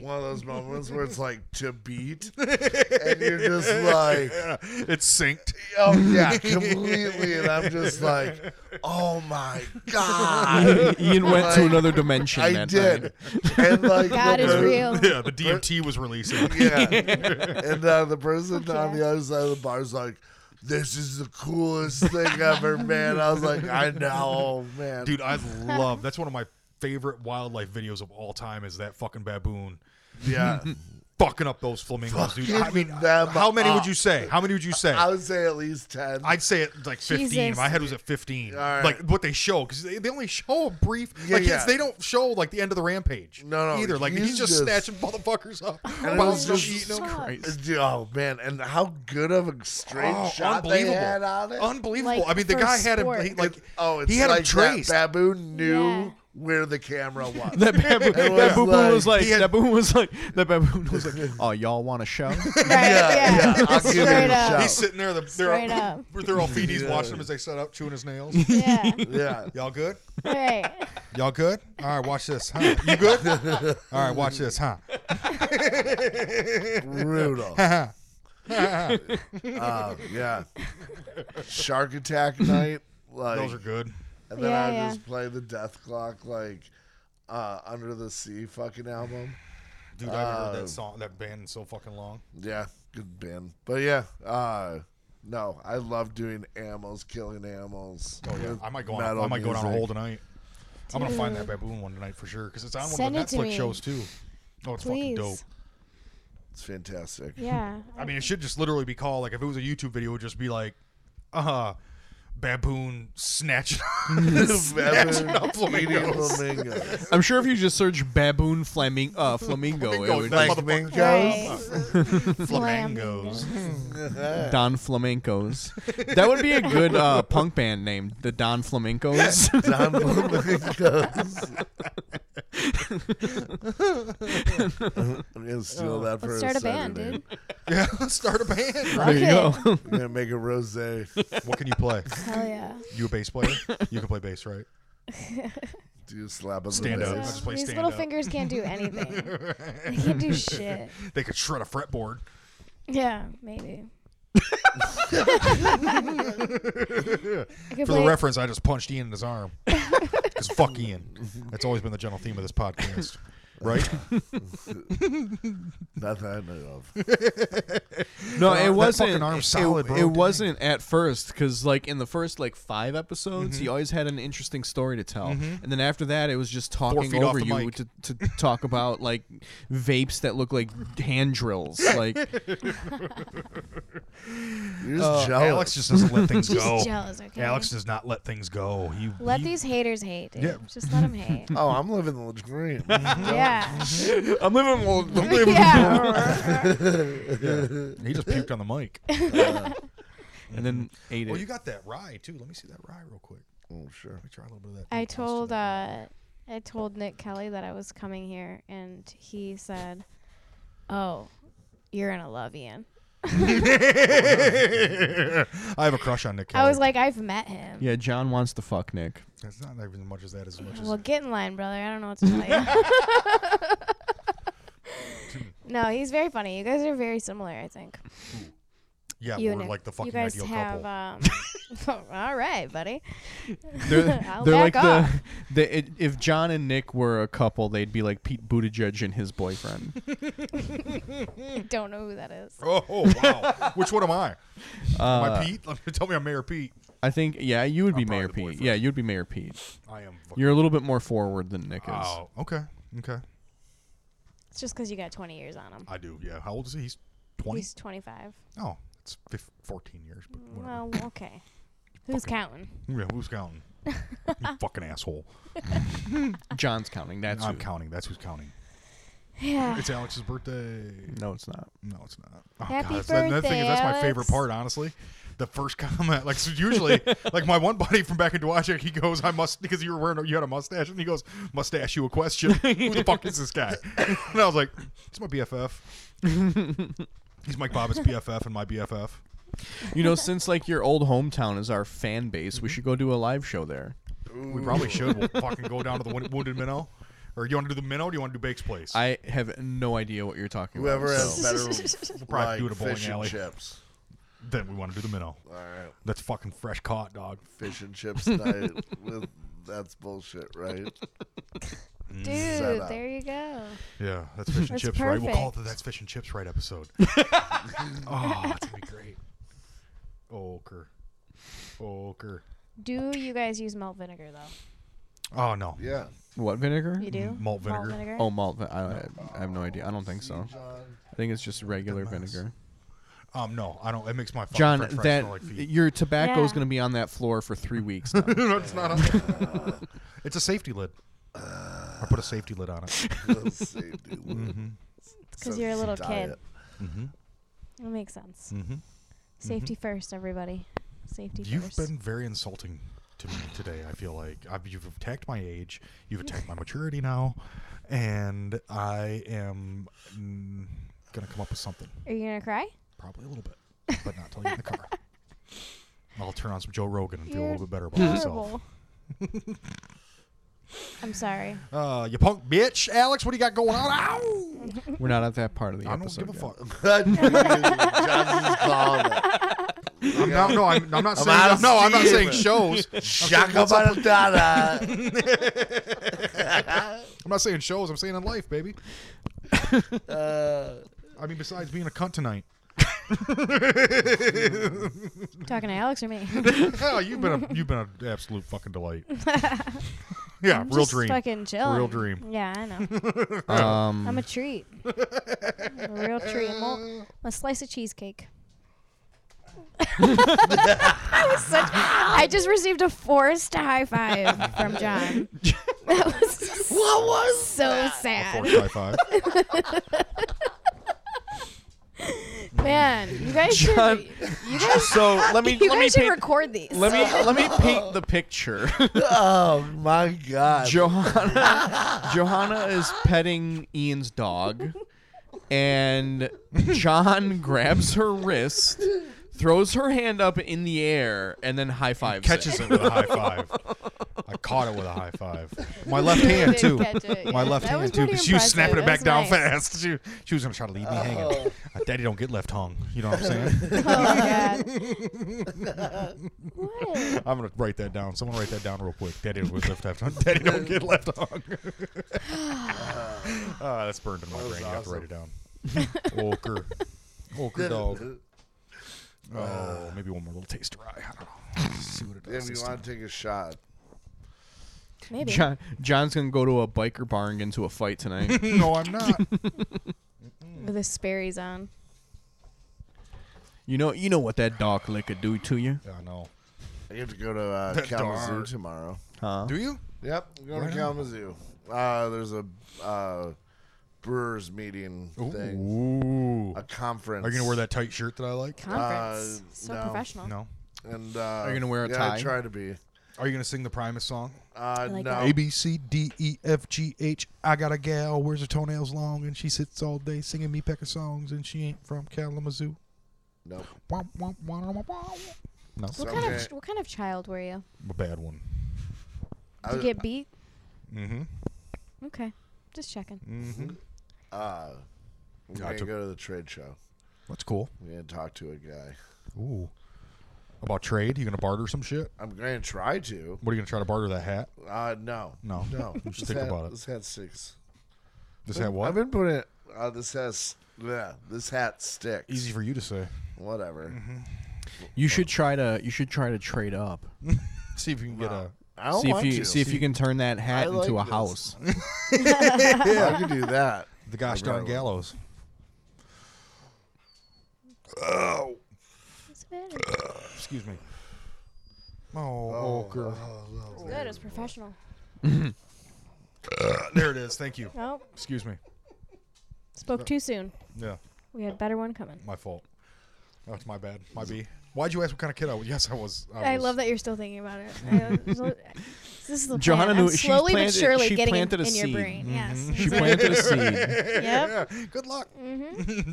[SPEAKER 1] one of those moments where it's like to beat, and you're just like,
[SPEAKER 4] It's synced.
[SPEAKER 1] oh yeah, completely, and I'm just like, oh my god,
[SPEAKER 2] Ian went to
[SPEAKER 1] Like,
[SPEAKER 2] another dimension.
[SPEAKER 1] I
[SPEAKER 2] that
[SPEAKER 1] did,
[SPEAKER 2] night.
[SPEAKER 1] and like
[SPEAKER 3] God
[SPEAKER 1] the
[SPEAKER 3] is
[SPEAKER 1] per-
[SPEAKER 3] real.
[SPEAKER 4] Yeah, the DMT was releasing.
[SPEAKER 1] yeah, and uh, the person
[SPEAKER 3] Fuck
[SPEAKER 1] on
[SPEAKER 3] yeah.
[SPEAKER 1] the other side of the bar is like. This is the coolest thing ever, man. I was like, I know, man.
[SPEAKER 4] Dude, I love that's one of my favorite wildlife videos of all time is that fucking baboon
[SPEAKER 1] yeah.
[SPEAKER 4] fucking up those flamingos, dude. I
[SPEAKER 1] Fucking
[SPEAKER 4] mean,
[SPEAKER 1] them
[SPEAKER 4] how many would
[SPEAKER 1] up.
[SPEAKER 4] you say? How many would you say?
[SPEAKER 1] I would say at least 10.
[SPEAKER 4] I'd say it like 15.
[SPEAKER 3] Jesus.
[SPEAKER 4] My head was at 15.
[SPEAKER 1] All right.
[SPEAKER 4] Like what they show because they, they only show a brief.
[SPEAKER 1] Yeah,
[SPEAKER 4] like
[SPEAKER 1] yeah.
[SPEAKER 4] It's, they don't show like the end of the rampage.
[SPEAKER 1] No, no,
[SPEAKER 4] Either like
[SPEAKER 1] he's
[SPEAKER 4] he's, just,
[SPEAKER 1] just-
[SPEAKER 4] snatching motherfuckers up,
[SPEAKER 1] it was
[SPEAKER 4] bouncing them,
[SPEAKER 1] just-
[SPEAKER 4] eating them.
[SPEAKER 2] Christ.
[SPEAKER 1] Dude, Oh man, and how good of a straight
[SPEAKER 4] Oh,
[SPEAKER 1] shot they
[SPEAKER 4] unbelievable!
[SPEAKER 1] had on it.
[SPEAKER 4] Unbelievable.
[SPEAKER 3] Like,
[SPEAKER 4] I mean, the
[SPEAKER 3] for
[SPEAKER 4] guy had him
[SPEAKER 3] sport.
[SPEAKER 4] he, like
[SPEAKER 1] oh, it's
[SPEAKER 4] he had
[SPEAKER 1] like
[SPEAKER 4] him traced.
[SPEAKER 1] That baboon knew
[SPEAKER 3] Yeah.
[SPEAKER 1] where the camera was.
[SPEAKER 2] That baboon,
[SPEAKER 1] It
[SPEAKER 2] that
[SPEAKER 1] was
[SPEAKER 2] baboon
[SPEAKER 1] like-
[SPEAKER 2] was like,
[SPEAKER 4] he had-
[SPEAKER 2] that baboon was like, that baboon was like, oh, y'all want a show?
[SPEAKER 3] Right, yeah.
[SPEAKER 1] I'll give you a
[SPEAKER 3] Straight up.
[SPEAKER 4] He's
[SPEAKER 1] shout.
[SPEAKER 4] sitting there. The, they're,
[SPEAKER 3] Straight
[SPEAKER 4] all,
[SPEAKER 3] up.
[SPEAKER 4] they're all feedies
[SPEAKER 1] Yeah.
[SPEAKER 4] watching him as they set up, chewing his nails.
[SPEAKER 3] Yeah.
[SPEAKER 1] Yeah.
[SPEAKER 4] Y'all good?
[SPEAKER 3] Right.
[SPEAKER 4] Y'all good? All right, watch this. Huh? You good? All right, watch this. Huh?
[SPEAKER 1] Brutal.
[SPEAKER 4] Uh-huh.
[SPEAKER 1] Uh, yeah. Shark Attack Night. Like,
[SPEAKER 4] Those are good.
[SPEAKER 1] And then
[SPEAKER 3] Yeah,
[SPEAKER 1] I would
[SPEAKER 3] yeah.
[SPEAKER 1] just play the Death Clock, like, uh, Under the Sea fucking album.
[SPEAKER 4] Dude, I haven't heard
[SPEAKER 1] Uh,
[SPEAKER 4] that song, that band in so fucking long.
[SPEAKER 1] Yeah, good band. But yeah, uh no, I love doing animals, killing animals.
[SPEAKER 4] Oh yeah, I might go on.
[SPEAKER 1] metal
[SPEAKER 4] I might go down a
[SPEAKER 1] music.
[SPEAKER 4] hole tonight. I'm gonna find that
[SPEAKER 3] Dude.
[SPEAKER 4] baboon one tonight for sure because it's on
[SPEAKER 3] Send
[SPEAKER 4] one
[SPEAKER 3] it
[SPEAKER 4] of
[SPEAKER 3] to
[SPEAKER 4] the Netflix
[SPEAKER 3] me.
[SPEAKER 4] shows too. Oh, it's fucking
[SPEAKER 3] Please.
[SPEAKER 4] dope.
[SPEAKER 1] It's fantastic.
[SPEAKER 3] Yeah.
[SPEAKER 4] I mean, it should just literally be called like if it was a YouTube video, it would just be like, uh, baboon snatch. snatching up flamingos.
[SPEAKER 1] flamingos.
[SPEAKER 2] I'm sure if you just search baboon flaming uh flamingo,
[SPEAKER 4] Flamingo,
[SPEAKER 2] it would
[SPEAKER 4] that
[SPEAKER 2] just-
[SPEAKER 4] motherfucker-
[SPEAKER 3] Right.
[SPEAKER 4] flamingos.
[SPEAKER 2] Uh, Don Flamencos. that would be a good uh, punk band name, the Don Flamencos.
[SPEAKER 1] Don flamingos. I'm gonna steal that for
[SPEAKER 3] Oh. Let's
[SPEAKER 1] a
[SPEAKER 3] start a band,
[SPEAKER 1] Saturday.
[SPEAKER 3] dude.
[SPEAKER 4] Yeah, start a band.
[SPEAKER 2] there you
[SPEAKER 3] Fuck
[SPEAKER 2] go.
[SPEAKER 1] I'm gonna make a rosé.
[SPEAKER 4] What can you play?
[SPEAKER 3] Hell yeah.
[SPEAKER 4] You a bass player? You can play bass, right?
[SPEAKER 1] Do you slap on
[SPEAKER 4] Stand
[SPEAKER 1] the
[SPEAKER 4] up.
[SPEAKER 1] bass?
[SPEAKER 4] Let's play
[SPEAKER 3] These
[SPEAKER 4] stand
[SPEAKER 3] little
[SPEAKER 4] up.
[SPEAKER 3] fingers can't do anything. they can't do shit.
[SPEAKER 4] They could shred a fretboard.
[SPEAKER 3] Yeah, maybe. I could
[SPEAKER 4] For the
[SPEAKER 3] play-
[SPEAKER 4] reference, I just punched Ian in his arm. Because fuck Ian. That's always been the general theme of this podcast, right?
[SPEAKER 1] Nothing I know of.
[SPEAKER 2] No,
[SPEAKER 4] That
[SPEAKER 2] it
[SPEAKER 4] fucking
[SPEAKER 2] wasn't.
[SPEAKER 4] arm's
[SPEAKER 2] it-
[SPEAKER 4] solid,
[SPEAKER 2] it,
[SPEAKER 4] bro.
[SPEAKER 2] it wasn't at first because, like, in the first like five episodes,
[SPEAKER 4] Mm-hmm.
[SPEAKER 2] he always had an interesting story to tell, and then after that, it was just talking
[SPEAKER 4] feet off
[SPEAKER 2] over
[SPEAKER 4] the
[SPEAKER 2] you
[SPEAKER 4] mic.
[SPEAKER 2] to, to talk about like vapes that look like hand drills. Like,
[SPEAKER 1] You're just jealous.
[SPEAKER 4] Uh, Alex just doesn't let things
[SPEAKER 3] Just
[SPEAKER 4] go.
[SPEAKER 3] jealous, okay?
[SPEAKER 4] Alex does not let things go. He
[SPEAKER 3] Let
[SPEAKER 4] he-
[SPEAKER 3] these haters hate, dude.
[SPEAKER 4] Yeah.
[SPEAKER 3] Just let them hate.
[SPEAKER 1] oh, I'm living the dream.
[SPEAKER 3] yeah.
[SPEAKER 2] I'm living. Well,
[SPEAKER 3] yeah.
[SPEAKER 4] he just puked on the mic.
[SPEAKER 2] and then ate it.
[SPEAKER 4] well, you got that rye too. Let me see that rye real quick.
[SPEAKER 1] oh, sure.
[SPEAKER 4] Let me try a little bit of that.
[SPEAKER 3] I
[SPEAKER 4] Let's do
[SPEAKER 3] told
[SPEAKER 4] that.
[SPEAKER 3] uh, I told Nick Kelly that I was coming here, and he said, "Oh, you're gonna love Ian."
[SPEAKER 4] I have a crush on Nick. Kelly.
[SPEAKER 3] uh, I was like, "I've met him."
[SPEAKER 2] yeah, John wants to fuck Nick.
[SPEAKER 4] it's not even as much as that. As much
[SPEAKER 3] Well,
[SPEAKER 4] as
[SPEAKER 3] get in line, brother. I don't know what to tell you. no, he's very funny. You guys are very similar, I think.
[SPEAKER 4] yeah,
[SPEAKER 3] you
[SPEAKER 4] we're
[SPEAKER 3] and Nick.
[SPEAKER 4] like the fucking
[SPEAKER 3] you guys
[SPEAKER 4] ideal
[SPEAKER 3] have,
[SPEAKER 4] couple.
[SPEAKER 3] Um, all right, buddy.
[SPEAKER 2] They're,
[SPEAKER 3] I'll
[SPEAKER 2] they're like
[SPEAKER 3] back off.
[SPEAKER 2] the, the it, if John and Nick were a couple, they'd be like Pete Buttigieg and his boyfriend.
[SPEAKER 4] Hmm.
[SPEAKER 3] I don't know who that is.
[SPEAKER 4] Oh, oh, wow! Which one am I? am
[SPEAKER 2] Uh,
[SPEAKER 4] I Pete? Tell me I'm Mayor Pete.
[SPEAKER 2] I think yeah, you would be
[SPEAKER 4] probably
[SPEAKER 2] Mayor
[SPEAKER 4] the
[SPEAKER 2] Pete.
[SPEAKER 4] boyfriend.
[SPEAKER 2] Yeah, you'd be Mayor Pete.
[SPEAKER 4] I am. Fucking
[SPEAKER 2] You're a little bit more forward than Nick is.
[SPEAKER 4] Oh, okay, okay.
[SPEAKER 3] It's just because you got 20 years on him.
[SPEAKER 4] I do. Yeah. How old is he? He's Uh, twenty.
[SPEAKER 3] He's 25.
[SPEAKER 4] Oh, it's fif- fourteen years. But whatever.
[SPEAKER 3] Well, okay. Who's counting?
[SPEAKER 4] Yeah, who's counting? you fucking asshole.
[SPEAKER 2] John's counting. That's
[SPEAKER 4] I'm
[SPEAKER 2] who.
[SPEAKER 4] counting. That's who's counting.
[SPEAKER 3] Yeah.
[SPEAKER 4] It's Alex's birthday.
[SPEAKER 2] No, it's not.
[SPEAKER 4] No, it's not. Oh,
[SPEAKER 3] Happy
[SPEAKER 4] that's- that- that thing
[SPEAKER 3] birthday,
[SPEAKER 4] is- that's my
[SPEAKER 3] Alex.
[SPEAKER 4] favorite part, honestly. The first comment, like so usually, like my one buddy from back in Dwajak, he goes, "I must," because you were wearing, you had a mustache, and he goes, "Mustache you a question? Who the fuck is this guy?" And I was like, "It's my BFF. He's Mike Bobbitt's BFF and my BFF."
[SPEAKER 2] You know, since like your old hometown is our fan base,
[SPEAKER 4] Mm-hmm.
[SPEAKER 2] we should go do a live show there.
[SPEAKER 4] We probably should. We'll fucking go down to the Wound- Wounded Minnow, or you want to do the Minnow? Or do you want to do Bake's Place?
[SPEAKER 2] I have no idea what you're talking
[SPEAKER 1] Whoever
[SPEAKER 2] about.
[SPEAKER 1] has
[SPEAKER 2] so-
[SPEAKER 1] better
[SPEAKER 4] probably do
[SPEAKER 1] like,
[SPEAKER 4] it a bowling
[SPEAKER 1] fish and
[SPEAKER 4] alley.
[SPEAKER 1] chips.
[SPEAKER 4] then we want to do the Minnow.
[SPEAKER 1] All right,
[SPEAKER 4] That's fucking fresh caught, dog.
[SPEAKER 1] fish and chips night. With, that's bullshit, right?
[SPEAKER 3] Dude,
[SPEAKER 1] Set up.
[SPEAKER 3] there you go.
[SPEAKER 4] Yeah, that's fish and
[SPEAKER 3] That's
[SPEAKER 4] chips, right? We'll call it the That's Fish and Chips Right episode. oh, it's going to be great. Oker. Oker.
[SPEAKER 3] Do you guys use malt vinegar though?
[SPEAKER 4] Oh, no.
[SPEAKER 1] Yeah.
[SPEAKER 2] what vinegar?
[SPEAKER 3] You do?
[SPEAKER 4] Malt vinegar.
[SPEAKER 2] Oh, malt. vi- I, I have no idea. I don't think so.
[SPEAKER 1] Uh,
[SPEAKER 2] I think it's just regular vinegar.
[SPEAKER 4] Um, no, I don't. It makes my fucking
[SPEAKER 2] John,
[SPEAKER 4] french fries
[SPEAKER 2] that
[SPEAKER 4] smell like feet.
[SPEAKER 2] your tobacco is
[SPEAKER 3] Yeah.
[SPEAKER 2] going to be on that floor for three weeks. Now.
[SPEAKER 4] No, it's not. A, it's a safety lid. I put a safety lid on it. Mm-hmm.
[SPEAKER 1] Let's see, dude.
[SPEAKER 3] Because
[SPEAKER 1] So
[SPEAKER 3] you're a
[SPEAKER 1] it's
[SPEAKER 3] little
[SPEAKER 1] diet.
[SPEAKER 3] kid. That makes
[SPEAKER 4] Mm-hmm.
[SPEAKER 3] sense. Safety first, everybody. Safety
[SPEAKER 4] You've
[SPEAKER 3] first.
[SPEAKER 4] been very insulting to me today, I feel like. I've, you've attacked my age. You've attacked my maturity now. And I am mm, going to come up with something.
[SPEAKER 3] Are you gonna cry?
[SPEAKER 4] Probably a little bit, but not till you get in the car. I'll turn on some Joe Rogan and feel a
[SPEAKER 3] You're
[SPEAKER 4] little bit better about myself.
[SPEAKER 3] Horrible. I'm sorry.
[SPEAKER 4] Uh, you punk bitch, Alex. What do you got going on? Ow!
[SPEAKER 2] We're not at that part of the
[SPEAKER 4] I don't
[SPEAKER 2] episode.
[SPEAKER 4] give a fuck.
[SPEAKER 2] yet.
[SPEAKER 1] John's just calling it.
[SPEAKER 4] I'm not, no, I'm, I'm not saying.
[SPEAKER 1] out of
[SPEAKER 4] no, I'm not saying
[SPEAKER 1] steam.
[SPEAKER 4] shows. I'm saying what's up-
[SPEAKER 1] Jacobadada.
[SPEAKER 4] I'm not saying shows. I'm saying in life, baby. Uh, I mean, besides being a cunt tonight.
[SPEAKER 3] Talking to Alex or me?
[SPEAKER 4] Oh, you've been a, you've been an absolute fucking delight. yeah,
[SPEAKER 3] I'm
[SPEAKER 4] real
[SPEAKER 3] just
[SPEAKER 4] dream.
[SPEAKER 3] Fucking chilling.
[SPEAKER 4] Real dream.
[SPEAKER 3] Yeah, I know.
[SPEAKER 2] Um,
[SPEAKER 3] I'm a treat. a real treat. I'm all- I'm a slice of cheesecake. that was such. I just received a forced high five from John. That was what was so
[SPEAKER 4] Four
[SPEAKER 3] sad,
[SPEAKER 4] high five.
[SPEAKER 3] man. You guys
[SPEAKER 2] John-
[SPEAKER 3] should. You guys.
[SPEAKER 2] so let me
[SPEAKER 3] you
[SPEAKER 2] let me
[SPEAKER 3] guys should
[SPEAKER 2] paint,
[SPEAKER 3] record these.
[SPEAKER 2] let me let me paint the picture.
[SPEAKER 1] Oh my god.
[SPEAKER 2] Johanna Johanna is petting Ian's dog and John grabs her wrist, throws her hand up in the air, and then high fives.
[SPEAKER 4] Catches
[SPEAKER 2] it.
[SPEAKER 4] it with a high five. I caught it with a high five. My left hand
[SPEAKER 3] did
[SPEAKER 4] too.
[SPEAKER 3] catch it,
[SPEAKER 4] My
[SPEAKER 3] yeah.
[SPEAKER 4] left
[SPEAKER 3] That was
[SPEAKER 4] hand too,
[SPEAKER 3] pretty
[SPEAKER 4] because she was
[SPEAKER 3] impressive.
[SPEAKER 4] snapping it
[SPEAKER 3] That
[SPEAKER 4] back
[SPEAKER 3] was
[SPEAKER 4] down
[SPEAKER 3] nice.
[SPEAKER 4] fast. She, she was gonna try to leave me hanging. Uh, Daddy don't get left hung. You know what I'm saying?
[SPEAKER 3] Oh my Oh, god. what?
[SPEAKER 4] I'm gonna write that down. Someone write that down real quick. Daddy don't get left hung. Daddy don't get left hung. Ah, that's burned in my
[SPEAKER 1] was
[SPEAKER 4] brain. You have to
[SPEAKER 1] awesome.
[SPEAKER 4] write it down. Oker, oker dog. Oh, maybe one more little taste rye. I don't know. See what it does.
[SPEAKER 1] If you
[SPEAKER 4] this
[SPEAKER 1] want to take a shot,
[SPEAKER 3] Maybe.
[SPEAKER 2] John, John's gonna go to a biker bar and get into a fight tonight.
[SPEAKER 4] time. no, I'm not.
[SPEAKER 3] With the Sperry's on.
[SPEAKER 2] you know, you know what that dog lick could do to you,
[SPEAKER 4] I know.
[SPEAKER 1] I have to go to uh,
[SPEAKER 4] That
[SPEAKER 1] Kalamazoo
[SPEAKER 4] darn.
[SPEAKER 1] tomorrow.
[SPEAKER 2] huh?
[SPEAKER 4] Do you?
[SPEAKER 1] Yep, I'm going
[SPEAKER 4] Right
[SPEAKER 1] to Kalamazoo. Uh, there's a uh, brewers meeting thing,
[SPEAKER 4] Ooh.
[SPEAKER 1] a conference.
[SPEAKER 4] Are you gonna wear that tight shirt that I like?
[SPEAKER 3] Conference.
[SPEAKER 1] Uh,
[SPEAKER 3] so
[SPEAKER 1] no.
[SPEAKER 3] professional.
[SPEAKER 4] No.
[SPEAKER 1] And uh,
[SPEAKER 2] you gonna wear a
[SPEAKER 1] yeah,
[SPEAKER 2] tie?
[SPEAKER 1] I try to be.
[SPEAKER 4] Are you gonna sing the Primus song?
[SPEAKER 1] Uh,
[SPEAKER 3] like
[SPEAKER 1] no,
[SPEAKER 4] A B C D E F G H. I got a gal, wears her toenails long, and she sits all day singing me peck of songs, and she ain't from Kalamazoo.
[SPEAKER 1] nope.
[SPEAKER 4] Womp, womp, womp, womp, womp. No,
[SPEAKER 3] What
[SPEAKER 1] So
[SPEAKER 3] kind
[SPEAKER 1] I'm
[SPEAKER 3] of
[SPEAKER 1] gay.
[SPEAKER 3] what kind of child were you?
[SPEAKER 4] a bad one.
[SPEAKER 1] I
[SPEAKER 3] Did you
[SPEAKER 1] was-
[SPEAKER 3] get beat?
[SPEAKER 4] Mm-hmm.
[SPEAKER 3] Okay, just checking.
[SPEAKER 4] Mm-hmm.
[SPEAKER 1] Uh, we're
[SPEAKER 4] Yeah, I
[SPEAKER 1] going to
[SPEAKER 4] took-
[SPEAKER 1] go to the trade show.
[SPEAKER 4] That's cool.
[SPEAKER 1] We're going to talk to a guy.
[SPEAKER 4] Ooh. About trade, you gonna barter some shit?
[SPEAKER 1] I'm going to try to.
[SPEAKER 4] What are you gonna try to barter that hat?
[SPEAKER 1] Uh, no.
[SPEAKER 4] No.
[SPEAKER 1] No.
[SPEAKER 4] Just
[SPEAKER 1] This
[SPEAKER 4] think
[SPEAKER 1] had-
[SPEAKER 4] about it.
[SPEAKER 1] This hat sticks.
[SPEAKER 4] This hat
[SPEAKER 1] I've
[SPEAKER 4] what?
[SPEAKER 1] been putting it. Uh, this has. Yeah, this hat sticks.
[SPEAKER 4] Easy for you to say.
[SPEAKER 1] Whatever.
[SPEAKER 2] You should try to you should try to trade up.
[SPEAKER 4] See if you can get uh, a.
[SPEAKER 1] I don't
[SPEAKER 2] See if
[SPEAKER 1] want
[SPEAKER 2] you
[SPEAKER 1] to.
[SPEAKER 2] see if you can turn that hat
[SPEAKER 1] I
[SPEAKER 2] into
[SPEAKER 1] like
[SPEAKER 2] a
[SPEAKER 1] this.
[SPEAKER 2] house.
[SPEAKER 1] Yeah, I can do that.
[SPEAKER 4] The gosh darn
[SPEAKER 1] Regardless.
[SPEAKER 4] gallows.
[SPEAKER 3] It's good.
[SPEAKER 4] Excuse me. Oh, Oker.
[SPEAKER 3] It's good.
[SPEAKER 1] Oh.
[SPEAKER 3] It's professional.
[SPEAKER 4] uh, There it is. Thank you.
[SPEAKER 3] Oh,
[SPEAKER 4] Excuse me.
[SPEAKER 3] spoke too soon.
[SPEAKER 4] Yeah,
[SPEAKER 3] We had better one coming.
[SPEAKER 4] my fault. That's my bad. My B. Why'd you ask what kind of kid I was? Yes, I was.
[SPEAKER 1] Oh,
[SPEAKER 3] I
[SPEAKER 4] was-
[SPEAKER 3] love that you're still thinking about it. I- this is the
[SPEAKER 2] Johanna
[SPEAKER 3] plan.
[SPEAKER 2] knew-
[SPEAKER 3] I'm
[SPEAKER 2] she
[SPEAKER 3] slowly but
[SPEAKER 2] planted-
[SPEAKER 3] surely
[SPEAKER 2] she
[SPEAKER 3] getting in,
[SPEAKER 2] planted a
[SPEAKER 3] in your
[SPEAKER 2] seed.
[SPEAKER 3] brain. Yes.
[SPEAKER 4] Mm-hmm.
[SPEAKER 2] She planted a seed.
[SPEAKER 3] Yep.
[SPEAKER 4] Yeah, good luck.
[SPEAKER 3] Mm-hmm.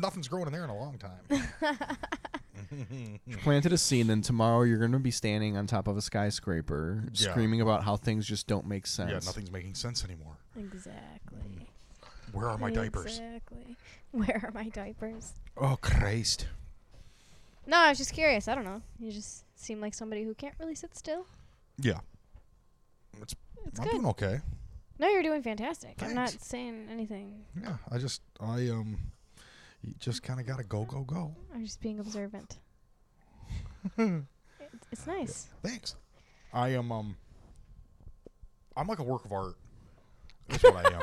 [SPEAKER 4] Nothing's growing in there in a long time.
[SPEAKER 2] planted a seed, then tomorrow you're going to be standing on top of a skyscraper,
[SPEAKER 4] Yeah.
[SPEAKER 2] screaming about how things just don't make sense.
[SPEAKER 4] yeah, nothing's making sense anymore.
[SPEAKER 3] Exactly.
[SPEAKER 4] Where are my diapers?
[SPEAKER 3] Exactly. Where are my diapers?
[SPEAKER 4] Oh Christ!
[SPEAKER 3] No, I was just curious. I don't know. You just seem like somebody who can't really sit still.
[SPEAKER 4] Yeah, it's,
[SPEAKER 3] It's
[SPEAKER 4] I'm
[SPEAKER 3] good.
[SPEAKER 4] doing okay.
[SPEAKER 3] No, you're doing fantastic. I'm not
[SPEAKER 4] Thanks.
[SPEAKER 3] saying anything.
[SPEAKER 4] Yeah, I just I um you just kind of got to go go go.
[SPEAKER 3] I'm just being observant. it's, it's nice.
[SPEAKER 4] Thanks. I am um I'm like a work of art. That's what I am.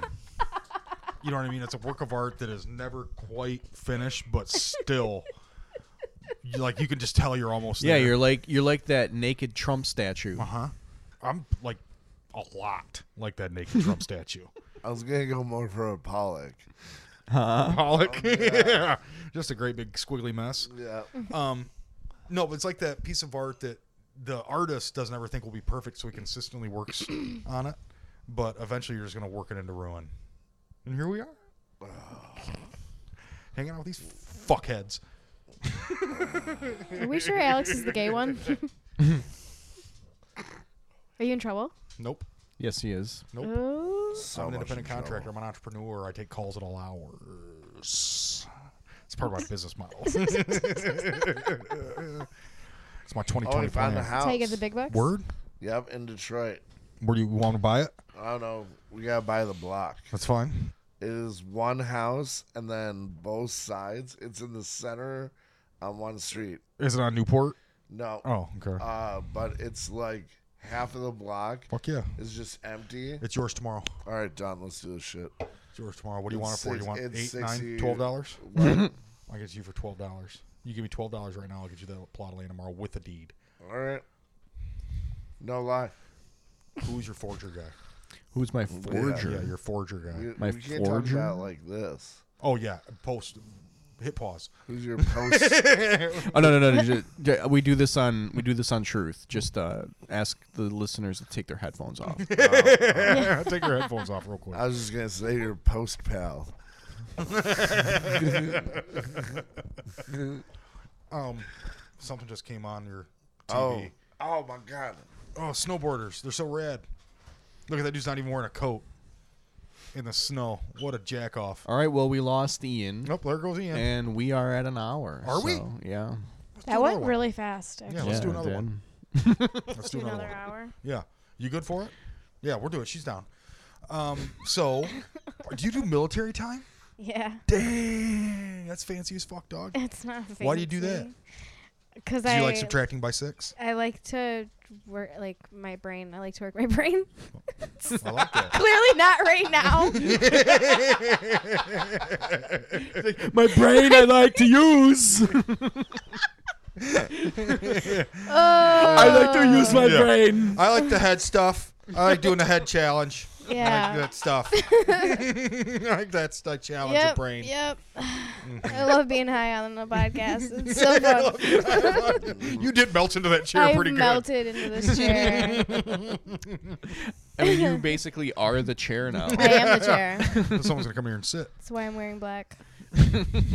[SPEAKER 4] You know what I mean? It's a work of art that is never quite finished, but still you- like you can just tell you're almost
[SPEAKER 2] Yeah,
[SPEAKER 4] there.
[SPEAKER 2] you're like you're like that naked Trump statue.
[SPEAKER 4] uh-huh. I'm like a lot like that naked Trump statue.
[SPEAKER 1] I was gonna go more for a Pollock.
[SPEAKER 4] Pollock.
[SPEAKER 3] Oh,
[SPEAKER 4] yeah. Just a great big squiggly mess.
[SPEAKER 1] Yeah.
[SPEAKER 4] Um, no, but it's like that piece of art that the artist doesn't ever think will be perfect, so he consistently works on it. But eventually, you're just gonna work it into ruin. And here we are, hanging out with these fuckheads.
[SPEAKER 3] Are we sure Alex is the gay one? are you in trouble?
[SPEAKER 4] Nope,
[SPEAKER 2] Yes, he is.
[SPEAKER 4] nope.
[SPEAKER 3] Oh.
[SPEAKER 1] So
[SPEAKER 4] I'm an
[SPEAKER 1] much
[SPEAKER 4] independent
[SPEAKER 1] in trouble.
[SPEAKER 4] contractor. I'm an entrepreneur. I take calls at all hours. It's part of my business model. it's my 2020
[SPEAKER 1] Oh, we found a
[SPEAKER 4] plan.
[SPEAKER 1] house.
[SPEAKER 3] That's how you get the big bucks?
[SPEAKER 4] Word?
[SPEAKER 1] Yep, in Detroit.
[SPEAKER 4] Where do you want to buy it?
[SPEAKER 1] I don't know. We gotta buy the block.
[SPEAKER 4] That's fine.
[SPEAKER 1] It is one house and then both sides. It's in the center on one street.
[SPEAKER 4] Is it on Newport?
[SPEAKER 1] No.
[SPEAKER 4] Oh, okay.
[SPEAKER 1] Uh, but it's like half of the block
[SPEAKER 4] Fuck yeah.
[SPEAKER 1] is just empty.
[SPEAKER 4] It's yours tomorrow.
[SPEAKER 1] All right, Don, let's do this shit.
[SPEAKER 4] It's yours tomorrow. What do you
[SPEAKER 1] It's
[SPEAKER 4] want it for?
[SPEAKER 1] six-
[SPEAKER 4] you want
[SPEAKER 1] it's
[SPEAKER 4] eight, nine,
[SPEAKER 1] sixty-
[SPEAKER 4] twelve dollars?
[SPEAKER 1] What?
[SPEAKER 4] I'll get you for twelve dollars. You give me twelve dollars right now, I'll get you that plot of land tomorrow with a deed.
[SPEAKER 1] All right. No lie.
[SPEAKER 4] Who's your forger guy?
[SPEAKER 2] Who's my
[SPEAKER 4] Yeah,
[SPEAKER 2] forger?
[SPEAKER 4] your forger guy.
[SPEAKER 1] We,
[SPEAKER 2] My
[SPEAKER 1] we can't talk
[SPEAKER 2] forger?
[SPEAKER 1] about it like this.
[SPEAKER 4] Oh yeah. Post hit pause.
[SPEAKER 1] Who's your post?
[SPEAKER 2] Oh no no no! ju- ju- we do this on we do this on Truth. Just uh, ask the listeners to take their headphones off.
[SPEAKER 4] Take your headphones off real quick.
[SPEAKER 1] I was just gonna say your post pal.
[SPEAKER 4] Um something just came on your
[SPEAKER 1] Oh,
[SPEAKER 4] TV.
[SPEAKER 1] oh my god.
[SPEAKER 4] Oh. snowboarders. They're so rad. Look at that dude's not even wearing a coat. In the snow. What a jack
[SPEAKER 1] Oh.
[SPEAKER 4] off.
[SPEAKER 2] All right. Well, we lost Ian,
[SPEAKER 4] Nope, there goes Ian.
[SPEAKER 2] and we are at an hour.
[SPEAKER 4] Oh, Are we?
[SPEAKER 2] so, Yeah.
[SPEAKER 3] That went
[SPEAKER 4] another one.
[SPEAKER 3] really fast. actually.
[SPEAKER 4] Yeah, let's
[SPEAKER 2] Yeah,
[SPEAKER 4] do another
[SPEAKER 2] it
[SPEAKER 4] one.
[SPEAKER 2] did.
[SPEAKER 4] Let's do another one.
[SPEAKER 3] hour.
[SPEAKER 4] Yeah. You good for it? Yeah, we're doing it. She's down. Um, so, do you do military time?
[SPEAKER 3] Yeah,
[SPEAKER 4] Dang, that's fancy as fuck, dog.
[SPEAKER 3] it's not. Fancy.
[SPEAKER 4] Why do you do that?
[SPEAKER 3] Because
[SPEAKER 4] Do
[SPEAKER 3] I
[SPEAKER 4] you like subtracting by six?
[SPEAKER 3] I like to work like my brain. I like to work my brain.
[SPEAKER 4] I like that.
[SPEAKER 3] Clearly not right now.
[SPEAKER 2] My brain, I like to use. I like to use my
[SPEAKER 4] Yeah.
[SPEAKER 2] brain.
[SPEAKER 4] I like the head stuff. I like doing the head challenge. I like
[SPEAKER 3] Oh, Yeah.
[SPEAKER 4] that stuff. I like that stuff. Challenge your
[SPEAKER 3] Yep.
[SPEAKER 4] brain. Mm.
[SPEAKER 3] Yep. I love being high on the podcast. It's so fun.
[SPEAKER 4] you did melt into that chair
[SPEAKER 3] I
[SPEAKER 4] pretty
[SPEAKER 3] melted into this chair.
[SPEAKER 2] I mean, you basically are the chair now.
[SPEAKER 3] I am the chair.
[SPEAKER 4] good. Someone's gonna come here and sit.
[SPEAKER 3] That's why I'm wearing black.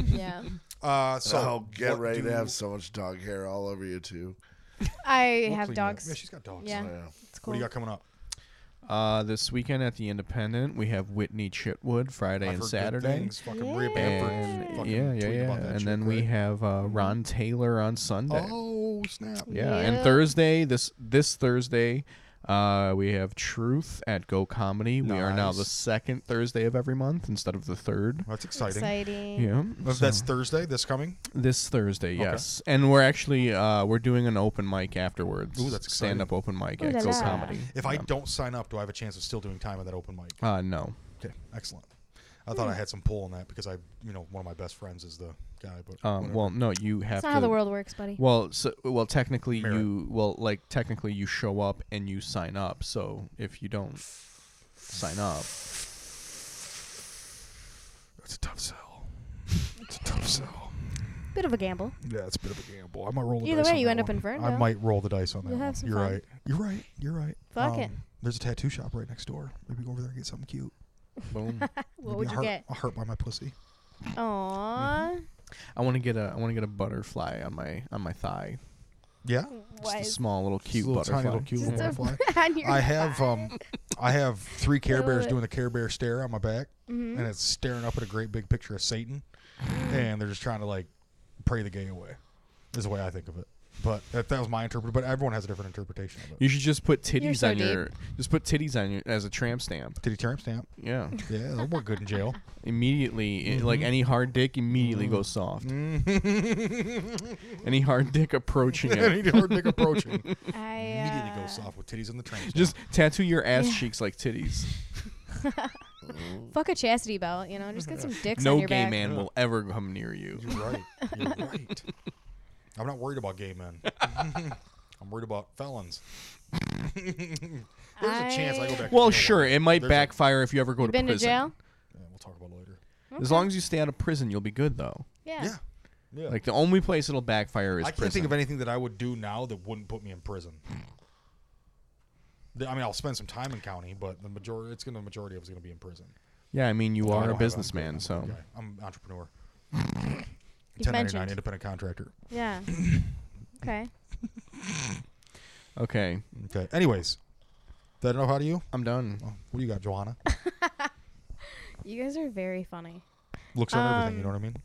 [SPEAKER 3] yeah.
[SPEAKER 4] Uh, so
[SPEAKER 1] oh, get
[SPEAKER 4] what
[SPEAKER 1] ready
[SPEAKER 4] do-
[SPEAKER 1] to have so much dog hair all over you too. Oh,
[SPEAKER 3] I
[SPEAKER 4] we'll
[SPEAKER 3] have
[SPEAKER 4] clean up.
[SPEAKER 3] dogs.
[SPEAKER 4] Yeah, she's got dogs.
[SPEAKER 3] Yeah.
[SPEAKER 1] Yeah.
[SPEAKER 3] It's cool.
[SPEAKER 4] What do you got coming up?
[SPEAKER 2] Uh, this weekend at the Independent, we have Whitney Chitwood Friday
[SPEAKER 4] I've heard
[SPEAKER 2] and
[SPEAKER 4] good
[SPEAKER 2] Saturday.
[SPEAKER 4] things. Fucking Rhea Bamford.
[SPEAKER 2] And
[SPEAKER 4] fucking
[SPEAKER 2] yeah, yeah,
[SPEAKER 4] tweeted
[SPEAKER 2] yeah.
[SPEAKER 4] about that
[SPEAKER 2] And
[SPEAKER 4] shit,
[SPEAKER 2] then we
[SPEAKER 4] right? Mm-hmm.
[SPEAKER 2] have uh, Ron Taylor on Sunday.
[SPEAKER 4] Oh snap!
[SPEAKER 2] Yeah, and
[SPEAKER 3] Yeah.
[SPEAKER 2] Thursday this this Thursday, uh, we have Truth at Go Comedy. We are now the
[SPEAKER 4] Nice.
[SPEAKER 2] second Thursday of every month instead of the third.
[SPEAKER 4] That's exciting.
[SPEAKER 3] Exciting.
[SPEAKER 2] Yeah,
[SPEAKER 4] That-
[SPEAKER 2] so
[SPEAKER 4] That's Thursday. This coming.
[SPEAKER 2] this Thursday, yes. And we're actually uh, we're doing an open mic afterwards.
[SPEAKER 4] Ooh, that's
[SPEAKER 2] stand up open mic
[SPEAKER 3] Ooh
[SPEAKER 2] at
[SPEAKER 3] la
[SPEAKER 2] Go
[SPEAKER 3] la.
[SPEAKER 2] Comedy.
[SPEAKER 4] If I don't sign up, do I have a chance of still doing time at that open mic?
[SPEAKER 2] Uh, no.
[SPEAKER 4] Okay, excellent. I thought I had some pull on that because I, you know, one of my best friends is the guy. But
[SPEAKER 2] Um,
[SPEAKER 4] whatever.
[SPEAKER 2] well, no, you have
[SPEAKER 3] That's
[SPEAKER 2] to.
[SPEAKER 3] not how the world works, buddy.
[SPEAKER 2] Well, so well, technically
[SPEAKER 4] Merit.
[SPEAKER 2] you well, like technically you show up and you sign up. So if you don't sign up,
[SPEAKER 4] it's a tough sell. It's a tough sell.
[SPEAKER 3] Bit of a gamble.
[SPEAKER 4] Yeah, it's a bit of a gamble. I might roll. The
[SPEAKER 3] Either
[SPEAKER 4] dice
[SPEAKER 3] way,
[SPEAKER 4] on
[SPEAKER 3] you
[SPEAKER 4] that
[SPEAKER 3] end up
[SPEAKER 4] one.
[SPEAKER 3] in
[SPEAKER 4] I
[SPEAKER 3] Ferndale.
[SPEAKER 4] might roll the dice on that.
[SPEAKER 3] You'll have
[SPEAKER 4] one.
[SPEAKER 3] some
[SPEAKER 4] You're
[SPEAKER 3] fun.
[SPEAKER 4] right. You're right. You're right. Um,
[SPEAKER 3] Fuck it.
[SPEAKER 4] There's a tattoo shop right next door. Maybe go over there and get something cute.
[SPEAKER 2] boom.
[SPEAKER 3] What
[SPEAKER 4] Maybe
[SPEAKER 3] would
[SPEAKER 4] a
[SPEAKER 3] you
[SPEAKER 4] heart, Mm-hmm.
[SPEAKER 3] get?
[SPEAKER 4] A heart by my pussy.
[SPEAKER 3] Aww.
[SPEAKER 2] I want to get a I want to get a butterfly on my on my thigh.
[SPEAKER 4] Yeah.
[SPEAKER 2] Just
[SPEAKER 3] Why
[SPEAKER 2] a
[SPEAKER 3] is-
[SPEAKER 2] small little cute
[SPEAKER 4] little
[SPEAKER 2] butterfly.
[SPEAKER 4] tiny little cute
[SPEAKER 3] Just
[SPEAKER 4] little
[SPEAKER 3] a-
[SPEAKER 4] butterfly.
[SPEAKER 3] on your
[SPEAKER 4] I have um, I have three Care
[SPEAKER 3] Love
[SPEAKER 4] Bears
[SPEAKER 3] it.
[SPEAKER 4] doing the Care Bear stare on my back,
[SPEAKER 3] Mm-hmm.
[SPEAKER 4] and it's staring up at a great big picture of Satan, and they're just trying to like pray the gay away, is the way I think of it. But that, that was my interpret. But everyone has a different interpretation of it.
[SPEAKER 2] You should just put
[SPEAKER 3] You're
[SPEAKER 2] titties
[SPEAKER 3] so
[SPEAKER 2] on your just put titties on your as a tramp stamp.
[SPEAKER 4] Did he tramp stamp?
[SPEAKER 2] Yeah,
[SPEAKER 4] Yeah, that'll work good in jail.
[SPEAKER 2] immediately it-
[SPEAKER 4] Mm-hmm.
[SPEAKER 2] like any hard dick immediately goes soft.
[SPEAKER 4] Mm-hmm.
[SPEAKER 2] any hard dick approaching
[SPEAKER 4] and
[SPEAKER 2] it.
[SPEAKER 4] he heard Nick approaching.
[SPEAKER 3] I,
[SPEAKER 4] Immediately
[SPEAKER 3] uh,
[SPEAKER 4] goes off with titties on the tramp.
[SPEAKER 2] Just tattoo your ass
[SPEAKER 3] Yeah.
[SPEAKER 2] cheeks like titties.
[SPEAKER 3] Fuck a chastity belt, you know. Just get some dicks
[SPEAKER 2] no
[SPEAKER 3] on
[SPEAKER 2] gay
[SPEAKER 3] your back.
[SPEAKER 2] man will ever come near you.
[SPEAKER 4] stamp. You're right. You're right. I'm not worried about gay men. I'm worried about felons. There's a chance I go
[SPEAKER 3] I-
[SPEAKER 4] back. to
[SPEAKER 2] Well,
[SPEAKER 4] jail
[SPEAKER 2] sure,
[SPEAKER 4] one day.
[SPEAKER 2] it might
[SPEAKER 4] There's a-
[SPEAKER 2] backfire if you ever go
[SPEAKER 3] You
[SPEAKER 2] to
[SPEAKER 3] been to
[SPEAKER 2] prison.
[SPEAKER 3] jail?
[SPEAKER 4] Yeah, we'll talk about it later.
[SPEAKER 2] As long as you stay out of prison, you'll be good though.
[SPEAKER 3] Yeah.
[SPEAKER 4] Yeah. Yeah.
[SPEAKER 2] Like the only place it'll backfire is
[SPEAKER 4] I can't
[SPEAKER 2] prison.
[SPEAKER 4] think of anything that I would do now that wouldn't put me in prison. Th- I mean, I'll spend some time in county, but the majority, it's gonna, the majority of it's going to be in prison.
[SPEAKER 2] yeah, I mean you
[SPEAKER 4] No, I
[SPEAKER 2] are
[SPEAKER 4] don't
[SPEAKER 2] a
[SPEAKER 4] have- I'm-
[SPEAKER 2] businessman,
[SPEAKER 4] I'm-
[SPEAKER 2] so
[SPEAKER 4] okay, I'm an entrepreneur.
[SPEAKER 3] You've
[SPEAKER 4] 1099
[SPEAKER 3] mentioned.
[SPEAKER 4] independent contractor.
[SPEAKER 3] Yeah. okay.
[SPEAKER 2] okay,
[SPEAKER 4] Okay. Anyways, that enough out of you?
[SPEAKER 2] I'm done.
[SPEAKER 4] Oh, what do you got, Johanna?
[SPEAKER 3] You guys are very funny. Um,
[SPEAKER 4] Looks on everything, you know what I mean?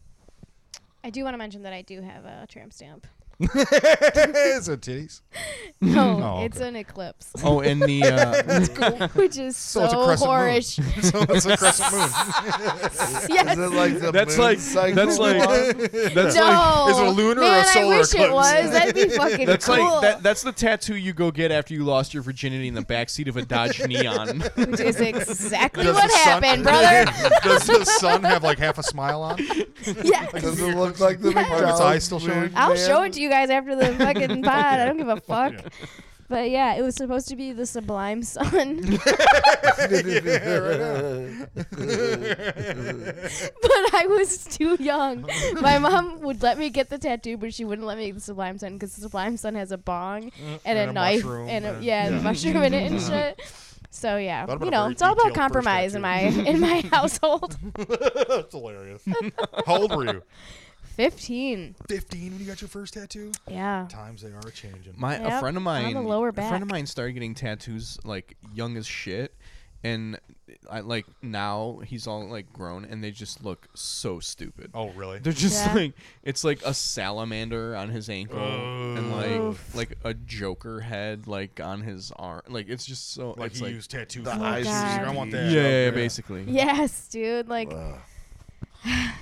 [SPEAKER 3] I do want to mention that I do have a tramp stamp.
[SPEAKER 4] so titties.
[SPEAKER 3] No,
[SPEAKER 4] Oh, okay.
[SPEAKER 3] it's an eclipse,
[SPEAKER 2] Oh, and the uh,
[SPEAKER 3] which is so,
[SPEAKER 4] it's a crescent moon.
[SPEAKER 3] horish.
[SPEAKER 4] So it's a crescent moon.
[SPEAKER 1] Is
[SPEAKER 3] yes.
[SPEAKER 1] it like the
[SPEAKER 2] That's
[SPEAKER 1] moon
[SPEAKER 2] like-
[SPEAKER 1] cycle?
[SPEAKER 2] that's like- that's
[SPEAKER 3] no.
[SPEAKER 2] like
[SPEAKER 4] is it a lunar or a
[SPEAKER 3] Man,
[SPEAKER 4] solar
[SPEAKER 3] I wish
[SPEAKER 4] eclipse?
[SPEAKER 3] it was. That'd be fucking
[SPEAKER 2] that's
[SPEAKER 3] cool.
[SPEAKER 2] like that, that's the tattoo you go get after you lost your virginity in the backseat of a Dodge Neon.
[SPEAKER 3] Which is exactly
[SPEAKER 4] Does
[SPEAKER 3] what
[SPEAKER 4] the sun-
[SPEAKER 3] happened, brother.
[SPEAKER 4] Does the sun have like half a smile on?
[SPEAKER 3] yes.
[SPEAKER 1] Does it look like the
[SPEAKER 4] Part of its eye still showing?
[SPEAKER 3] I'll show it to you guys after the fucking pod. I don't give a fuck. But yeah, it was supposed to be the sublime sun. but I was too young. My mom would let me get the tattoo, but she wouldn't let me get the Sublime Sun because the Sublime Sun has a bong and,
[SPEAKER 4] and
[SPEAKER 3] a,
[SPEAKER 4] a
[SPEAKER 3] knife
[SPEAKER 4] mushroom
[SPEAKER 3] and a,
[SPEAKER 4] and-
[SPEAKER 3] yeah, and a
[SPEAKER 4] Yeah.
[SPEAKER 3] mushroom in it and shit. So yeah,
[SPEAKER 4] That'd have
[SPEAKER 3] you
[SPEAKER 4] been a
[SPEAKER 3] know,
[SPEAKER 4] very
[SPEAKER 3] it's all about
[SPEAKER 4] detailed first
[SPEAKER 3] compromise in my in my household.
[SPEAKER 4] That's hilarious. How old were you?
[SPEAKER 3] Fifteen,
[SPEAKER 4] Fifteen when you got your first tattoo.
[SPEAKER 3] yeah.
[SPEAKER 4] Times they are changing.
[SPEAKER 2] My a
[SPEAKER 3] Yep,
[SPEAKER 2] friend of
[SPEAKER 3] on
[SPEAKER 2] mine,
[SPEAKER 3] the lower
[SPEAKER 2] a friend of
[SPEAKER 3] back.
[SPEAKER 2] mine started getting tattoos like young as shit, and I like now he's all like grown, and they just look so stupid.
[SPEAKER 4] oh really?
[SPEAKER 2] They're just
[SPEAKER 3] Yeah.
[SPEAKER 2] like it's like a salamander on his ankle and like
[SPEAKER 3] Oof.
[SPEAKER 2] like a Joker head like on his arm. Like it's just so
[SPEAKER 4] like
[SPEAKER 2] it's
[SPEAKER 4] he
[SPEAKER 2] like
[SPEAKER 4] used tattoos.
[SPEAKER 1] The
[SPEAKER 4] for
[SPEAKER 1] eyes.
[SPEAKER 4] years.
[SPEAKER 3] God.
[SPEAKER 4] I want
[SPEAKER 2] yeah,
[SPEAKER 4] that.
[SPEAKER 2] yeah, yeah, basically.
[SPEAKER 3] Yes, dude. Like
[SPEAKER 1] Ugh.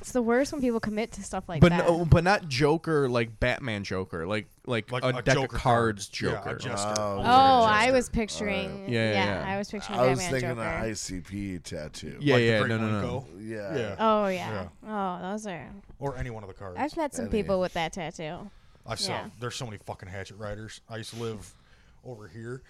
[SPEAKER 3] it's the worst when people commit to stuff like
[SPEAKER 2] But
[SPEAKER 3] that.
[SPEAKER 2] no, but not Joker like Batman Joker like like,
[SPEAKER 4] Like
[SPEAKER 2] a,
[SPEAKER 4] a
[SPEAKER 2] deck
[SPEAKER 4] Joker
[SPEAKER 2] of cards
[SPEAKER 4] card. Yeah,
[SPEAKER 2] Joker.
[SPEAKER 4] a jester.
[SPEAKER 1] Oh,
[SPEAKER 3] oh,
[SPEAKER 1] okay.
[SPEAKER 3] I
[SPEAKER 4] Jester.
[SPEAKER 3] was picturing.
[SPEAKER 2] Yeah,
[SPEAKER 3] yeah,
[SPEAKER 2] yeah, yeah.
[SPEAKER 3] I was picturing
[SPEAKER 1] I was
[SPEAKER 3] Batman
[SPEAKER 1] thinking
[SPEAKER 3] Joker.
[SPEAKER 1] an ICP tattoo.
[SPEAKER 2] Yeah,
[SPEAKER 4] Like the
[SPEAKER 2] yeah,
[SPEAKER 4] Great
[SPEAKER 2] no, no, no.
[SPEAKER 4] Mungo
[SPEAKER 1] Yeah.
[SPEAKER 4] Yeah.
[SPEAKER 3] Oh yeah. Oh, those are.
[SPEAKER 4] or any one of the cards.
[SPEAKER 3] I've met some
[SPEAKER 1] I think-
[SPEAKER 3] people with that tattoo.
[SPEAKER 4] I saw.
[SPEAKER 3] Yeah.
[SPEAKER 4] There's so many fucking hatchet riders. I used to live over here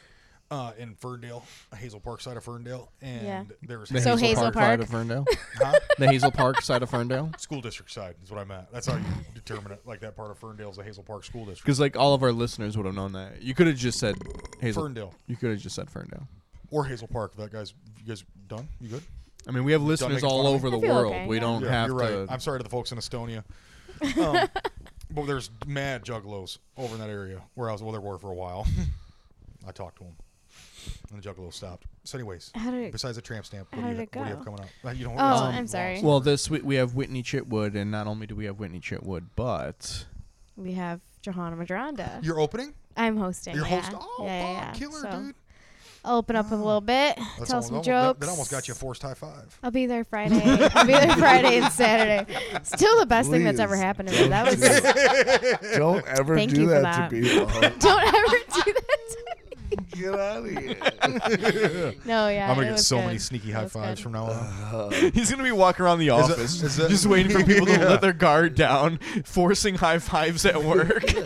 [SPEAKER 4] uh, in Ferndale, Hazel Park side of Ferndale, and
[SPEAKER 3] Yeah.
[SPEAKER 4] there was
[SPEAKER 2] The
[SPEAKER 3] So
[SPEAKER 2] Hazel,
[SPEAKER 3] Hazel
[SPEAKER 2] Park,
[SPEAKER 3] Park.
[SPEAKER 2] side of Ferndale.
[SPEAKER 4] Huh?
[SPEAKER 2] the Hazel Park side of Ferndale.
[SPEAKER 4] school district side is what I meant. That's how you determine it. Like that part of Ferndale is the Hazel Park school district.
[SPEAKER 2] Because like all of our listeners would have known that. You could have just said Hazel.
[SPEAKER 4] Ferndale
[SPEAKER 2] You could have just said Ferndale.
[SPEAKER 4] or Hazel Park. If that guy's, you guys done? You good?
[SPEAKER 2] I mean, we have listeners
[SPEAKER 4] making
[SPEAKER 2] all
[SPEAKER 4] fun of me?
[SPEAKER 2] over the
[SPEAKER 3] I feel
[SPEAKER 2] world.
[SPEAKER 3] okay,
[SPEAKER 2] we
[SPEAKER 3] yeah.
[SPEAKER 2] don't
[SPEAKER 4] Yeah,
[SPEAKER 2] have
[SPEAKER 4] you're
[SPEAKER 2] to.
[SPEAKER 4] right. I'm sorry to the folks in Estonia. Um, but there's mad juggalos over in that area where I was. Well, there were for a while. I talked to them, and the juggalos stopped. So, anyways,
[SPEAKER 3] How did it-
[SPEAKER 4] besides the tramp stamp, what,
[SPEAKER 3] how
[SPEAKER 4] do you,
[SPEAKER 3] did it
[SPEAKER 4] what do you have
[SPEAKER 3] go?
[SPEAKER 4] coming up? Uh, You don't,
[SPEAKER 3] Oh,
[SPEAKER 4] it's-
[SPEAKER 3] I'm
[SPEAKER 4] well,
[SPEAKER 3] sorry.
[SPEAKER 4] it's-
[SPEAKER 2] Well, this week we have Whitney Chitwood, and not only do we have Whitney Chitwood, but
[SPEAKER 3] We have Johanna Madranda.
[SPEAKER 4] You're opening?
[SPEAKER 3] I'm hosting.
[SPEAKER 4] You're
[SPEAKER 3] yeah.
[SPEAKER 4] host? Oh,
[SPEAKER 3] yeah, yeah,
[SPEAKER 4] fuck,
[SPEAKER 3] yeah.
[SPEAKER 4] killer,
[SPEAKER 3] So
[SPEAKER 4] dude. Ah.
[SPEAKER 3] I'll open up a little bit.
[SPEAKER 4] That's
[SPEAKER 3] tell
[SPEAKER 4] almost-
[SPEAKER 3] some
[SPEAKER 4] almost- That,
[SPEAKER 3] jokes.
[SPEAKER 4] that almost got you a forced high five.
[SPEAKER 3] I'll be there Friday. I'll be there Friday and Saturday. Still the best thing that's ever
[SPEAKER 1] Please.
[SPEAKER 3] happened to me. That was.
[SPEAKER 1] Don't ever
[SPEAKER 3] Thank
[SPEAKER 1] do
[SPEAKER 3] you for
[SPEAKER 1] that,
[SPEAKER 3] that.
[SPEAKER 1] to people.
[SPEAKER 3] Don't ever do that. to me.
[SPEAKER 1] Get out of here.
[SPEAKER 3] No, yeah.
[SPEAKER 4] I'm gonna
[SPEAKER 3] it
[SPEAKER 4] get
[SPEAKER 3] was
[SPEAKER 4] so
[SPEAKER 3] good.
[SPEAKER 4] many sneaky
[SPEAKER 3] It
[SPEAKER 4] high
[SPEAKER 3] was
[SPEAKER 4] fives
[SPEAKER 3] good.
[SPEAKER 4] from now on.
[SPEAKER 1] Oh,
[SPEAKER 2] he's gonna be walking around the
[SPEAKER 4] it-
[SPEAKER 2] office,
[SPEAKER 4] is it-
[SPEAKER 2] just waiting for people to
[SPEAKER 4] Yeah.
[SPEAKER 2] let their guard down, forcing high fives at work. people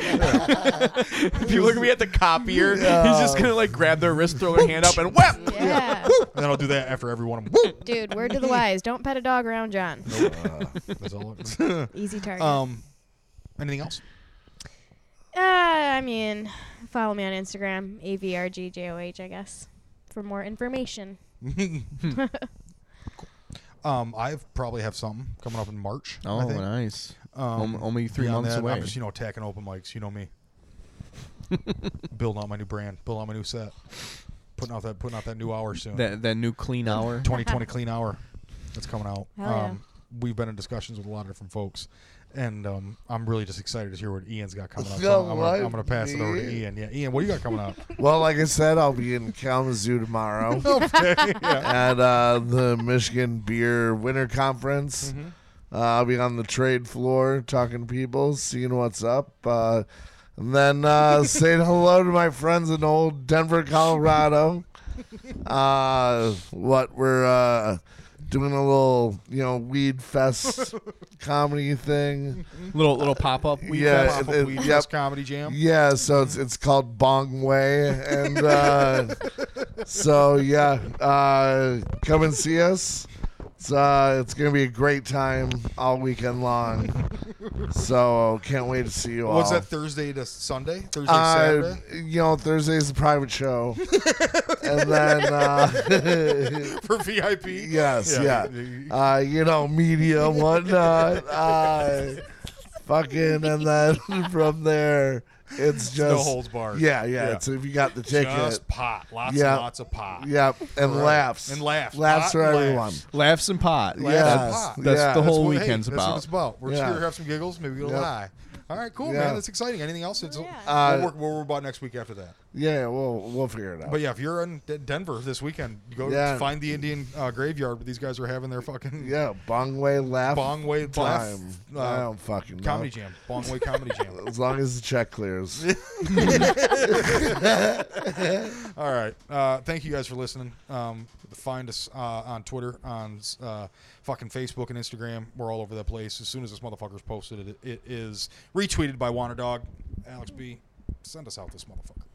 [SPEAKER 2] are gonna be at the copier. He's just gonna like grab their wrist, throw their hand up, and whap.
[SPEAKER 3] Yeah,
[SPEAKER 4] and then I'll do that after every one of them. Woo!
[SPEAKER 3] dude. Word to the wise: Don't pet a dog around John.
[SPEAKER 4] That's all. it-
[SPEAKER 3] Easy target.
[SPEAKER 4] um, anything else?
[SPEAKER 3] Uh, I mean, follow me on Instagram, AVRGJOH, I guess, for more information.
[SPEAKER 4] Um, I probably have something coming up in March. I think.
[SPEAKER 2] Oh, nice.
[SPEAKER 4] Um,
[SPEAKER 2] Om- only three
[SPEAKER 4] beyond
[SPEAKER 2] months
[SPEAKER 4] that,
[SPEAKER 2] away.
[SPEAKER 4] I'm just you know attacking open mics. You know me. building out my new brand. Building out my new set. Putting out that putting out that new hour soon.
[SPEAKER 2] That that new clean hour.
[SPEAKER 4] 2020 clean hour. That's coming out.
[SPEAKER 3] Hell yeah.
[SPEAKER 4] Um, we've been in discussions with a lot of different folks, and um, I'm really just excited to hear what Ian's got coming up. So
[SPEAKER 1] No
[SPEAKER 4] I'm, gonna, I'm
[SPEAKER 1] way,
[SPEAKER 4] gonna pass it over to
[SPEAKER 1] dude.
[SPEAKER 4] Ian. Yeah, Ian, what do you got coming up?
[SPEAKER 1] Well, like I said, I'll be in Kalamazoo tomorrow
[SPEAKER 4] okay. Yeah.
[SPEAKER 1] at uh, the Michigan Beer Winter Conference.
[SPEAKER 4] Mm-hmm.
[SPEAKER 1] Uh, I'll be on the trade floor talking to people, seeing what's up. Uh, and then uh, saying hello to my friends in old Denver, Colorado. Uh, what we're uh, doing a little, you know, weed fest comedy thing.
[SPEAKER 2] little little pop up. We
[SPEAKER 1] Yeah,
[SPEAKER 4] Pop-up
[SPEAKER 1] it- it-
[SPEAKER 4] Weed
[SPEAKER 1] yep.
[SPEAKER 4] Fest comedy jam.
[SPEAKER 1] Yeah, so it's it's called Bong Way, and uh, so yeah, uh, come and see us. It's uh, it's gonna be a great time all weekend long. So can't wait to see you all.
[SPEAKER 4] Was that Thursday to Sunday? Thursday
[SPEAKER 1] uh,
[SPEAKER 4] Saturday
[SPEAKER 1] you know, Thursday's a private show, and then uh,
[SPEAKER 4] for VIP?
[SPEAKER 1] yes, yeah,
[SPEAKER 4] you-
[SPEAKER 1] Uh, you know, media and whatnot. Uh, fucking, and then from there, it's just
[SPEAKER 4] no holds barred.
[SPEAKER 1] yeah, yeah.
[SPEAKER 4] Yeah.
[SPEAKER 1] So if you got the ticket,
[SPEAKER 4] Just pot. Lots
[SPEAKER 1] Yeah.
[SPEAKER 4] and lots of pot.
[SPEAKER 1] yep, and
[SPEAKER 4] Right.
[SPEAKER 1] laughs
[SPEAKER 4] And laughs.
[SPEAKER 1] laughs
[SPEAKER 4] Hot
[SPEAKER 1] for
[SPEAKER 4] laughs.
[SPEAKER 1] everyone.
[SPEAKER 2] laughs and pot.
[SPEAKER 1] Yes,
[SPEAKER 4] pot.
[SPEAKER 2] That's
[SPEAKER 1] yeah.
[SPEAKER 2] the whole
[SPEAKER 4] what- hey,
[SPEAKER 2] weekend's
[SPEAKER 4] that's what
[SPEAKER 2] about.
[SPEAKER 4] it's about. We're just
[SPEAKER 1] Yeah.
[SPEAKER 4] here to have some giggles, maybe get a
[SPEAKER 1] Yep.
[SPEAKER 4] lie. All right, cool,
[SPEAKER 1] Yeah.
[SPEAKER 4] man. That's exciting. Anything else? It's,
[SPEAKER 3] Yeah.
[SPEAKER 1] Uh,
[SPEAKER 4] we'll, work, we'll worry about next week after that.
[SPEAKER 1] Yeah, we'll we'll figure it out.
[SPEAKER 4] But yeah, if you're in D- Denver this weekend, go
[SPEAKER 1] Yeah.
[SPEAKER 4] find the Indian uh, graveyard where these guys are having their fucking
[SPEAKER 1] yeah, Bongway laugh.
[SPEAKER 4] Bong Way Laugh,
[SPEAKER 1] time.
[SPEAKER 4] uh,
[SPEAKER 1] I don't fucking know.
[SPEAKER 4] comedy jam, Bong Way comedy jam.
[SPEAKER 1] As long as the check clears.
[SPEAKER 4] All right. Uh, thank you guys for listening. Um, find us uh, on Twitter, on uh, fucking Facebook and Instagram. We're all over the place. As soon as this motherfucker's posted, it, it is retweeted by Wonder Dog. Alex B, send us out this motherfucker.